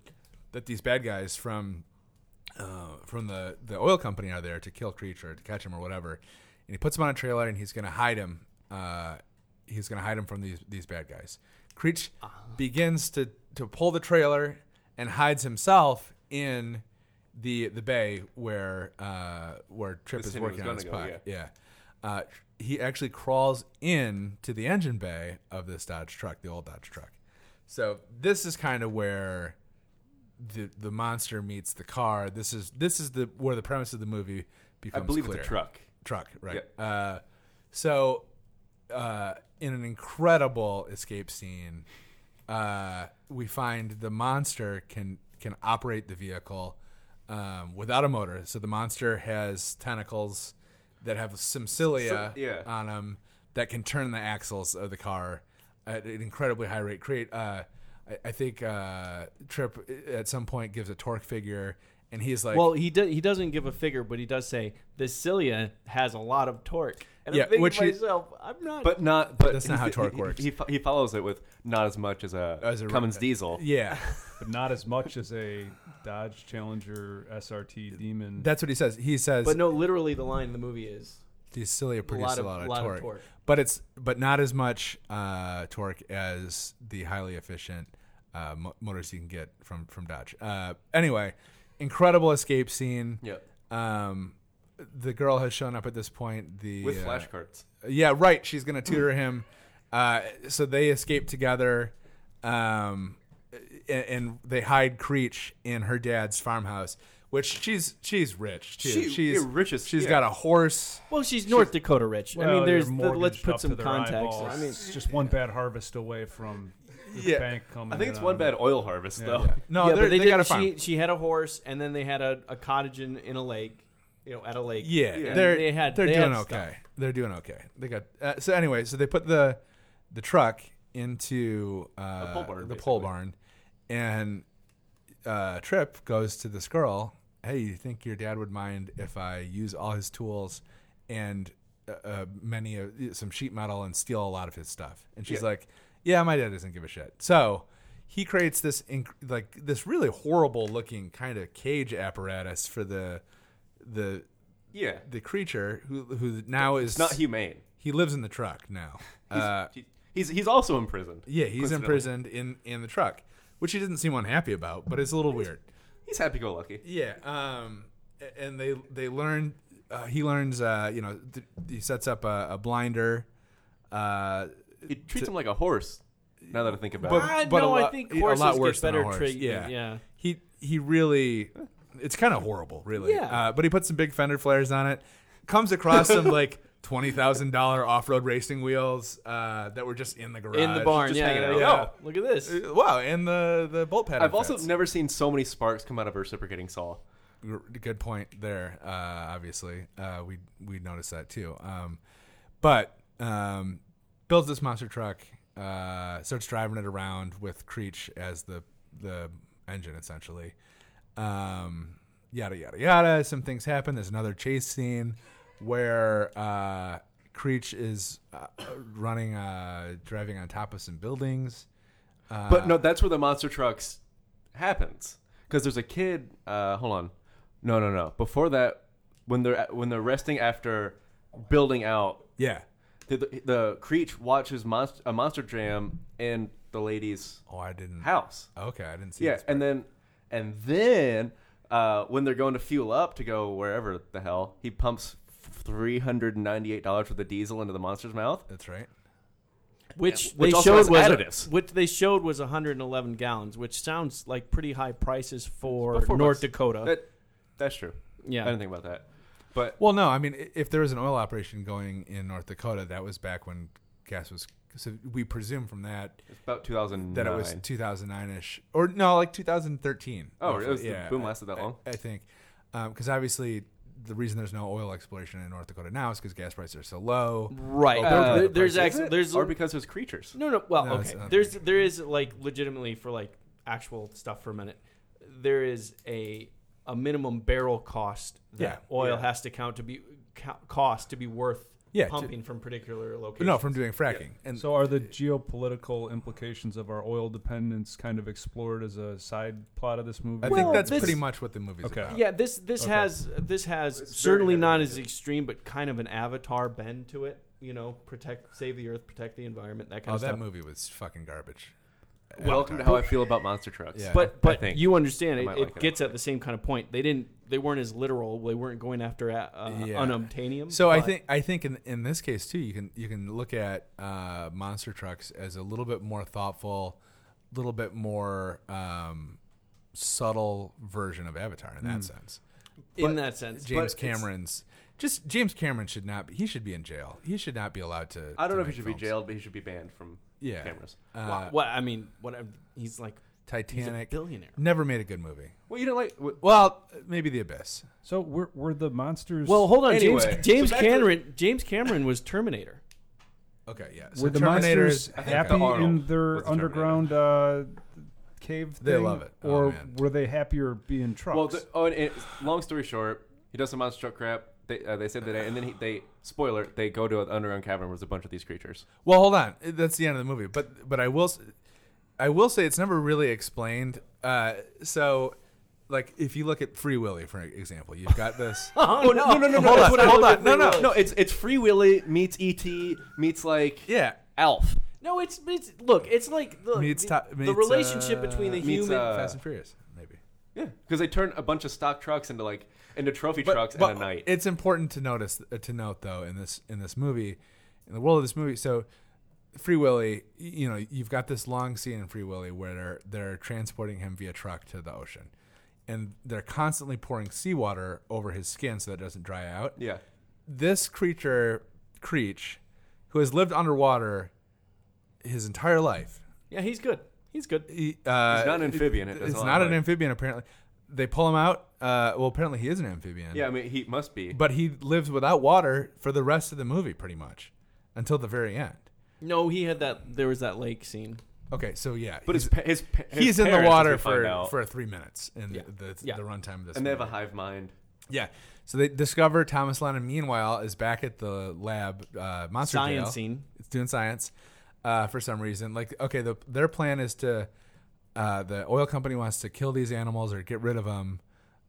[SPEAKER 1] that these bad guys from uh, from the the oil company are there to kill Creech or to catch him or whatever, and he puts him on a trailer and he's going to hide him. Uh, he's going to hide him from these these bad guys. Creech
[SPEAKER 4] Uh-huh.
[SPEAKER 1] begins to to pull the trailer and hides himself in the the bay where uh, where Trip
[SPEAKER 4] This
[SPEAKER 1] is
[SPEAKER 4] thing was
[SPEAKER 1] working on
[SPEAKER 4] gonna
[SPEAKER 1] his
[SPEAKER 4] go,
[SPEAKER 1] pot.
[SPEAKER 4] yeah.
[SPEAKER 1] Yeah. Uh, he actually crawls in to the engine bay of this Dodge truck, the old Dodge truck. So this is kind of where the the monster meets the car. This is this is the where the premise of the movie
[SPEAKER 4] I
[SPEAKER 1] becomes
[SPEAKER 4] believe
[SPEAKER 1] clear.
[SPEAKER 4] it's a truck.
[SPEAKER 1] Truck, right. Uh, so uh, in an incredible escape scene, uh, we find the monster can can operate the vehicle um, without a motor. So the monster has tentacles that have some cilia
[SPEAKER 4] So- yeah.
[SPEAKER 1] on them that can turn the axles of the car at an incredibly high rate. Create, uh, I, I think uh, Trip at some point gives a torque figure, and he's like,
[SPEAKER 2] Well, he do, he doesn't give a figure, but he does say this cilia has a lot of torque. And
[SPEAKER 1] Yeah,
[SPEAKER 2] I'm thinking
[SPEAKER 1] which
[SPEAKER 2] to
[SPEAKER 1] he-
[SPEAKER 2] myself, I'm not.
[SPEAKER 4] But not. But
[SPEAKER 1] that's not how
[SPEAKER 4] he-
[SPEAKER 1] torque
[SPEAKER 4] he-
[SPEAKER 1] works.
[SPEAKER 4] He, fo- he follows it with not as much as a,
[SPEAKER 1] As a-
[SPEAKER 4] Cummins diesel.
[SPEAKER 1] yeah."
[SPEAKER 7] But not as much as a Dodge Challenger SRT Demon.
[SPEAKER 1] That's what he says. He says,
[SPEAKER 2] but no, literally the line in the movie is
[SPEAKER 1] these cilia produce a
[SPEAKER 2] of-
[SPEAKER 1] lot of,
[SPEAKER 2] lot of
[SPEAKER 1] torque,
[SPEAKER 2] torque.
[SPEAKER 1] but it's but not as much uh, torque as the highly efficient uh, mo- motors you can get from from Dodge. Uh, anyway, incredible escape scene.
[SPEAKER 4] Yep.
[SPEAKER 1] Um, the girl has shown up at this point. The uh,
[SPEAKER 4] With flashcards.
[SPEAKER 1] yeah, right. She's gonna tutor him. Uh, so they escape together, um, and, and they hide Creech in her dad's farmhouse, which she's she's rich too.
[SPEAKER 4] She-
[SPEAKER 1] she's
[SPEAKER 4] yeah, rich as-
[SPEAKER 1] She's
[SPEAKER 4] yeah.
[SPEAKER 1] got a horse.
[SPEAKER 2] well, she's North Dakota rich. I mean,
[SPEAKER 7] they're
[SPEAKER 2] there's the, let's
[SPEAKER 7] mortgaged up
[SPEAKER 2] put
[SPEAKER 7] to
[SPEAKER 2] some
[SPEAKER 7] their
[SPEAKER 2] context.
[SPEAKER 7] eyeballs.
[SPEAKER 2] I mean,
[SPEAKER 7] it's just one bad harvest away from the
[SPEAKER 1] Yeah.
[SPEAKER 7] bank coming.
[SPEAKER 4] I think it's
[SPEAKER 7] in
[SPEAKER 4] one
[SPEAKER 7] on
[SPEAKER 4] bad
[SPEAKER 7] them.
[SPEAKER 4] oil harvest though.
[SPEAKER 1] No,
[SPEAKER 2] yeah,
[SPEAKER 1] they're-
[SPEAKER 2] but
[SPEAKER 1] they,
[SPEAKER 2] they, did,
[SPEAKER 1] got a farm.
[SPEAKER 2] she, she had a horse, and then they had a, a cottage in, in a lake, you know, at a lake.
[SPEAKER 1] Yeah,
[SPEAKER 2] And
[SPEAKER 1] they're
[SPEAKER 2] they had
[SPEAKER 1] they're
[SPEAKER 2] they had
[SPEAKER 1] doing
[SPEAKER 2] stuff.
[SPEAKER 1] okay. They're doing okay. They got uh, so anyway. So they put the the truck into uh,
[SPEAKER 4] pole barn,
[SPEAKER 1] the pole
[SPEAKER 4] basically.
[SPEAKER 1] barn, and uh, Trip goes to this girl. Hey, you think your dad would mind if I use all his tools and uh, uh, many of some sheet metal and steal a lot of his stuff? And she's
[SPEAKER 4] Yeah.
[SPEAKER 1] like, Yeah, my dad doesn't give a shit. So he creates this inc- like this really horrible looking kind of cage apparatus for the the
[SPEAKER 4] Yeah.
[SPEAKER 1] the creature who who now is
[SPEAKER 4] It's not humane.
[SPEAKER 1] he lives in the truck now. Uh,
[SPEAKER 4] He's, he's he's also imprisoned.
[SPEAKER 1] yeah, he's
[SPEAKER 4] coincidentally.
[SPEAKER 1] imprisoned in in the truck, which he doesn't seem unhappy about, but it's a little weird.
[SPEAKER 4] He's happy go lucky.
[SPEAKER 1] Yeah, um, a- and they they learn uh, he learns uh, you know th- he sets up a, a blinder. Uh,
[SPEAKER 4] He treats him like a horse. Now that I think about it.
[SPEAKER 1] but, but a
[SPEAKER 2] no, I
[SPEAKER 1] lot,
[SPEAKER 2] think
[SPEAKER 1] a lot
[SPEAKER 2] horses get
[SPEAKER 1] worse than a
[SPEAKER 2] better
[SPEAKER 1] horse.
[SPEAKER 2] treatment,
[SPEAKER 1] Yeah.
[SPEAKER 2] yeah.
[SPEAKER 1] he he really, it's kind of horrible, really.
[SPEAKER 2] Yeah.
[SPEAKER 1] Uh, but he puts some big fender flares on it. Comes across some like twenty thousand dollar off road racing wheels uh, that were just in the garage,
[SPEAKER 2] in the barn.
[SPEAKER 1] Uh, Just
[SPEAKER 2] Yeah,
[SPEAKER 1] hanging
[SPEAKER 2] yeah,
[SPEAKER 1] out.
[SPEAKER 2] yeah. Oh, look at this.
[SPEAKER 1] Uh, Wow, and the the bolt pattern.
[SPEAKER 4] I've also
[SPEAKER 1] fits.
[SPEAKER 4] never seen so many sparks come out of a reciprocating saw.
[SPEAKER 1] R- good point there. Uh, obviously, uh, we we noticed that too. Um, but um, builds this monster truck, uh, starts driving it around with Creech as the the engine, essentially. Um, yada yada yada. Some things happen. There's another chase scene where uh, Creech is uh, running, uh, driving on top of some buildings. Uh,
[SPEAKER 4] But no, that's where the monster trucks happens because there's a kid. Uh, hold on, no, no, no. Before that, when they're when they're resting after building out,
[SPEAKER 1] Yeah.
[SPEAKER 4] the the, the Creech watches monster, a monster jam in the lady's
[SPEAKER 1] Oh, I didn't.
[SPEAKER 4] house.
[SPEAKER 1] Okay, I didn't see.
[SPEAKER 4] Yeah,
[SPEAKER 1] this part.
[SPEAKER 4] and then and then uh, when they're going to fuel up to go wherever the hell, he pumps three hundred and ninety eight dollars worth of diesel into the monster's mouth.
[SPEAKER 1] that's right.
[SPEAKER 2] which
[SPEAKER 4] Which
[SPEAKER 2] they
[SPEAKER 4] also
[SPEAKER 2] showed
[SPEAKER 4] has
[SPEAKER 2] was
[SPEAKER 4] additives.
[SPEAKER 2] which they showed was 111 gallons, which sounds like pretty high prices for
[SPEAKER 4] About four
[SPEAKER 2] North
[SPEAKER 4] bucks.
[SPEAKER 2] Dakota.
[SPEAKER 4] That, that's true.
[SPEAKER 2] Yeah.
[SPEAKER 4] I didn't think about that. But
[SPEAKER 1] Well, no, I mean, i- if there was an oil operation going in North Dakota, that was back when gas was. So we presume from that
[SPEAKER 4] it's about two thousand
[SPEAKER 1] that it was 2009 ish, or no, like 2013.
[SPEAKER 4] Oh,
[SPEAKER 1] roughly.
[SPEAKER 4] it was- the boom lasted that
[SPEAKER 1] I-
[SPEAKER 4] long?
[SPEAKER 1] I, think, because obviously the reason there's no oil exploration in North Dakota now is because gas prices are so low.
[SPEAKER 2] right.
[SPEAKER 1] Oh,
[SPEAKER 2] Uh,
[SPEAKER 1] the-
[SPEAKER 2] there- there's
[SPEAKER 1] prices.
[SPEAKER 2] actually there's
[SPEAKER 4] or because there's creatures.
[SPEAKER 2] No, no. Well,
[SPEAKER 1] No, it's
[SPEAKER 2] okay.
[SPEAKER 1] not.
[SPEAKER 2] There's there is like legitimately for like actual stuff for a minute. There is a a minimum barrel cost that
[SPEAKER 1] Yeah,
[SPEAKER 2] oil has to count to be co- cost to be worth
[SPEAKER 1] Yeah, to-
[SPEAKER 2] pumping from particular locations.
[SPEAKER 1] No, from doing fracking, and
[SPEAKER 7] So are the geopolitical implications of our oil dependence kind of explored as a side plot of this movie?
[SPEAKER 1] I
[SPEAKER 2] Well,
[SPEAKER 1] think that's
[SPEAKER 2] this-
[SPEAKER 1] pretty much what the movie's
[SPEAKER 7] Okay.
[SPEAKER 1] about.
[SPEAKER 2] yeah, this this has this has certainly not as extreme, but kind of an avatar bend to it. You know, protect, save the earth, protect the environment, that kind
[SPEAKER 1] Oh,
[SPEAKER 2] of stuff.
[SPEAKER 1] that movie was fucking garbage.
[SPEAKER 4] Welcome to how I feel about monster trucks.
[SPEAKER 1] Yeah.
[SPEAKER 2] but but
[SPEAKER 4] think.
[SPEAKER 2] you understand
[SPEAKER 4] I
[SPEAKER 2] it,
[SPEAKER 4] might
[SPEAKER 2] it
[SPEAKER 4] like it.
[SPEAKER 2] gets at the same kind of point. They didn't. They weren't as literal. They weren't going after uh,
[SPEAKER 1] Yeah.
[SPEAKER 2] unobtainium.
[SPEAKER 1] So I
[SPEAKER 2] but-
[SPEAKER 1] think I think in in this case too, you can you can look at uh, monster trucks as a little bit more thoughtful, a little bit more um, subtle version of Avatar in that sense.
[SPEAKER 2] in that sense.
[SPEAKER 1] James
[SPEAKER 4] Hmm. it's-
[SPEAKER 1] Cameron's just James Cameron should not be. He should be in jail. He should not be allowed to.
[SPEAKER 4] I
[SPEAKER 1] to
[SPEAKER 4] don't know if he
[SPEAKER 1] make
[SPEAKER 4] should
[SPEAKER 1] films.
[SPEAKER 4] be jailed, but he should be banned from
[SPEAKER 1] Yeah.
[SPEAKER 4] cameras.
[SPEAKER 1] Uh,
[SPEAKER 2] Wha- what I mean, what I- he's like
[SPEAKER 1] Titanic
[SPEAKER 2] billionaire.
[SPEAKER 1] never made a good movie.
[SPEAKER 4] Well, you don't like. Well,
[SPEAKER 1] Well, maybe The Abyss.
[SPEAKER 7] so were, were the monsters?
[SPEAKER 2] Well, hold on,
[SPEAKER 4] Anyway,
[SPEAKER 2] James James
[SPEAKER 4] so back to-
[SPEAKER 2] Cameron James Cameron was Terminator.
[SPEAKER 1] Okay, yeah. So
[SPEAKER 7] were the
[SPEAKER 1] Terminator's-
[SPEAKER 7] monsters
[SPEAKER 4] I think
[SPEAKER 7] happy
[SPEAKER 4] the Arnold
[SPEAKER 7] in
[SPEAKER 4] was
[SPEAKER 7] their
[SPEAKER 4] the
[SPEAKER 7] underground uh, cave?
[SPEAKER 1] They
[SPEAKER 7] thing,
[SPEAKER 1] love it. Oh,
[SPEAKER 7] Or
[SPEAKER 1] man.
[SPEAKER 7] were they happier being trucks?
[SPEAKER 4] well the, oh, and it, long story short, he does some monster truck crap. They, uh, they said that, and then he, they spoiler they go to an underground cavern where there's a bunch of these creatures.
[SPEAKER 1] Well, hold on. That's the end of the movie. But but I will s- I will say it's never really explained. Uh, so like if you look at Free Willy for example, you've got this.
[SPEAKER 4] Oh no, no, no, no!
[SPEAKER 1] Hold
[SPEAKER 4] that's
[SPEAKER 1] on,
[SPEAKER 4] what I
[SPEAKER 1] hold on.
[SPEAKER 4] looked at
[SPEAKER 1] No,
[SPEAKER 4] Free
[SPEAKER 1] no.
[SPEAKER 4] Willy. no! It's it's Free Willy meets ET meets like
[SPEAKER 1] yeah.
[SPEAKER 4] Alf.
[SPEAKER 2] No, it's it's look, it's like the
[SPEAKER 1] Meets
[SPEAKER 2] the,
[SPEAKER 1] to-
[SPEAKER 2] the
[SPEAKER 1] meets,
[SPEAKER 2] relationship
[SPEAKER 1] uh,
[SPEAKER 2] between the
[SPEAKER 4] meets,
[SPEAKER 2] human.
[SPEAKER 4] uh,
[SPEAKER 1] Fast and Furious, maybe.
[SPEAKER 4] Yeah, because they turn a bunch of stock trucks into like into trophy trucks at a night.
[SPEAKER 1] It's important to notice uh, to note though in this in this movie, in the world of this movie. So, Free Willy, y- you know, you've got this long scene in Free Willy where they're they're transporting him via truck to the ocean, and they're constantly pouring seawater over his skin so that it doesn't dry out.
[SPEAKER 4] yeah,
[SPEAKER 1] This creature, Creech, who has lived underwater his entire life.
[SPEAKER 2] yeah, he's good. He's good.
[SPEAKER 1] He, uh,
[SPEAKER 4] He's not an amphibian, it doesn't
[SPEAKER 1] it's
[SPEAKER 4] look
[SPEAKER 1] not an
[SPEAKER 4] like.
[SPEAKER 1] amphibian. Apparently, they pull him out. Uh, well, apparently he is an amphibian.
[SPEAKER 4] yeah. I mean, he must be.
[SPEAKER 1] But he lives without water for the rest of the movie, pretty much, until the very end.
[SPEAKER 2] No, he had that. There was that lake scene.
[SPEAKER 1] Okay, so yeah,
[SPEAKER 4] But his
[SPEAKER 1] he's,
[SPEAKER 4] pa- his, pa- his
[SPEAKER 1] he's in the
[SPEAKER 4] parents, as we
[SPEAKER 1] water
[SPEAKER 4] find
[SPEAKER 1] for
[SPEAKER 4] out.
[SPEAKER 1] for three minutes in
[SPEAKER 2] Yeah.
[SPEAKER 1] the
[SPEAKER 2] Yeah.
[SPEAKER 1] the runtime of this.
[SPEAKER 4] and they have a
[SPEAKER 1] movie.
[SPEAKER 4] hive mind.
[SPEAKER 1] yeah. So they discover Thomas Lennon. Meanwhile, is back at the lab, uh, monster
[SPEAKER 2] Science
[SPEAKER 1] jail.
[SPEAKER 2] scene.
[SPEAKER 1] It's doing science uh, for some reason. Like, okay, the, their plan is to uh, the oil company wants to kill these animals or get rid of them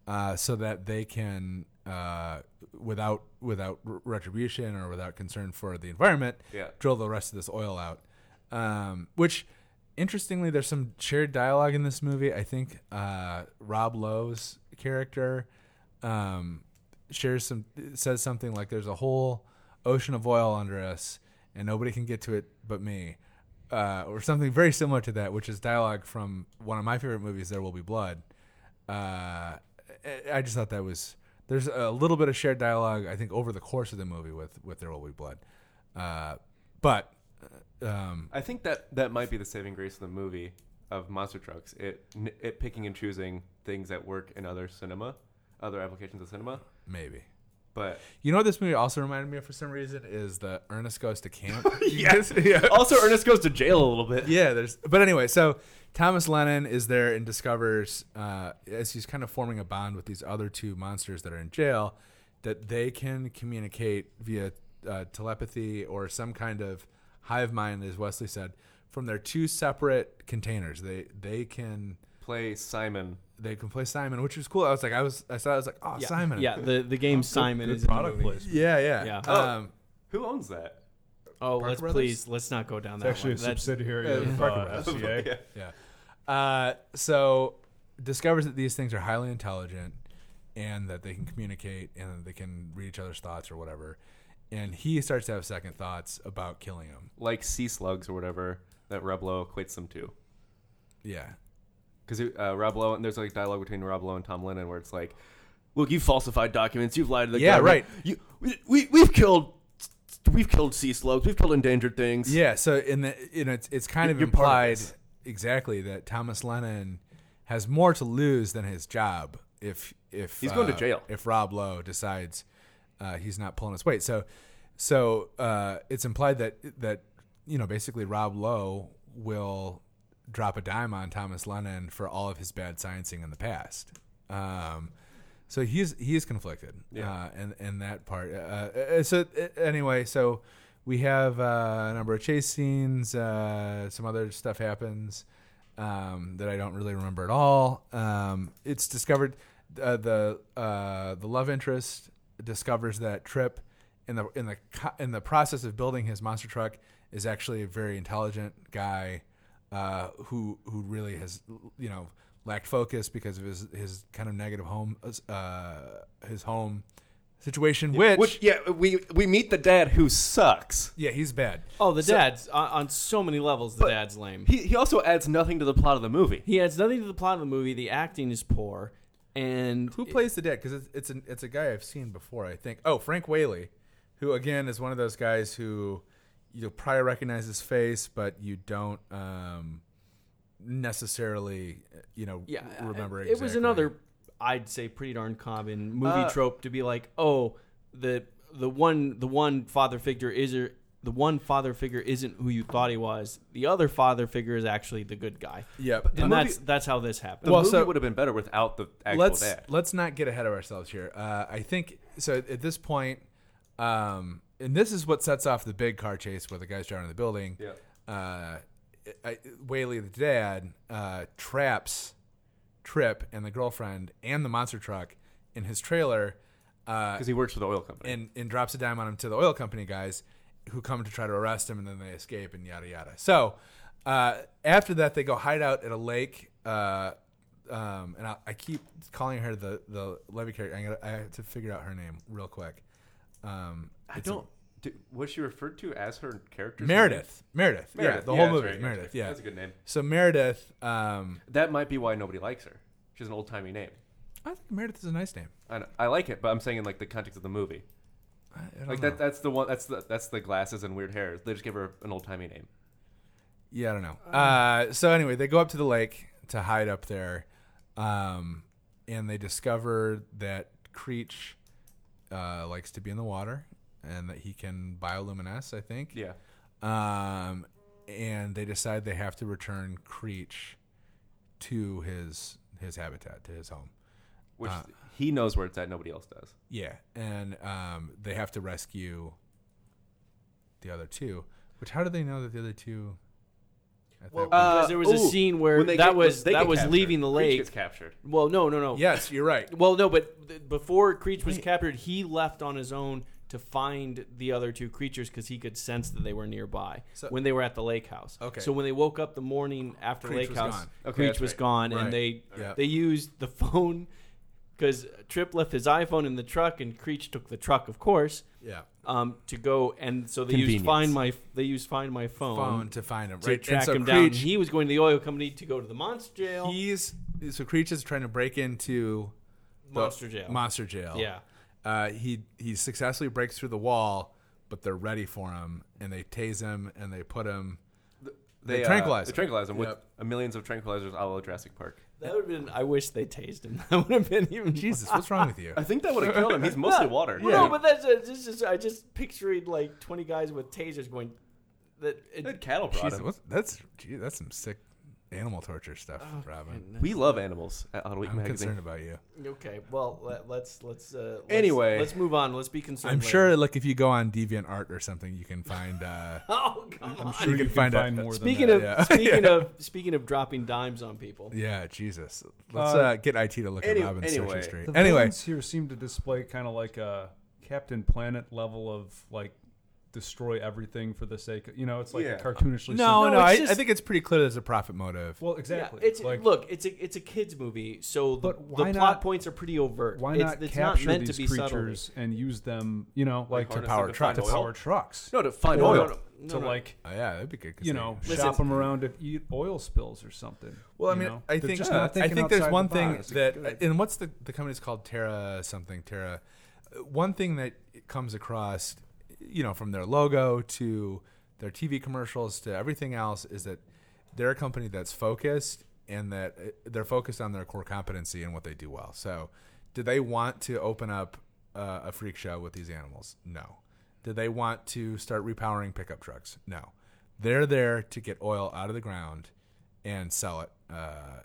[SPEAKER 1] uh, so that they can, uh, without without r- retribution or without concern for the environment,
[SPEAKER 4] Yeah.
[SPEAKER 1] drill the rest of this oil out. Um, which, interestingly, there's some shared dialogue in this movie. I think uh, Rob Lowe's character um, shares some says something like there's a whole ocean of oil under us and nobody can get to it but me uh, or something very similar to that which is dialogue from one of my favorite movies there will be blood uh, i I just thought that was There's a little bit of shared dialogue, I think, over the course of the movie with with There Will Be Blood, uh, but um,
[SPEAKER 4] I think that that might be the saving grace of the movie of monster trucks. It it picking and choosing things that work in other cinema, other applications of cinema.
[SPEAKER 1] maybe.
[SPEAKER 4] But
[SPEAKER 1] You know what this movie also reminded me of for some reason is the Ernest Goes to Camp. yes. Yeah.
[SPEAKER 4] also, Ernest goes to jail a little bit.
[SPEAKER 1] Yeah, there's. But anyway, so Thomas Lennon is there and discovers, uh, as he's kind of forming a bond with these other two monsters that are in jail, that they can communicate via uh, telepathy or some kind of hive mind, as Wesley said, from their two separate containers. They they can
[SPEAKER 4] Play Simon.
[SPEAKER 1] they can play Simon, which was cool. I was like, I was I saw, I was like, oh,
[SPEAKER 2] Yeah.
[SPEAKER 1] Simon.
[SPEAKER 2] Yeah, the, the game Simon
[SPEAKER 8] Good
[SPEAKER 2] is in the
[SPEAKER 8] product
[SPEAKER 2] movie.
[SPEAKER 8] place.
[SPEAKER 1] Yeah, yeah.
[SPEAKER 2] Yeah.
[SPEAKER 1] Um,
[SPEAKER 4] Who owns that?
[SPEAKER 2] Oh, let's
[SPEAKER 1] Brothers?
[SPEAKER 2] please let's not go down
[SPEAKER 8] It's
[SPEAKER 2] that
[SPEAKER 8] actually a
[SPEAKER 2] one. That's-
[SPEAKER 8] subsidiary
[SPEAKER 1] Yeah,
[SPEAKER 8] of uh, SCA.
[SPEAKER 4] Yeah.
[SPEAKER 1] Yeah. Uh, so discovers that these things are highly intelligent and that they can communicate and that they can read each other's thoughts or whatever. And he starts to have second thoughts about killing him.
[SPEAKER 4] Like sea slugs or whatever that Rob Lowe equates them to.
[SPEAKER 1] Yeah.
[SPEAKER 4] because uh, Rob Lowe, and there's like dialogue between Rob Lowe and Tom Lennon where it's like, "Look, you falsified documents. You've lied to the
[SPEAKER 1] Yeah,
[SPEAKER 4] government. You, we, we we've killed, we've killed sea slugs. We've killed endangered things.
[SPEAKER 1] Yeah. So in the you know it's it's kind of
[SPEAKER 4] You're part of
[SPEAKER 1] implied
[SPEAKER 4] this.
[SPEAKER 1] exactly that Thomas Lennon has more to lose than his job if if
[SPEAKER 4] He's going to
[SPEAKER 1] uh,
[SPEAKER 4] jail.
[SPEAKER 1] if Rob Lowe decides uh, he's not pulling his weight. So so uh, it's implied that that you know basically Rob Lowe will drop a dime on Thomas Lennon for all of his bad sciencing in the past. Um, so he's he's conflicted,
[SPEAKER 4] Yeah.
[SPEAKER 1] uh, and and that part. Uh, uh, so uh, anyway, so we have uh, a number of chase scenes. Uh, some other stuff happens um, that I don't really remember at all. Um, it's discovered uh, the uh, the love interest discovers that Trip in the in the co- in the process of building his monster truck is actually a very intelligent guy uh, who who really has you know lacked focus because of his his kind of negative home uh, his home situation which,
[SPEAKER 4] Which yeah, we we meet the dad who sucks.
[SPEAKER 1] yeah he's bad
[SPEAKER 2] oh, the dad's on, on so many levels. The dad's lame.
[SPEAKER 4] He he also adds nothing to the plot of the movie.
[SPEAKER 2] He adds nothing to the plot of the movie. The acting is poor, and
[SPEAKER 1] who plays the dad because it's it's, an, it's a guy I've seen before I think oh Frank Whaley who again is one of those guys who you'll probably recognize his face but you don't um, necessarily you know
[SPEAKER 2] yeah,
[SPEAKER 1] remember
[SPEAKER 2] It was
[SPEAKER 1] exactly.
[SPEAKER 2] another, I'd say, pretty darn common movie
[SPEAKER 4] Uh,
[SPEAKER 2] trope to be like, oh, the the one the one father figure is er- the one father figure isn't who you thought he was. The other father figure is actually the good guy.
[SPEAKER 1] Yep.
[SPEAKER 2] and
[SPEAKER 1] The
[SPEAKER 2] that's that's how this happened.
[SPEAKER 4] The
[SPEAKER 1] Well,
[SPEAKER 4] movie
[SPEAKER 1] so-
[SPEAKER 4] would have been better without the actual
[SPEAKER 1] let's
[SPEAKER 4] dad.
[SPEAKER 1] let's not get ahead of ourselves here. Uh, I think so. At this point, um, and this is what sets off the big car chase where the guys driving the building.
[SPEAKER 4] Yeah.
[SPEAKER 1] Uh, I, Whaley, the dad, uh, traps Trip and the girlfriend and the monster truck in his trailer. Uh,
[SPEAKER 4] Because he works for the oil company.
[SPEAKER 1] and and drops a dime on him to the oil company guys who come to try to arrest him and then they escape and yada yada so uh, after that they go hide out at a lake uh, um, and I, I keep calling her the the levy character I, gotta, I have to figure out her name real quick um,
[SPEAKER 4] I don't. do- was she referred to as her character?
[SPEAKER 1] Meredith. Meredith yeah
[SPEAKER 4] Meredith.
[SPEAKER 1] the
[SPEAKER 4] Yeah,
[SPEAKER 1] whole
[SPEAKER 4] that's
[SPEAKER 1] movie
[SPEAKER 4] right.
[SPEAKER 1] Meredith yeah
[SPEAKER 4] That's a good name.
[SPEAKER 1] so Meredith um,
[SPEAKER 4] That might be why nobody likes her. She's an old timey name.
[SPEAKER 1] I think Meredith is a nice name
[SPEAKER 4] I, know- I like it, but I'm saying in like the context of the movie.
[SPEAKER 1] I, I don't
[SPEAKER 4] Like
[SPEAKER 1] know.
[SPEAKER 4] that, that's the one. That's the that's the glasses and weird hair. They just give her an old timey name.
[SPEAKER 1] Yeah, I don't know. Uh, so anyway, they go up to the lake to hide up there, um, and they discover that Creech uh, likes to be in the water and that he can bioluminesce. I think.
[SPEAKER 4] Yeah.
[SPEAKER 1] Um, and they decide they have to return Creech to his his habitat, to his home.
[SPEAKER 4] Which
[SPEAKER 1] Uh.
[SPEAKER 4] he knows where it's at. Nobody else does.
[SPEAKER 1] Yeah, and um, they have to rescue the other two. Which how do they know that the other two? I thought-
[SPEAKER 4] uh,
[SPEAKER 2] because there was a scene where
[SPEAKER 4] when they
[SPEAKER 2] that
[SPEAKER 4] get-
[SPEAKER 2] was-
[SPEAKER 4] they
[SPEAKER 2] that
[SPEAKER 4] get
[SPEAKER 2] was
[SPEAKER 4] captured.
[SPEAKER 2] leaving the
[SPEAKER 4] Creech
[SPEAKER 2] lake.
[SPEAKER 4] Gets captured.
[SPEAKER 2] well, no, no, no.
[SPEAKER 1] yes, you're right.
[SPEAKER 2] Well, no, but th- before Creech was captured, he left on his own to find the other two creatures because he could sense that they were nearby
[SPEAKER 1] So-
[SPEAKER 2] when they were at the lake house.
[SPEAKER 1] Okay.
[SPEAKER 2] So when they woke up the morning after
[SPEAKER 1] Creech
[SPEAKER 2] lake
[SPEAKER 1] was
[SPEAKER 2] house,
[SPEAKER 1] gone.
[SPEAKER 4] Okay,
[SPEAKER 2] Creech
[SPEAKER 4] that's
[SPEAKER 2] was
[SPEAKER 4] right.
[SPEAKER 2] gone,
[SPEAKER 1] Right.
[SPEAKER 2] and they
[SPEAKER 1] Yeah.
[SPEAKER 2] they used the phone because Trip left his iPhone in the truck, and Creech took the truck, of course,
[SPEAKER 1] Yeah.
[SPEAKER 2] um, to go. And so they used
[SPEAKER 4] Convenience.
[SPEAKER 2] find my they used find my phone,
[SPEAKER 1] phone to find him,
[SPEAKER 2] Um, to
[SPEAKER 1] right? And
[SPEAKER 2] track
[SPEAKER 1] so
[SPEAKER 2] him down.
[SPEAKER 1] Creech,
[SPEAKER 2] He was going to the oil company to go to the monster jail.
[SPEAKER 1] He's so Creech is trying to break into
[SPEAKER 2] Monster Jail.
[SPEAKER 1] Monster Jail.
[SPEAKER 2] Yeah.
[SPEAKER 1] Uh, he he successfully breaks through the wall, but they're ready for him, and they tase him and they put him. They,
[SPEAKER 4] uh,
[SPEAKER 1] tranquilize.
[SPEAKER 4] They
[SPEAKER 1] him.
[SPEAKER 4] tranquilize him with
[SPEAKER 1] Yep.
[SPEAKER 4] a millions of tranquilizers, a la Jurassic Park.
[SPEAKER 2] That would have been. I wish they tased him. That would have been even.
[SPEAKER 1] Jesus, what's wrong with you?
[SPEAKER 4] I think that would have killed him. He's mostly water.
[SPEAKER 2] Well, No, but that's uh, just, just I just pictured like twenty guys with tasers going. That it,
[SPEAKER 4] That cattle brought
[SPEAKER 1] Jesus,
[SPEAKER 4] him.
[SPEAKER 1] what's, that's gee, that's some sick animal torture stuff, Robin.
[SPEAKER 4] We love animals at Auto Week
[SPEAKER 1] I'm
[SPEAKER 4] magazine.
[SPEAKER 1] concerned about you.
[SPEAKER 2] okay, well let, let's let's, uh, let's
[SPEAKER 4] Anyway.
[SPEAKER 2] let's move on. Let's be concerned.
[SPEAKER 1] I'm
[SPEAKER 2] later.
[SPEAKER 1] sure, like if you go on Deviant Art or something, you can find. Uh,
[SPEAKER 2] Oh come on.
[SPEAKER 1] you can find, out.
[SPEAKER 7] more
[SPEAKER 2] Speaking
[SPEAKER 7] than
[SPEAKER 2] of
[SPEAKER 1] Yeah.
[SPEAKER 2] speaking of speaking of dropping dimes on people.
[SPEAKER 1] Yeah, Jesus. Let's uh,
[SPEAKER 7] Uh,
[SPEAKER 1] get IT to look
[SPEAKER 4] any-
[SPEAKER 1] at Robin
[SPEAKER 4] anyway.
[SPEAKER 1] Search History.
[SPEAKER 7] that. the
[SPEAKER 1] Anyway,
[SPEAKER 7] villains here seem to display kind of like a Captain Planet level of like destroy everything for the sake of you know it's like
[SPEAKER 4] Yeah.
[SPEAKER 7] a cartoonishly
[SPEAKER 1] no, no,
[SPEAKER 2] No,
[SPEAKER 1] I,
[SPEAKER 2] it's just-
[SPEAKER 1] I think it's pretty clear there's a profit motive.
[SPEAKER 7] well exactly
[SPEAKER 2] Yeah, it's
[SPEAKER 7] like
[SPEAKER 2] look, it's a it's a kids movie, so the,
[SPEAKER 7] But why
[SPEAKER 2] the plot
[SPEAKER 7] not-
[SPEAKER 2] points are pretty overt.
[SPEAKER 7] why
[SPEAKER 2] it's,
[SPEAKER 7] not
[SPEAKER 2] it's
[SPEAKER 7] capture
[SPEAKER 2] not meant
[SPEAKER 7] these
[SPEAKER 2] to be
[SPEAKER 7] creatures and use them you know like
[SPEAKER 4] harness
[SPEAKER 7] to
[SPEAKER 4] them
[SPEAKER 7] power
[SPEAKER 4] to
[SPEAKER 7] trucks
[SPEAKER 4] find
[SPEAKER 7] to
[SPEAKER 4] oil.
[SPEAKER 7] power trucks
[SPEAKER 4] No, to find
[SPEAKER 7] Or
[SPEAKER 4] oil.
[SPEAKER 2] subtly. No,
[SPEAKER 7] to
[SPEAKER 2] no,
[SPEAKER 7] like
[SPEAKER 1] Oh, yeah, that'd be good. 'cause
[SPEAKER 7] you
[SPEAKER 1] they-
[SPEAKER 7] know
[SPEAKER 2] Listen-
[SPEAKER 7] shop them around to eat oil spills or something
[SPEAKER 1] Well, I
[SPEAKER 7] you
[SPEAKER 1] mean,
[SPEAKER 7] know?
[SPEAKER 1] I
[SPEAKER 7] They're
[SPEAKER 1] think uh,
[SPEAKER 7] just not
[SPEAKER 1] I
[SPEAKER 7] thinking
[SPEAKER 1] think there's
[SPEAKER 7] outside
[SPEAKER 1] one
[SPEAKER 7] the
[SPEAKER 1] thing
[SPEAKER 7] box.
[SPEAKER 1] that, and what's the the company's called Terra something Terra. Uh, One thing that comes across, you know, from their logo to their TV commercials to everything else is that they're a company that's focused and that uh, they're focused on their core competency and what they do well. So, do they want to open up uh, a freak show with these animals? No. Do they want to start repowering pickup trucks? No. They're there to get oil out of the ground and sell it uh,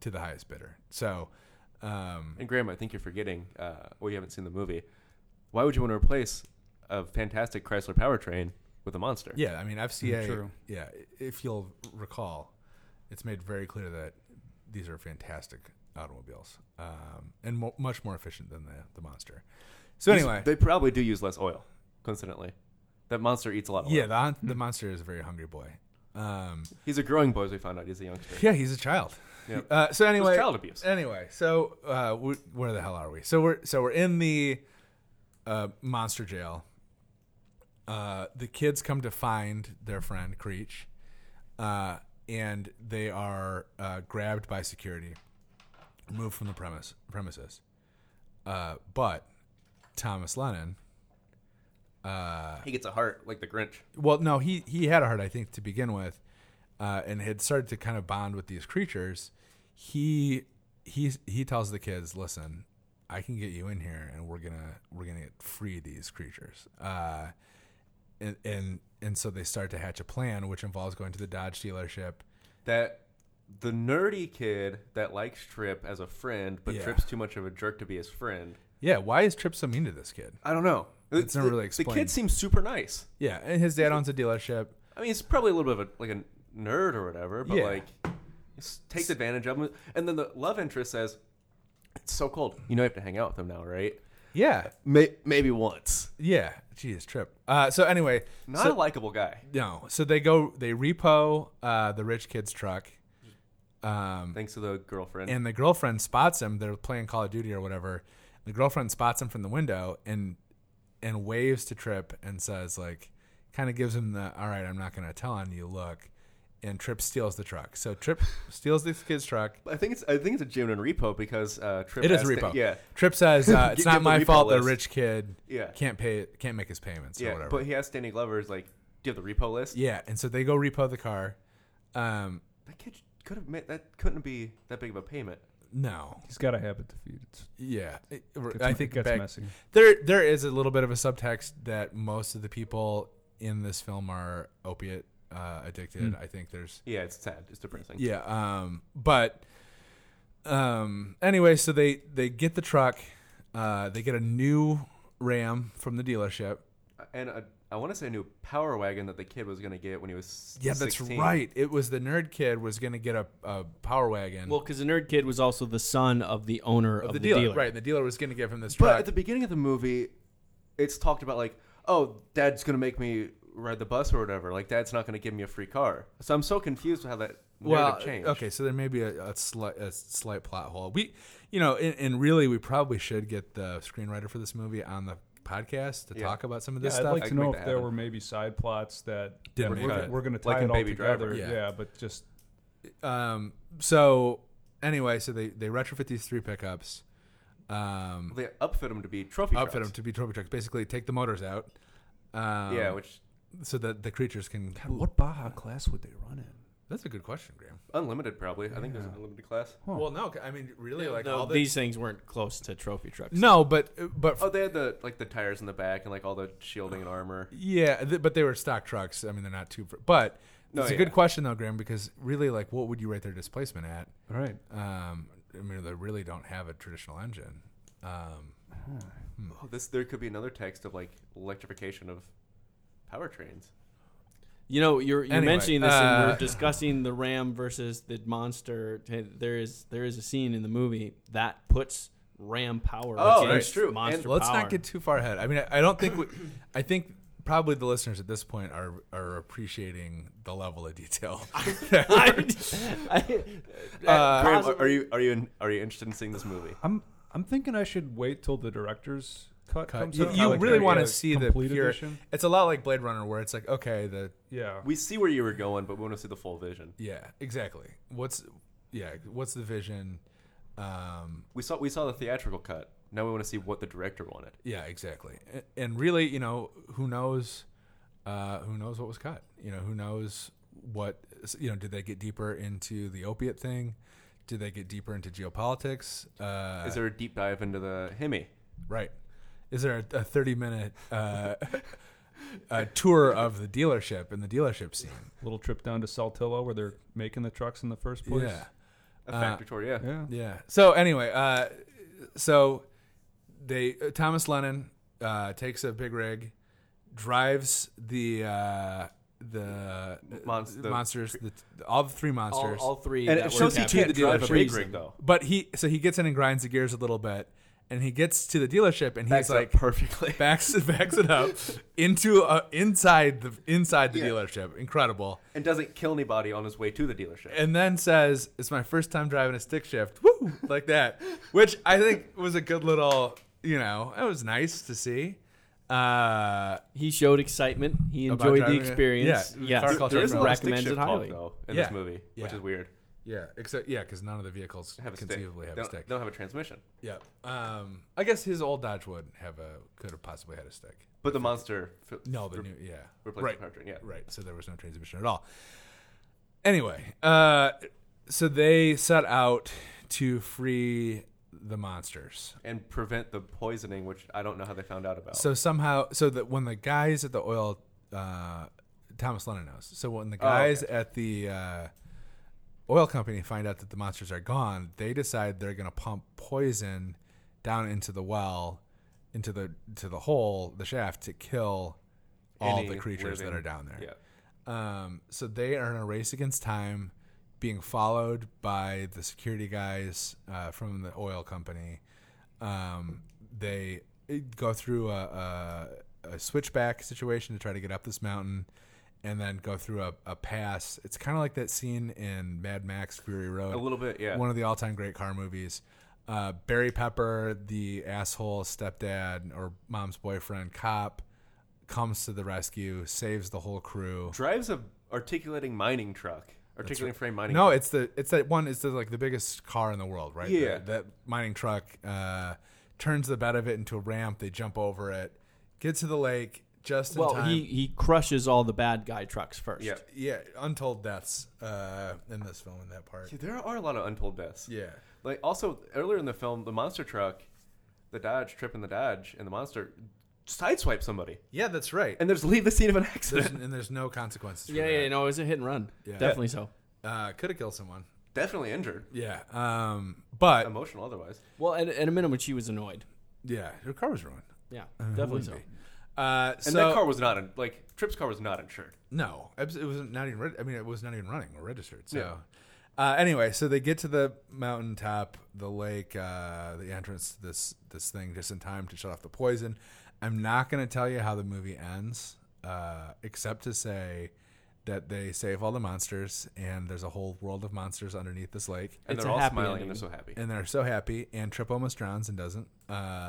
[SPEAKER 1] to the highest bidder. So, um,
[SPEAKER 4] And Graham, I think you're forgetting. Uh, well, you haven't seen the movie. Why would you want to replace a fantastic Chrysler powertrain with a monster?
[SPEAKER 1] yeah, I mean, FCA,
[SPEAKER 7] True.
[SPEAKER 1] yeah, if you'll recall, it's made very clear that these are fantastic automobiles um, and mo- much more efficient than the, the Monster. So,
[SPEAKER 4] These-
[SPEAKER 1] anyway,
[SPEAKER 4] they probably do use less oil. Coincidentally, that monster eats a lot of oil.
[SPEAKER 1] yeah, the, the Monster is a very hungry boy. Um,
[SPEAKER 4] he's a growing boy. As we found out, he's a youngster.
[SPEAKER 1] Yeah, he's a child.
[SPEAKER 4] Yep.
[SPEAKER 1] Uh, so anyway,
[SPEAKER 4] child abuse.
[SPEAKER 1] Anyway, so uh, we, where the hell are we? So we're so we're in the uh, monster jail. Uh, the kids come to find their friend Creech, uh, and they are uh, grabbed by security, removed from the premise premises. Uh, but Thomas Lennon,
[SPEAKER 4] He gets a heart like the Grinch.
[SPEAKER 1] well, no, he he had a heart, I think, to begin with, uh, and had started to kind of bond with these creatures. He he he tells the kids, "Listen, I can get you in here, and we're gonna we're gonna get free these creatures." Uh, and and and so they start to hatch a plan, which involves going to the Dodge dealership.
[SPEAKER 4] That the nerdy kid that likes Trip as a friend, but
[SPEAKER 1] Yeah.
[SPEAKER 4] Trip's too much of a jerk to be his friend.
[SPEAKER 1] Yeah, why is Trip so mean to this kid?
[SPEAKER 4] I don't know.
[SPEAKER 1] It's not
[SPEAKER 4] the,
[SPEAKER 1] really
[SPEAKER 4] The kid
[SPEAKER 1] explained.
[SPEAKER 4] seems super nice.
[SPEAKER 1] Yeah, and his dad owns a dealership.
[SPEAKER 4] I mean, he's probably a little bit of a, like a nerd or whatever, but
[SPEAKER 1] Yeah.
[SPEAKER 4] like s- takes advantage of him. And then the love interest says, "It's so cold. You know, you have to hang out with him now, right?
[SPEAKER 1] Yeah,
[SPEAKER 4] May- maybe once.
[SPEAKER 1] yeah. Geez, Trip. Uh, so anyway,
[SPEAKER 4] Not
[SPEAKER 1] so-
[SPEAKER 4] a likable guy.
[SPEAKER 1] No. So they go, they repo uh, the rich kid's truck, um,
[SPEAKER 4] Thanks to the girlfriend.
[SPEAKER 1] and the girlfriend spots him. They're playing Call of Duty or whatever. The girlfriend spots him from the window and and waves to Trip and says like, kind of gives him the all right, I'm not gonna tell on you look. And Trip steals the truck. So Trip steals this kid's truck.
[SPEAKER 4] I think it's I think it's a genuine repo because uh, Trip.
[SPEAKER 1] It is
[SPEAKER 4] asked-
[SPEAKER 1] repo.
[SPEAKER 4] yeah,
[SPEAKER 1] Trip says uh, it's
[SPEAKER 4] Give
[SPEAKER 1] not
[SPEAKER 4] the
[SPEAKER 1] my
[SPEAKER 4] repo
[SPEAKER 1] fault. The
[SPEAKER 4] list.
[SPEAKER 1] rich kid
[SPEAKER 4] Yeah.
[SPEAKER 1] can't pay, can't make his payments or
[SPEAKER 4] yeah.
[SPEAKER 1] whatever.
[SPEAKER 4] But he asked Danny Glover, "Is like, do you have the repo list?
[SPEAKER 1] yeah. And so they go repo the car. Um,
[SPEAKER 4] That kid could have made that couldn't be that big of a payment.
[SPEAKER 1] no.
[SPEAKER 7] he's got a habit to feed it's,
[SPEAKER 1] Yeah, It-
[SPEAKER 7] it's
[SPEAKER 1] I think
[SPEAKER 7] it gets
[SPEAKER 1] back-
[SPEAKER 7] messy
[SPEAKER 1] there there is a little bit of a subtext that most of the people in this film are opiate uh,
[SPEAKER 7] Hmm.
[SPEAKER 1] addicted. I think there's
[SPEAKER 4] Yeah, it's sad. It's depressing.
[SPEAKER 1] yeah, um, but um, anyway, so they they get the truck, uh, they get a new Ram from the dealership.
[SPEAKER 4] And uh, I want to say a new power wagon that the kid was gonna get when he was
[SPEAKER 1] Yeah, that's
[SPEAKER 4] 16.
[SPEAKER 1] right. It was the nerd kid was going to get a, a power wagon.
[SPEAKER 2] Well, because the nerd kid was also the son of the owner of,
[SPEAKER 1] the, dealer, right? The dealer was going to give him this
[SPEAKER 4] But
[SPEAKER 1] truck.
[SPEAKER 4] at the beginning of the movie, it's talked about like, oh, dad's gonna make me ride the bus or whatever. Like, dad's not gonna give me a free car. So I'm so confused with how that narrative
[SPEAKER 1] well,
[SPEAKER 4] changed.
[SPEAKER 1] okay, so there may be a, a, slight, a slight plot hole. We, you know, and, and really, we probably should get the screenwriter for this movie on the podcast to
[SPEAKER 4] Yeah.
[SPEAKER 1] talk about some of
[SPEAKER 7] yeah,
[SPEAKER 1] this
[SPEAKER 7] I'd
[SPEAKER 1] stuff.
[SPEAKER 7] like
[SPEAKER 4] I
[SPEAKER 7] to
[SPEAKER 4] can
[SPEAKER 7] know
[SPEAKER 4] make
[SPEAKER 7] if
[SPEAKER 4] that
[SPEAKER 7] there
[SPEAKER 4] happen.
[SPEAKER 7] were maybe side plots that
[SPEAKER 1] Didn't
[SPEAKER 7] we're,
[SPEAKER 1] make it.
[SPEAKER 7] we're, we're going to tie
[SPEAKER 4] Like in
[SPEAKER 7] it all
[SPEAKER 4] Baby Driver.
[SPEAKER 7] together
[SPEAKER 1] Yeah.
[SPEAKER 7] yeah. but just
[SPEAKER 1] um, so anyway, so they they retrofit these three pickups. Um,
[SPEAKER 4] They upfit them to be trophy
[SPEAKER 1] outfit
[SPEAKER 4] trucks.
[SPEAKER 1] them to be trophy trucks. Basically, take the motors out. Um,
[SPEAKER 4] yeah, which
[SPEAKER 1] so that the creatures can.
[SPEAKER 7] What Baja class would they run in?
[SPEAKER 1] That's a good question, Graham.
[SPEAKER 4] unlimited probably. I think there's an unlimited class.
[SPEAKER 1] Well, no, I mean, really, like
[SPEAKER 2] No,
[SPEAKER 1] all the,
[SPEAKER 2] these things weren't close to trophy trucks.
[SPEAKER 1] No, but but
[SPEAKER 4] Oh, they had the like the tires in the back and like all the shielding and armor.
[SPEAKER 1] Yeah, th- but they were stock trucks. I mean, they're not too. But
[SPEAKER 4] No,
[SPEAKER 1] it's a
[SPEAKER 4] yeah.
[SPEAKER 1] good question though, Graham, because really, like, what would you rate their displacement at?
[SPEAKER 7] Right.
[SPEAKER 1] Um, I mean, they really don't have a traditional engine. Um,
[SPEAKER 4] Oh, this there could be another text of like electrification of powertrains.
[SPEAKER 2] You know, you're, you're
[SPEAKER 1] Anyway,
[SPEAKER 2] mentioning this, and
[SPEAKER 1] uh,
[SPEAKER 2] we're discussing the Ram versus the monster. There is there is a scene in the movie that puts Ram power.
[SPEAKER 4] Oh,
[SPEAKER 2] against
[SPEAKER 4] that's true.
[SPEAKER 2] Monster
[SPEAKER 4] And
[SPEAKER 1] let's
[SPEAKER 2] power.
[SPEAKER 1] not get too far ahead. I mean, I, I don't think. We, I think probably the listeners at this point are are appreciating the level of detail.
[SPEAKER 2] I, I,
[SPEAKER 1] Uh,
[SPEAKER 4] Graham, are, are you are you in, are you interested in seeing this movie?
[SPEAKER 7] I'm I'm thinking I should wait till the director's cut,
[SPEAKER 1] Cut.
[SPEAKER 7] comes
[SPEAKER 1] You,
[SPEAKER 7] out.
[SPEAKER 1] you
[SPEAKER 7] Like
[SPEAKER 1] really
[SPEAKER 7] the,
[SPEAKER 1] want
[SPEAKER 7] uh,
[SPEAKER 1] to see the
[SPEAKER 7] complete
[SPEAKER 1] pure.
[SPEAKER 7] edition.
[SPEAKER 1] It's a lot like Blade Runner, where it's like, okay, the
[SPEAKER 7] Yeah.
[SPEAKER 4] We see where you were going, but we want to see the full vision.
[SPEAKER 1] yeah, exactly. What's yeah, what's the vision? Um,
[SPEAKER 4] We saw we saw the theatrical cut. Now we want to see what the director wanted.
[SPEAKER 1] Yeah, exactly. A- And really, you know, who knows? Uh, who knows what was cut? You know, who knows what? You know, did they get deeper into the opiate thing? Did they get deeper into geopolitics? Uh,
[SPEAKER 4] Is there a deep dive into the Hemi?
[SPEAKER 1] right? Is there a, a thirty-minute uh, uh tour of the dealership and the dealership scene?
[SPEAKER 7] Little trip down to Saltillo where they're making the trucks in the first place.
[SPEAKER 1] Yeah.
[SPEAKER 4] A factory tour, yeah.
[SPEAKER 7] Yeah.
[SPEAKER 1] Uh, Yeah. So anyway, uh, so they uh, Thomas Lennon uh, takes a big rig, drives the uh, the
[SPEAKER 4] Monst- the-
[SPEAKER 1] monsters, the, all the three
[SPEAKER 2] all,
[SPEAKER 1] monsters.
[SPEAKER 2] all three.
[SPEAKER 4] And
[SPEAKER 2] that
[SPEAKER 4] it
[SPEAKER 2] were
[SPEAKER 4] shows he
[SPEAKER 2] captured.
[SPEAKER 4] can't drive a big
[SPEAKER 2] Treason.
[SPEAKER 4] rig though.
[SPEAKER 1] but he so he gets in and grinds the gears a little bit, and he gets to the dealership and he's
[SPEAKER 4] Backs it up
[SPEAKER 1] like
[SPEAKER 4] perfectly.
[SPEAKER 1] backs backs it up into uh, inside the inside the
[SPEAKER 4] Yeah.
[SPEAKER 1] dealership. Incredible.
[SPEAKER 4] and doesn't kill anybody on his way to the dealership.
[SPEAKER 1] and then says, "It's my first time driving a stick shift." Woo, like that, which I think was a good little, you know, it was nice to see. Uh,
[SPEAKER 2] He showed excitement. He
[SPEAKER 1] About
[SPEAKER 2] enjoyed the
[SPEAKER 1] driving it.
[SPEAKER 2] experience.
[SPEAKER 1] Yeah.
[SPEAKER 2] Yeah,
[SPEAKER 1] Car culture
[SPEAKER 2] there
[SPEAKER 1] is
[SPEAKER 2] is
[SPEAKER 1] a lot of
[SPEAKER 4] stick
[SPEAKER 2] recommends
[SPEAKER 4] shift
[SPEAKER 2] it
[SPEAKER 4] talk,
[SPEAKER 2] highly.
[SPEAKER 4] though in
[SPEAKER 1] Yeah.
[SPEAKER 4] this movie, which
[SPEAKER 1] Yeah.
[SPEAKER 4] is weird.
[SPEAKER 1] yeah, except yeah, because none of the vehicles
[SPEAKER 4] Have a
[SPEAKER 1] conceivably
[SPEAKER 4] stick.
[SPEAKER 1] have a
[SPEAKER 4] They don't-
[SPEAKER 1] stick.
[SPEAKER 4] They don't have a transmission.
[SPEAKER 1] Yeah, um, I guess his old Dodge would have a could have possibly had a stick.
[SPEAKER 4] But the monster. fi-
[SPEAKER 1] No, the
[SPEAKER 4] re-
[SPEAKER 1] new yeah,
[SPEAKER 4] replaced
[SPEAKER 1] right,
[SPEAKER 4] the powertrain. Yeah,
[SPEAKER 1] right. So there was no transmission at all. Anyway, uh, so they set out to free the monsters.
[SPEAKER 4] and prevent the poisoning, which I don't know how they found out about.
[SPEAKER 1] So somehow, so that when the guys at the oil, uh, Thomas Lennon knows. So when the
[SPEAKER 4] Oh, okay.
[SPEAKER 1] guys at the uh, oil company find out that the monsters are gone, they decide they're going to pump poison down into the well, into the to the hole, the shaft to kill all
[SPEAKER 4] Any
[SPEAKER 1] the creatures that
[SPEAKER 4] living-
[SPEAKER 1] are down there.
[SPEAKER 4] yeah,
[SPEAKER 1] Um, so they are in a race against time, being followed by the security guys uh, from the oil company. Um, they eh, go through a, a, a switchback situation to try to get up this mountain, and then go through a, a pass. It's kind of like that scene in Mad Max Fury Road.
[SPEAKER 4] a little bit. Yeah,
[SPEAKER 1] One of the all-time great car movies. Uh, Barry Pepper, the asshole stepdad or mom's boyfriend cop, comes to the rescue, saves the whole crew.
[SPEAKER 4] drives a articulating mining truck, articulating frame mining.
[SPEAKER 1] No,
[SPEAKER 4] truck.
[SPEAKER 1] it's the it's that one. It's the, like the biggest car in the world, right? The-
[SPEAKER 4] Yeah.
[SPEAKER 1] that mining truck uh, turns the bed of it into a ramp. They jump over it, get to the lake just in
[SPEAKER 2] Well,
[SPEAKER 1] time.
[SPEAKER 2] he he crushes all the bad guy trucks first.
[SPEAKER 4] yeah.
[SPEAKER 1] yeah, untold deaths uh, in this film in that part.
[SPEAKER 4] Dude, there are a lot of untold deaths.
[SPEAKER 1] Yeah,
[SPEAKER 4] Like also earlier in the film, the monster truck, the Dodge tripping the Dodge, and the monster sideswipe somebody,
[SPEAKER 1] yeah, that's right. And
[SPEAKER 4] and there's leave the scene of an
[SPEAKER 1] there's,
[SPEAKER 4] accident.
[SPEAKER 1] and there's no consequences.
[SPEAKER 2] yeah,
[SPEAKER 1] for
[SPEAKER 2] yeah.
[SPEAKER 1] that.
[SPEAKER 2] No, it was a hit and run. Definitely so.
[SPEAKER 1] Uh, could have killed someone.
[SPEAKER 4] Definitely injured,
[SPEAKER 1] Yeah, um, but
[SPEAKER 4] emotional otherwise.
[SPEAKER 2] Well, at, at a minimum, she was annoyed.
[SPEAKER 1] yeah, her car was ruined.
[SPEAKER 2] Yeah, definitely so.
[SPEAKER 1] Uh,
[SPEAKER 4] And that car was not in, like Tripp's car was not insured.
[SPEAKER 1] No, abs- it was not even. reg- I mean, it was not even running or registered. So,
[SPEAKER 4] Yeah.
[SPEAKER 1] uh, anyway, so they get to the mountaintop, the lake, uh, the entrance to this this thing just in time to shut off the poison. I'm not going to tell you how the movie ends, uh, except to say that they save all the monsters, and there's a whole world of monsters underneath this lake,
[SPEAKER 4] And
[SPEAKER 2] It's
[SPEAKER 4] they're
[SPEAKER 2] a
[SPEAKER 4] all
[SPEAKER 2] happy ending.
[SPEAKER 4] smiling and they're so happy.
[SPEAKER 1] and they're so happy. And Trip almost drowns and doesn't. Uh,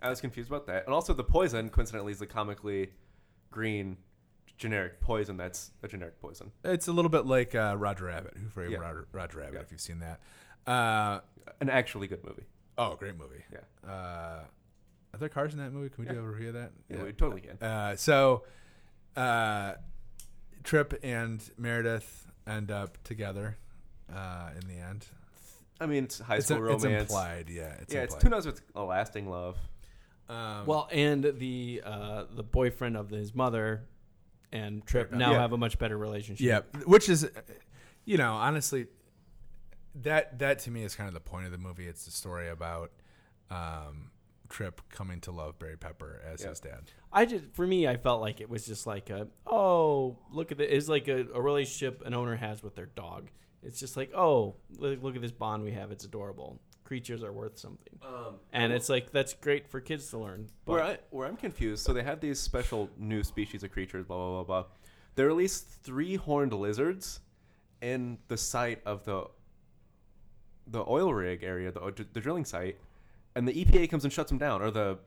[SPEAKER 4] I was confused about that. And also, the poison, coincidentally, is the comically green generic poison that's a generic poison.
[SPEAKER 1] it's a little bit like uh, Roger Rabbit, Who Framed
[SPEAKER 4] Yeah.
[SPEAKER 1] Roger, Roger Rabbit, if you've seen that. Uh,
[SPEAKER 4] An actually good movie.
[SPEAKER 1] Oh, great movie.
[SPEAKER 4] Yeah.
[SPEAKER 1] Uh, are there cars in that movie? Can we do a review of that?
[SPEAKER 4] Yeah, we totally can.
[SPEAKER 1] Uh, so, uh, Trip and Meredith end up together uh, in the end.
[SPEAKER 4] I mean, it's high
[SPEAKER 1] It's,
[SPEAKER 4] school
[SPEAKER 1] it's
[SPEAKER 4] romance.
[SPEAKER 1] implied, yeah. It's
[SPEAKER 4] yeah,
[SPEAKER 1] implied.
[SPEAKER 4] it's who knows what's a lasting love.
[SPEAKER 1] Um,
[SPEAKER 2] Well, and the uh, the boyfriend of his mother and Trip now
[SPEAKER 4] Yeah.
[SPEAKER 2] have a much better relationship.
[SPEAKER 1] yeah, which is, you know, honestly, that that to me is kind of the point of the movie. It's the story about um, Trip coming to love Barry Pepper as his dad.
[SPEAKER 2] I just for me, I felt like it was just like a oh look at the it's like a, a relationship an owner has with their dog. It's just like oh look, look at this bond we have. It's adorable. Creatures are worth something, and it's like that's great for kids to learn. But
[SPEAKER 4] Where I where I'm confused. So they have these special new species of creatures. Blah blah blah blah. There are at least three horned lizards in the site of the the oil rig area, the, the drilling site, and the EPA comes and shuts them down. Or the,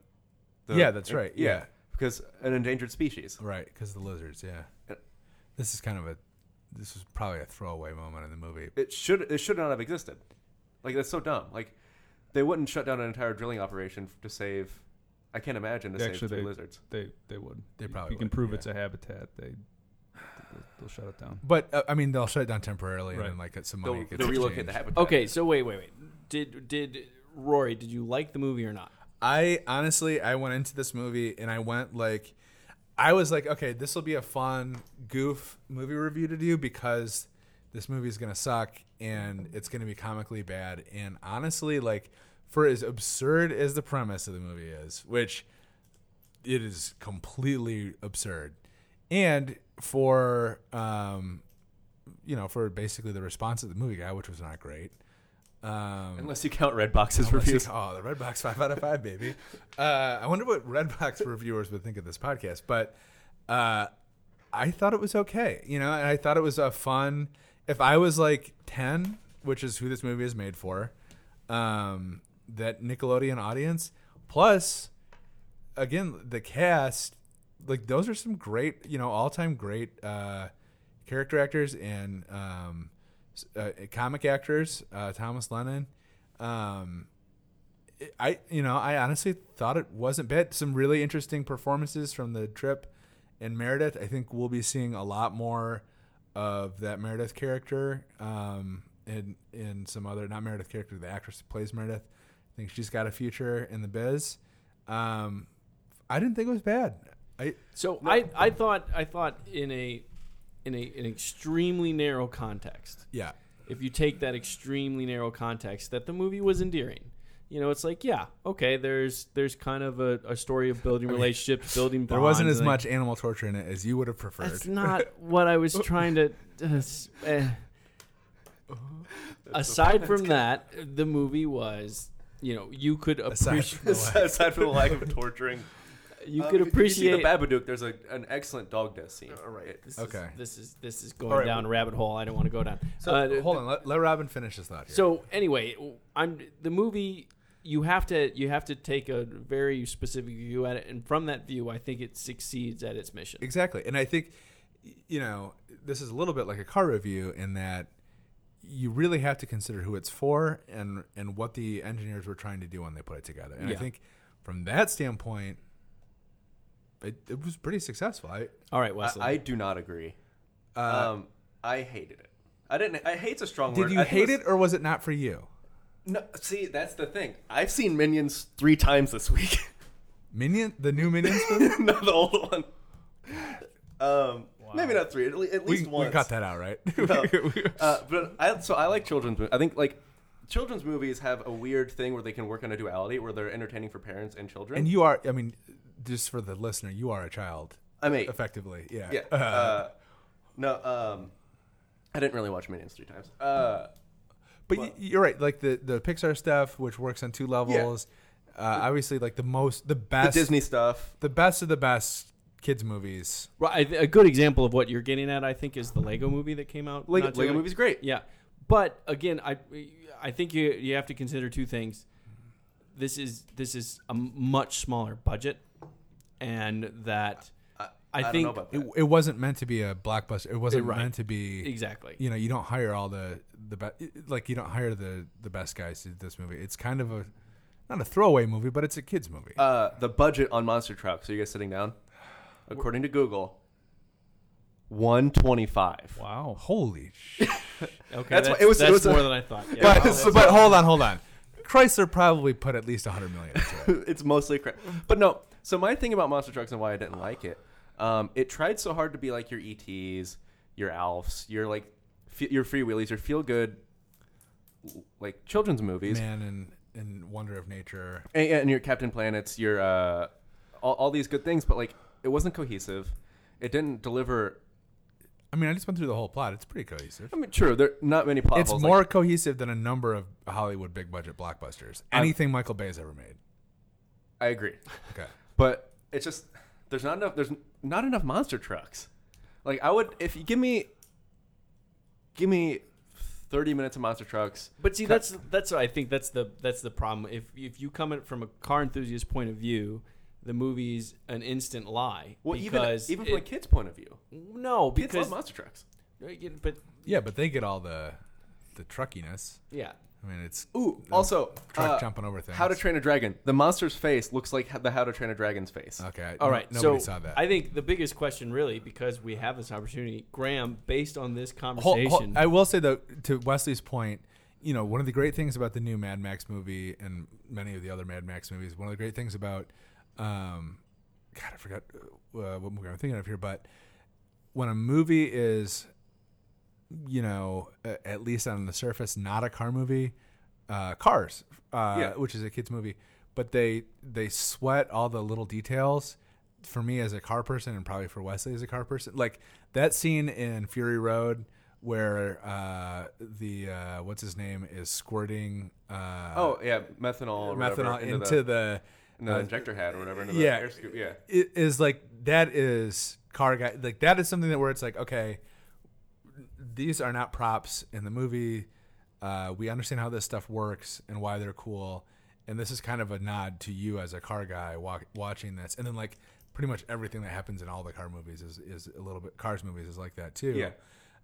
[SPEAKER 4] the
[SPEAKER 1] Yeah, that's right, yeah.
[SPEAKER 4] because an endangered species.
[SPEAKER 1] Right, because the lizards. Yeah,
[SPEAKER 4] Uh,
[SPEAKER 1] this is kind of a this is probably a throwaway moment in the movie.
[SPEAKER 4] It should it should not have existed. Like that's so dumb. Like they wouldn't shut down an entire drilling operation to save. I can't imagine to
[SPEAKER 7] Actually,
[SPEAKER 4] save three
[SPEAKER 7] they-
[SPEAKER 4] lizards.
[SPEAKER 7] They they would.
[SPEAKER 1] They
[SPEAKER 7] If
[SPEAKER 1] probably
[SPEAKER 7] you can
[SPEAKER 1] would,
[SPEAKER 7] prove
[SPEAKER 1] yeah.
[SPEAKER 7] it's a habitat. They they'll shut it down.
[SPEAKER 1] But uh, I mean, they'll shut it down temporarily,
[SPEAKER 7] Right.
[SPEAKER 1] and then like uh, some money
[SPEAKER 4] They'll,
[SPEAKER 1] gets
[SPEAKER 4] they'll relocate
[SPEAKER 1] exchanged.
[SPEAKER 4] the habitat.
[SPEAKER 2] okay, so wait, wait, wait. Did did Rory? Did you like the movie or not?
[SPEAKER 1] I honestly, I went into this movie and I went like, I was like, okay, this will be a fun goof movie review to do because this movie is gonna suck and it's gonna be comically bad. And honestly, like for as absurd as the premise of the movie is, which it is completely absurd, and for um, you know, for basically the response of the movie guy, which was not great. Um,
[SPEAKER 4] Unless you count Red Box's reviews.
[SPEAKER 1] Oh, the Red Box five out of five, baby. Uh, I wonder what Red Box reviewers would think of this podcast, but uh, I thought it was okay, you know, and I thought it was a fun. If I was like ten, which is who this movie is made for, um, that Nickelodeon audience, plus again the cast, like those are some great, you know, all time great uh, character actors and um, s- uh, comic actors. Uh, Thomas Lennon. Um, I you know I honestly thought it wasn't bad. Some really interesting performances from the trip and Meredith. I think we'll be seeing a lot more of that Meredith character um, in in some other not Meredith character. The actress who plays Meredith. I think she's got a future in the biz. Um, I didn't think it was bad. I
[SPEAKER 2] So I, I thought I thought in a in a an extremely narrow context.
[SPEAKER 1] yeah
[SPEAKER 2] if you take that extremely narrow context that the movie was endearing you know it's like yeah okay there's there's kind of a, a story of building relationships building
[SPEAKER 1] there wasn't
[SPEAKER 2] bonds,
[SPEAKER 1] as
[SPEAKER 2] and, like,
[SPEAKER 1] much animal torture in it as you would have preferred.
[SPEAKER 2] that's not what i was trying to uh, s- eh.
[SPEAKER 1] Uh-huh.
[SPEAKER 2] aside from that the movie was you know you could
[SPEAKER 1] Aside
[SPEAKER 2] appreciate
[SPEAKER 1] from the Uh, lack-
[SPEAKER 4] Aside from the lack of torturing,
[SPEAKER 2] you
[SPEAKER 4] Um,
[SPEAKER 2] could
[SPEAKER 4] if You see
[SPEAKER 2] appreciate
[SPEAKER 4] the Babadook. There's a, an excellent dog death scene. All right.
[SPEAKER 2] this
[SPEAKER 1] Okay.
[SPEAKER 2] is, this is this is going down a rabbit hole i don't want to go down
[SPEAKER 1] So
[SPEAKER 2] Uh,
[SPEAKER 1] hold on, let, let Robin finish his thought here.
[SPEAKER 2] So anyway, I'm the movie. You have to you have to take a very specific view at it, and from that view, I think it succeeds at its mission.
[SPEAKER 1] Exactly. And I think, y- you know, this is a little bit like a car review in that you really have to consider who it's for and and what the engineers were trying to do when they put it together. And I
[SPEAKER 2] Yeah.
[SPEAKER 1] think from that standpoint, it, it was pretty successful. I,
[SPEAKER 2] All right,
[SPEAKER 4] I,
[SPEAKER 2] Wesley.
[SPEAKER 4] I do not agree. um, I hated it. I didn't. I hate's a strong word.
[SPEAKER 1] Uh, did you
[SPEAKER 4] I
[SPEAKER 1] hate
[SPEAKER 4] think
[SPEAKER 1] it or was it not for you?
[SPEAKER 4] was- No. See, that's the thing. I've seen Minions three times this week.
[SPEAKER 1] Minion, the new Minions movie?
[SPEAKER 4] not the old one. Um, maybe not three. At, le- at
[SPEAKER 1] we,
[SPEAKER 4] least
[SPEAKER 1] we
[SPEAKER 4] once.
[SPEAKER 1] got that out right.
[SPEAKER 4] Uh, but I, so I like children's. mo- I think like children's movies have a weird thing where they can work on a duality where they're entertaining for parents and children.
[SPEAKER 1] and you are, I mean, just for the listener, you are a child,
[SPEAKER 4] I'm eight.
[SPEAKER 1] effectively. Yeah.
[SPEAKER 4] Yeah. Uh, no. Um, I didn't really watch Minions three times. Uh,
[SPEAKER 1] But y you're right. Like the the Pixar stuff, which works on two levels. Uh, obviously, like the most, the
[SPEAKER 4] the
[SPEAKER 1] best,
[SPEAKER 4] Disney stuff.
[SPEAKER 1] the best of the best kids movies.
[SPEAKER 2] Well, I th- a good example of what you're getting at, I think, is the Lego movie that came out.
[SPEAKER 4] Lego,
[SPEAKER 2] not too
[SPEAKER 4] Lego
[SPEAKER 2] long-
[SPEAKER 4] movie's great.
[SPEAKER 2] Yeah, but again, I I think you you have to consider two things. This is this is a much smaller budget, and that I,
[SPEAKER 4] I,
[SPEAKER 2] think
[SPEAKER 4] don't know about
[SPEAKER 1] It,
[SPEAKER 4] that.
[SPEAKER 1] it wasn't meant to be a blockbuster. It wasn't meant to be.
[SPEAKER 2] exactly.
[SPEAKER 1] You know, you don't hire all the the best. Like you don't hire the the best guys to do this movie. It's kind of a not a throwaway movie, but it's a kids movie.
[SPEAKER 4] Uh, the budget on Monster Trucks. Are you guys sitting down? According to Google, one twenty-five.
[SPEAKER 1] wow, holy shit!
[SPEAKER 2] Okay,
[SPEAKER 4] That's
[SPEAKER 2] that's,
[SPEAKER 4] why- it was- it
[SPEAKER 2] that's
[SPEAKER 4] was a-
[SPEAKER 2] more than I thought. Yeah.
[SPEAKER 1] but but hold on, hold on. Chrysler probably put at least a hundred million into it.
[SPEAKER 4] it's mostly crap. But no. So my thing about monster trucks and why I didn't like it, um, it tried so hard to be like your ETs, your Alfs, your like f- your free wheelies, your feel good, like children's movies,
[SPEAKER 1] Man and and Wonder of Nature.
[SPEAKER 4] and, and your Captain Planets, your uh, all, all these good things. But like it wasn't cohesive. It didn't deliver.
[SPEAKER 1] I mean, I just went through the whole plot. It's pretty cohesive.
[SPEAKER 4] I mean, true, there not many plot
[SPEAKER 1] It's
[SPEAKER 4] holes, like-
[SPEAKER 1] more cohesive than a number of Hollywood big budget blockbusters. Anything Michael Bay's ever made.
[SPEAKER 4] I agree.
[SPEAKER 1] Okay.
[SPEAKER 4] but it's just there's not enough there's not enough monster trucks like i would if you give me give me 30 minutes of monster trucks
[SPEAKER 2] But see, that's that's I think that's the that's the problem. If if you come at it from a car enthusiast point of view, the movie's an instant lie.
[SPEAKER 4] well even
[SPEAKER 2] because
[SPEAKER 4] even from a
[SPEAKER 2] it-
[SPEAKER 4] kid's point of view
[SPEAKER 2] no,
[SPEAKER 4] kids
[SPEAKER 2] because uh,
[SPEAKER 4] love monster trucks
[SPEAKER 2] but
[SPEAKER 1] Yeah, but they get all the the truckiness.
[SPEAKER 2] yeah,
[SPEAKER 1] I mean, it's
[SPEAKER 4] ooh also
[SPEAKER 1] truck
[SPEAKER 4] uh,
[SPEAKER 1] jumping over things.
[SPEAKER 4] how to train a dragon the monster's face looks like the how to train a dragon's face
[SPEAKER 1] Okay.
[SPEAKER 2] all
[SPEAKER 1] no-
[SPEAKER 2] right.
[SPEAKER 1] Nobody
[SPEAKER 2] so
[SPEAKER 1] saw that.
[SPEAKER 2] I think the biggest question, really, because we have this opportunity, Graham, based on this
[SPEAKER 1] Hol-
[SPEAKER 2] conversation,
[SPEAKER 1] hol- I will say though, to Wesley's point, you know, one of the great things about the new Mad Max movie and many of the other Mad Max movies, one of the great things about, um, God, I forgot uh, what movie I'm thinking of here, but when a movie is, you know, a- at least on the surface, not a car movie, uh, Cars, uh,
[SPEAKER 4] Yeah.
[SPEAKER 1] which is a kids movie, but they they sweat all the little details. For me as a car person, and probably for Wesley as a car person, like that scene in Fury Road where uh, the uh, what's his name is squirting uh,
[SPEAKER 4] oh yeah methanol or whatever
[SPEAKER 1] methanol into,
[SPEAKER 4] the,
[SPEAKER 1] the,
[SPEAKER 4] in the injector head or whatever into the
[SPEAKER 1] yeah.
[SPEAKER 4] air scoop Uh, yeah
[SPEAKER 1] it is like that is car guy like that is something that where it's like okay these are not props in the movie uh, we understand how this stuff works and why they're cool and this is kind of a nod to you as a car guy wa- watching this and then like pretty much everything that happens in all the car movies is, is a little bit cars movies is like that too
[SPEAKER 4] Yeah.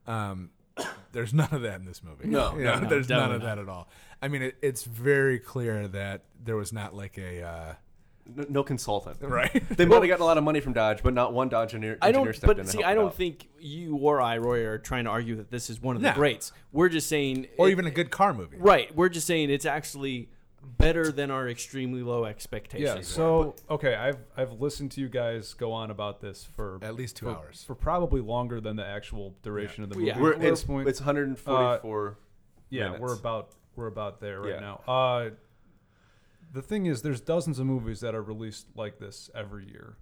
[SPEAKER 1] um, there's none of that in this movie
[SPEAKER 4] No,
[SPEAKER 1] Yeah,
[SPEAKER 4] no, no,
[SPEAKER 1] there's none of
[SPEAKER 2] definitely
[SPEAKER 1] that at all i mean it, it's very clear that there was not like a uh,
[SPEAKER 4] no, no consultant
[SPEAKER 1] right
[SPEAKER 4] they might have gotten a lot of money from dodge but not one dodge engineer,
[SPEAKER 2] I
[SPEAKER 4] engineer
[SPEAKER 2] don't.
[SPEAKER 4] stepped in
[SPEAKER 2] But
[SPEAKER 4] and
[SPEAKER 2] see,
[SPEAKER 4] helped
[SPEAKER 2] I
[SPEAKER 4] it
[SPEAKER 2] don't
[SPEAKER 4] out.
[SPEAKER 2] think you or I, Roy, are trying to argue that this is one of the
[SPEAKER 1] No.
[SPEAKER 2] greats. We're just saying,
[SPEAKER 1] or
[SPEAKER 2] it-
[SPEAKER 1] even a good car movie
[SPEAKER 2] right. We're just saying it's actually better than our extremely low expectations.
[SPEAKER 3] Yeah. So okay, I've I've listened to you guys go on about this for
[SPEAKER 1] At least two
[SPEAKER 3] for-
[SPEAKER 1] hours.
[SPEAKER 3] for probably longer than the actual duration of the movie.
[SPEAKER 2] Yeah.
[SPEAKER 4] we're,
[SPEAKER 3] At
[SPEAKER 4] it's,
[SPEAKER 3] this point-
[SPEAKER 4] it's 144
[SPEAKER 3] yeah, we're
[SPEAKER 4] minutes.
[SPEAKER 3] about we're about there right
[SPEAKER 4] Yeah.
[SPEAKER 3] now. Uh, the thing is, there's dozens of movies that are released like this every year,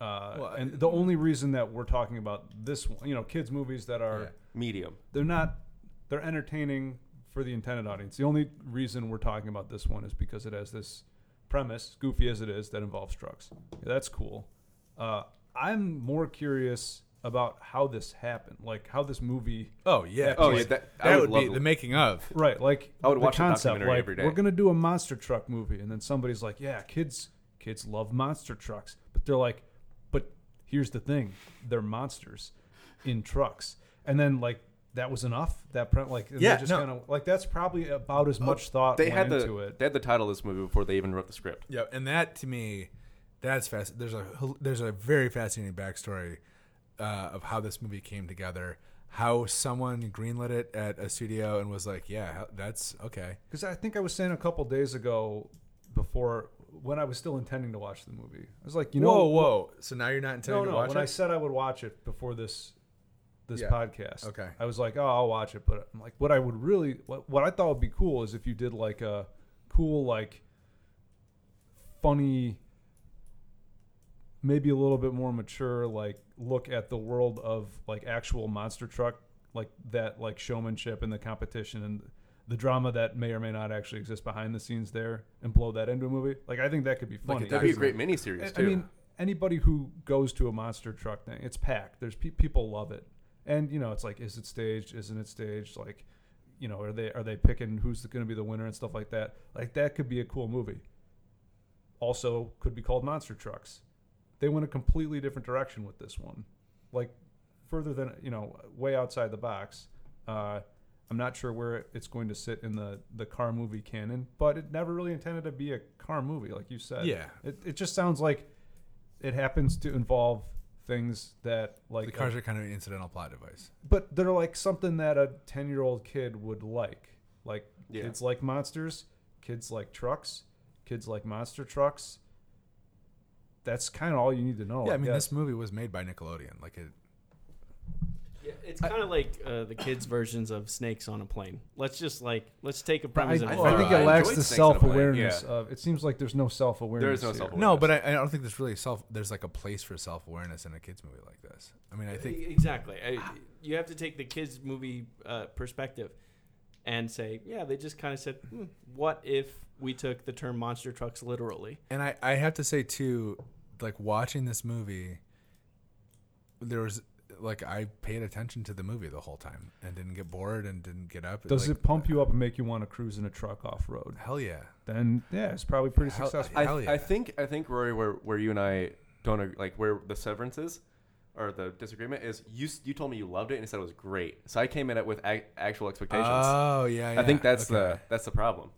[SPEAKER 3] uh, and the only reason that we're talking about this one, you know, kids movies that are
[SPEAKER 4] medium
[SPEAKER 3] they're not they're entertaining for the intended audience. The only reason we're talking about this one is because it has this premise, goofy as it is, that involves trucks. Yeah, that's cool. Uh, I'm more curious about how this happened, like how this movie.
[SPEAKER 1] Oh yeah.
[SPEAKER 3] Oh,
[SPEAKER 4] yeah,
[SPEAKER 1] Like,
[SPEAKER 4] that-
[SPEAKER 1] that,
[SPEAKER 4] I would
[SPEAKER 1] would,
[SPEAKER 4] love
[SPEAKER 1] be
[SPEAKER 4] to-
[SPEAKER 1] the making of.
[SPEAKER 3] Right, like
[SPEAKER 4] I would
[SPEAKER 3] the
[SPEAKER 4] watch a
[SPEAKER 3] concept,
[SPEAKER 4] documentary
[SPEAKER 3] like,
[SPEAKER 4] every day.
[SPEAKER 3] We're gonna do a monster truck movie, and then somebody's like, "Yeah, kids, kids love monster trucks," but they're like, "But here's the thing, they're monsters in trucks," and then like that was enough. That print, like, and they
[SPEAKER 1] Yeah,
[SPEAKER 3] just
[SPEAKER 1] no.
[SPEAKER 3] kind of like that's probably about as much thought
[SPEAKER 4] Oh, they
[SPEAKER 3] went
[SPEAKER 4] had the
[SPEAKER 3] into it.
[SPEAKER 4] they had the title of this movie before they even wrote the script.
[SPEAKER 1] Yeah, and that to me, that's fast. There's a there's a very fascinating backstory uh, of how this movie came together. How someone greenlit it at a studio and was like, "Yeah, that's okay."
[SPEAKER 3] Because I think I was saying a couple days ago, before when I was still intending to watch the movie, I was like, "You know,
[SPEAKER 1] whoa, whoa! So now you're not
[SPEAKER 3] No,
[SPEAKER 1] intending
[SPEAKER 3] no.
[SPEAKER 1] to watch
[SPEAKER 3] When
[SPEAKER 1] it.
[SPEAKER 3] I said I would watch it before this this
[SPEAKER 1] Yeah.
[SPEAKER 3] podcast,
[SPEAKER 1] Okay.
[SPEAKER 3] I was like, oh, I'll watch it. But I'm like, what I would really, what, what I thought would be cool is if you did like a cool, like funny, maybe a little bit more mature, like look at the world of like actual monster truck, like that, like showmanship and the competition and the drama that may or may not actually exist behind the scenes there, and blow that into a movie. Like, I think that could be funny.
[SPEAKER 4] That'd be a great miniseries
[SPEAKER 3] I
[SPEAKER 4] too.
[SPEAKER 3] mean, anybody who goes to a monster truck thing, it's packed. There's pe- people love it, and you know, it's like, is it staged? Isn't it staged? Like, you know, are they are they picking who's going to be the winner and stuff like that? Like that could be a cool movie. Also, could be called Monster Trucks. They went a completely different direction with this one, like further than you know, way outside the box. Uh, I'm not sure where it's going to sit in the the car movie canon, but it never really intended to be a car movie, like you said.
[SPEAKER 1] Yeah.
[SPEAKER 3] It, it just sounds like it happens to involve things that like
[SPEAKER 1] The cars are kind of an incidental plot device.
[SPEAKER 3] but they're like something that a 10 year old kid would like like
[SPEAKER 4] Yeah.
[SPEAKER 3] kids like monsters kids like trucks kids like monster trucks that's kind of all you need to know
[SPEAKER 1] Yeah, I mean,
[SPEAKER 3] guess.
[SPEAKER 1] this movie was made by Nickelodeon. Like, it,
[SPEAKER 2] Yeah, it's kind of like uh, the kids' versions of snakes on a plane. Let's just like let's take a
[SPEAKER 3] But I,
[SPEAKER 2] premise. and
[SPEAKER 4] I
[SPEAKER 2] apply
[SPEAKER 3] I think
[SPEAKER 4] thought
[SPEAKER 3] it
[SPEAKER 4] I
[SPEAKER 3] lacks
[SPEAKER 4] enjoyed
[SPEAKER 3] the
[SPEAKER 4] Snakes on a Plane.
[SPEAKER 3] self awareness
[SPEAKER 4] Yeah.
[SPEAKER 3] of. It seems like there's no self awareness.
[SPEAKER 4] There's no self-awareness.
[SPEAKER 1] no, but I, I don't think there's really self. There's like a place for self awareness in a kids movie like this. I mean, I think
[SPEAKER 2] E, exactly. I, you have to take the kids' movie uh, perspective and say, yeah, they just kind of said, hmm, what if we took the term monster trucks literally?
[SPEAKER 1] And I, I have to say too, like watching this movie, there was like I paid attention to the movie the whole time and didn't get bored and didn't get up.
[SPEAKER 3] Does
[SPEAKER 1] Like,
[SPEAKER 3] it pump you up and make you want to cruise in a truck off road?
[SPEAKER 1] Hell yeah!
[SPEAKER 3] Then yeah, it's probably pretty
[SPEAKER 1] Hell-
[SPEAKER 3] successful.
[SPEAKER 4] I,
[SPEAKER 1] Hell yeah.
[SPEAKER 4] I think I think Rory, where where you and I don't agree, like where the severance is, or the disagreement is, you s- you told me you loved it and you said it was great. So I came in it with ac- actual expectations.
[SPEAKER 1] Oh yeah, yeah.
[SPEAKER 4] I think that's the
[SPEAKER 1] Okay.
[SPEAKER 4] that's the problem.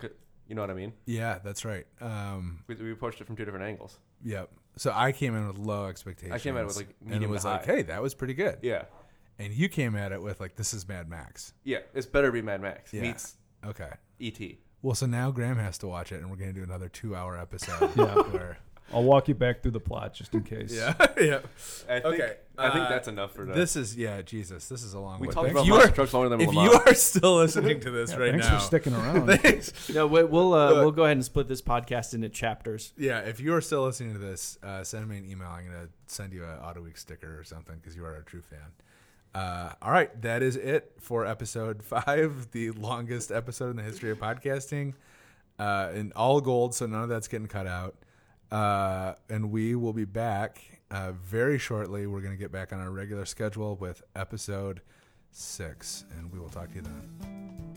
[SPEAKER 4] C- You know what I mean?
[SPEAKER 1] yeah, that's right. Um,
[SPEAKER 4] We, we approached it from two different angles.
[SPEAKER 1] yeah. So I came in with low expectations.
[SPEAKER 4] in with, like, medium
[SPEAKER 1] and it
[SPEAKER 4] to
[SPEAKER 1] was like,
[SPEAKER 4] high.
[SPEAKER 1] hey, that was pretty good.
[SPEAKER 4] Yeah,
[SPEAKER 1] And you came at it with like, this is Mad Max.
[SPEAKER 4] yeah. It's better be Mad Max
[SPEAKER 1] Yeah.
[SPEAKER 4] meets E
[SPEAKER 1] Okay.
[SPEAKER 4] E.T.
[SPEAKER 1] Well, so now Graham has to watch it, and we're gonna do another two-hour episode. Where,
[SPEAKER 3] I'll walk you back through the plot just in case.
[SPEAKER 1] yeah. yeah.
[SPEAKER 4] I think,
[SPEAKER 1] Okay,
[SPEAKER 4] I think
[SPEAKER 1] uh,
[SPEAKER 4] that's enough for
[SPEAKER 1] This is yeah, Jesus. This is a long
[SPEAKER 4] We
[SPEAKER 1] way.
[SPEAKER 4] talked
[SPEAKER 1] Thanks.
[SPEAKER 4] about
[SPEAKER 1] You
[SPEAKER 4] monster
[SPEAKER 1] are-
[SPEAKER 4] trucks longer than
[SPEAKER 1] If
[SPEAKER 4] Lamar.
[SPEAKER 1] you are still listening to this right
[SPEAKER 3] Thanks
[SPEAKER 1] now,
[SPEAKER 3] for sticking around.
[SPEAKER 1] thanks.
[SPEAKER 2] No, we, we'll uh,
[SPEAKER 1] Look.
[SPEAKER 2] we'll go ahead and split this podcast into chapters.
[SPEAKER 1] Yeah, if you are still listening to this, uh, send me an email. I'm gonna send you an Auto Week sticker or something because you are a true fan. Uh, all right, that is it for episode five, the longest episode in the history of podcasting, uh, and all gold, so none of that's getting cut out. Uh, and we will be back uh, very shortly. We're gonna get back on our regular schedule with episode six, and we will talk to you then.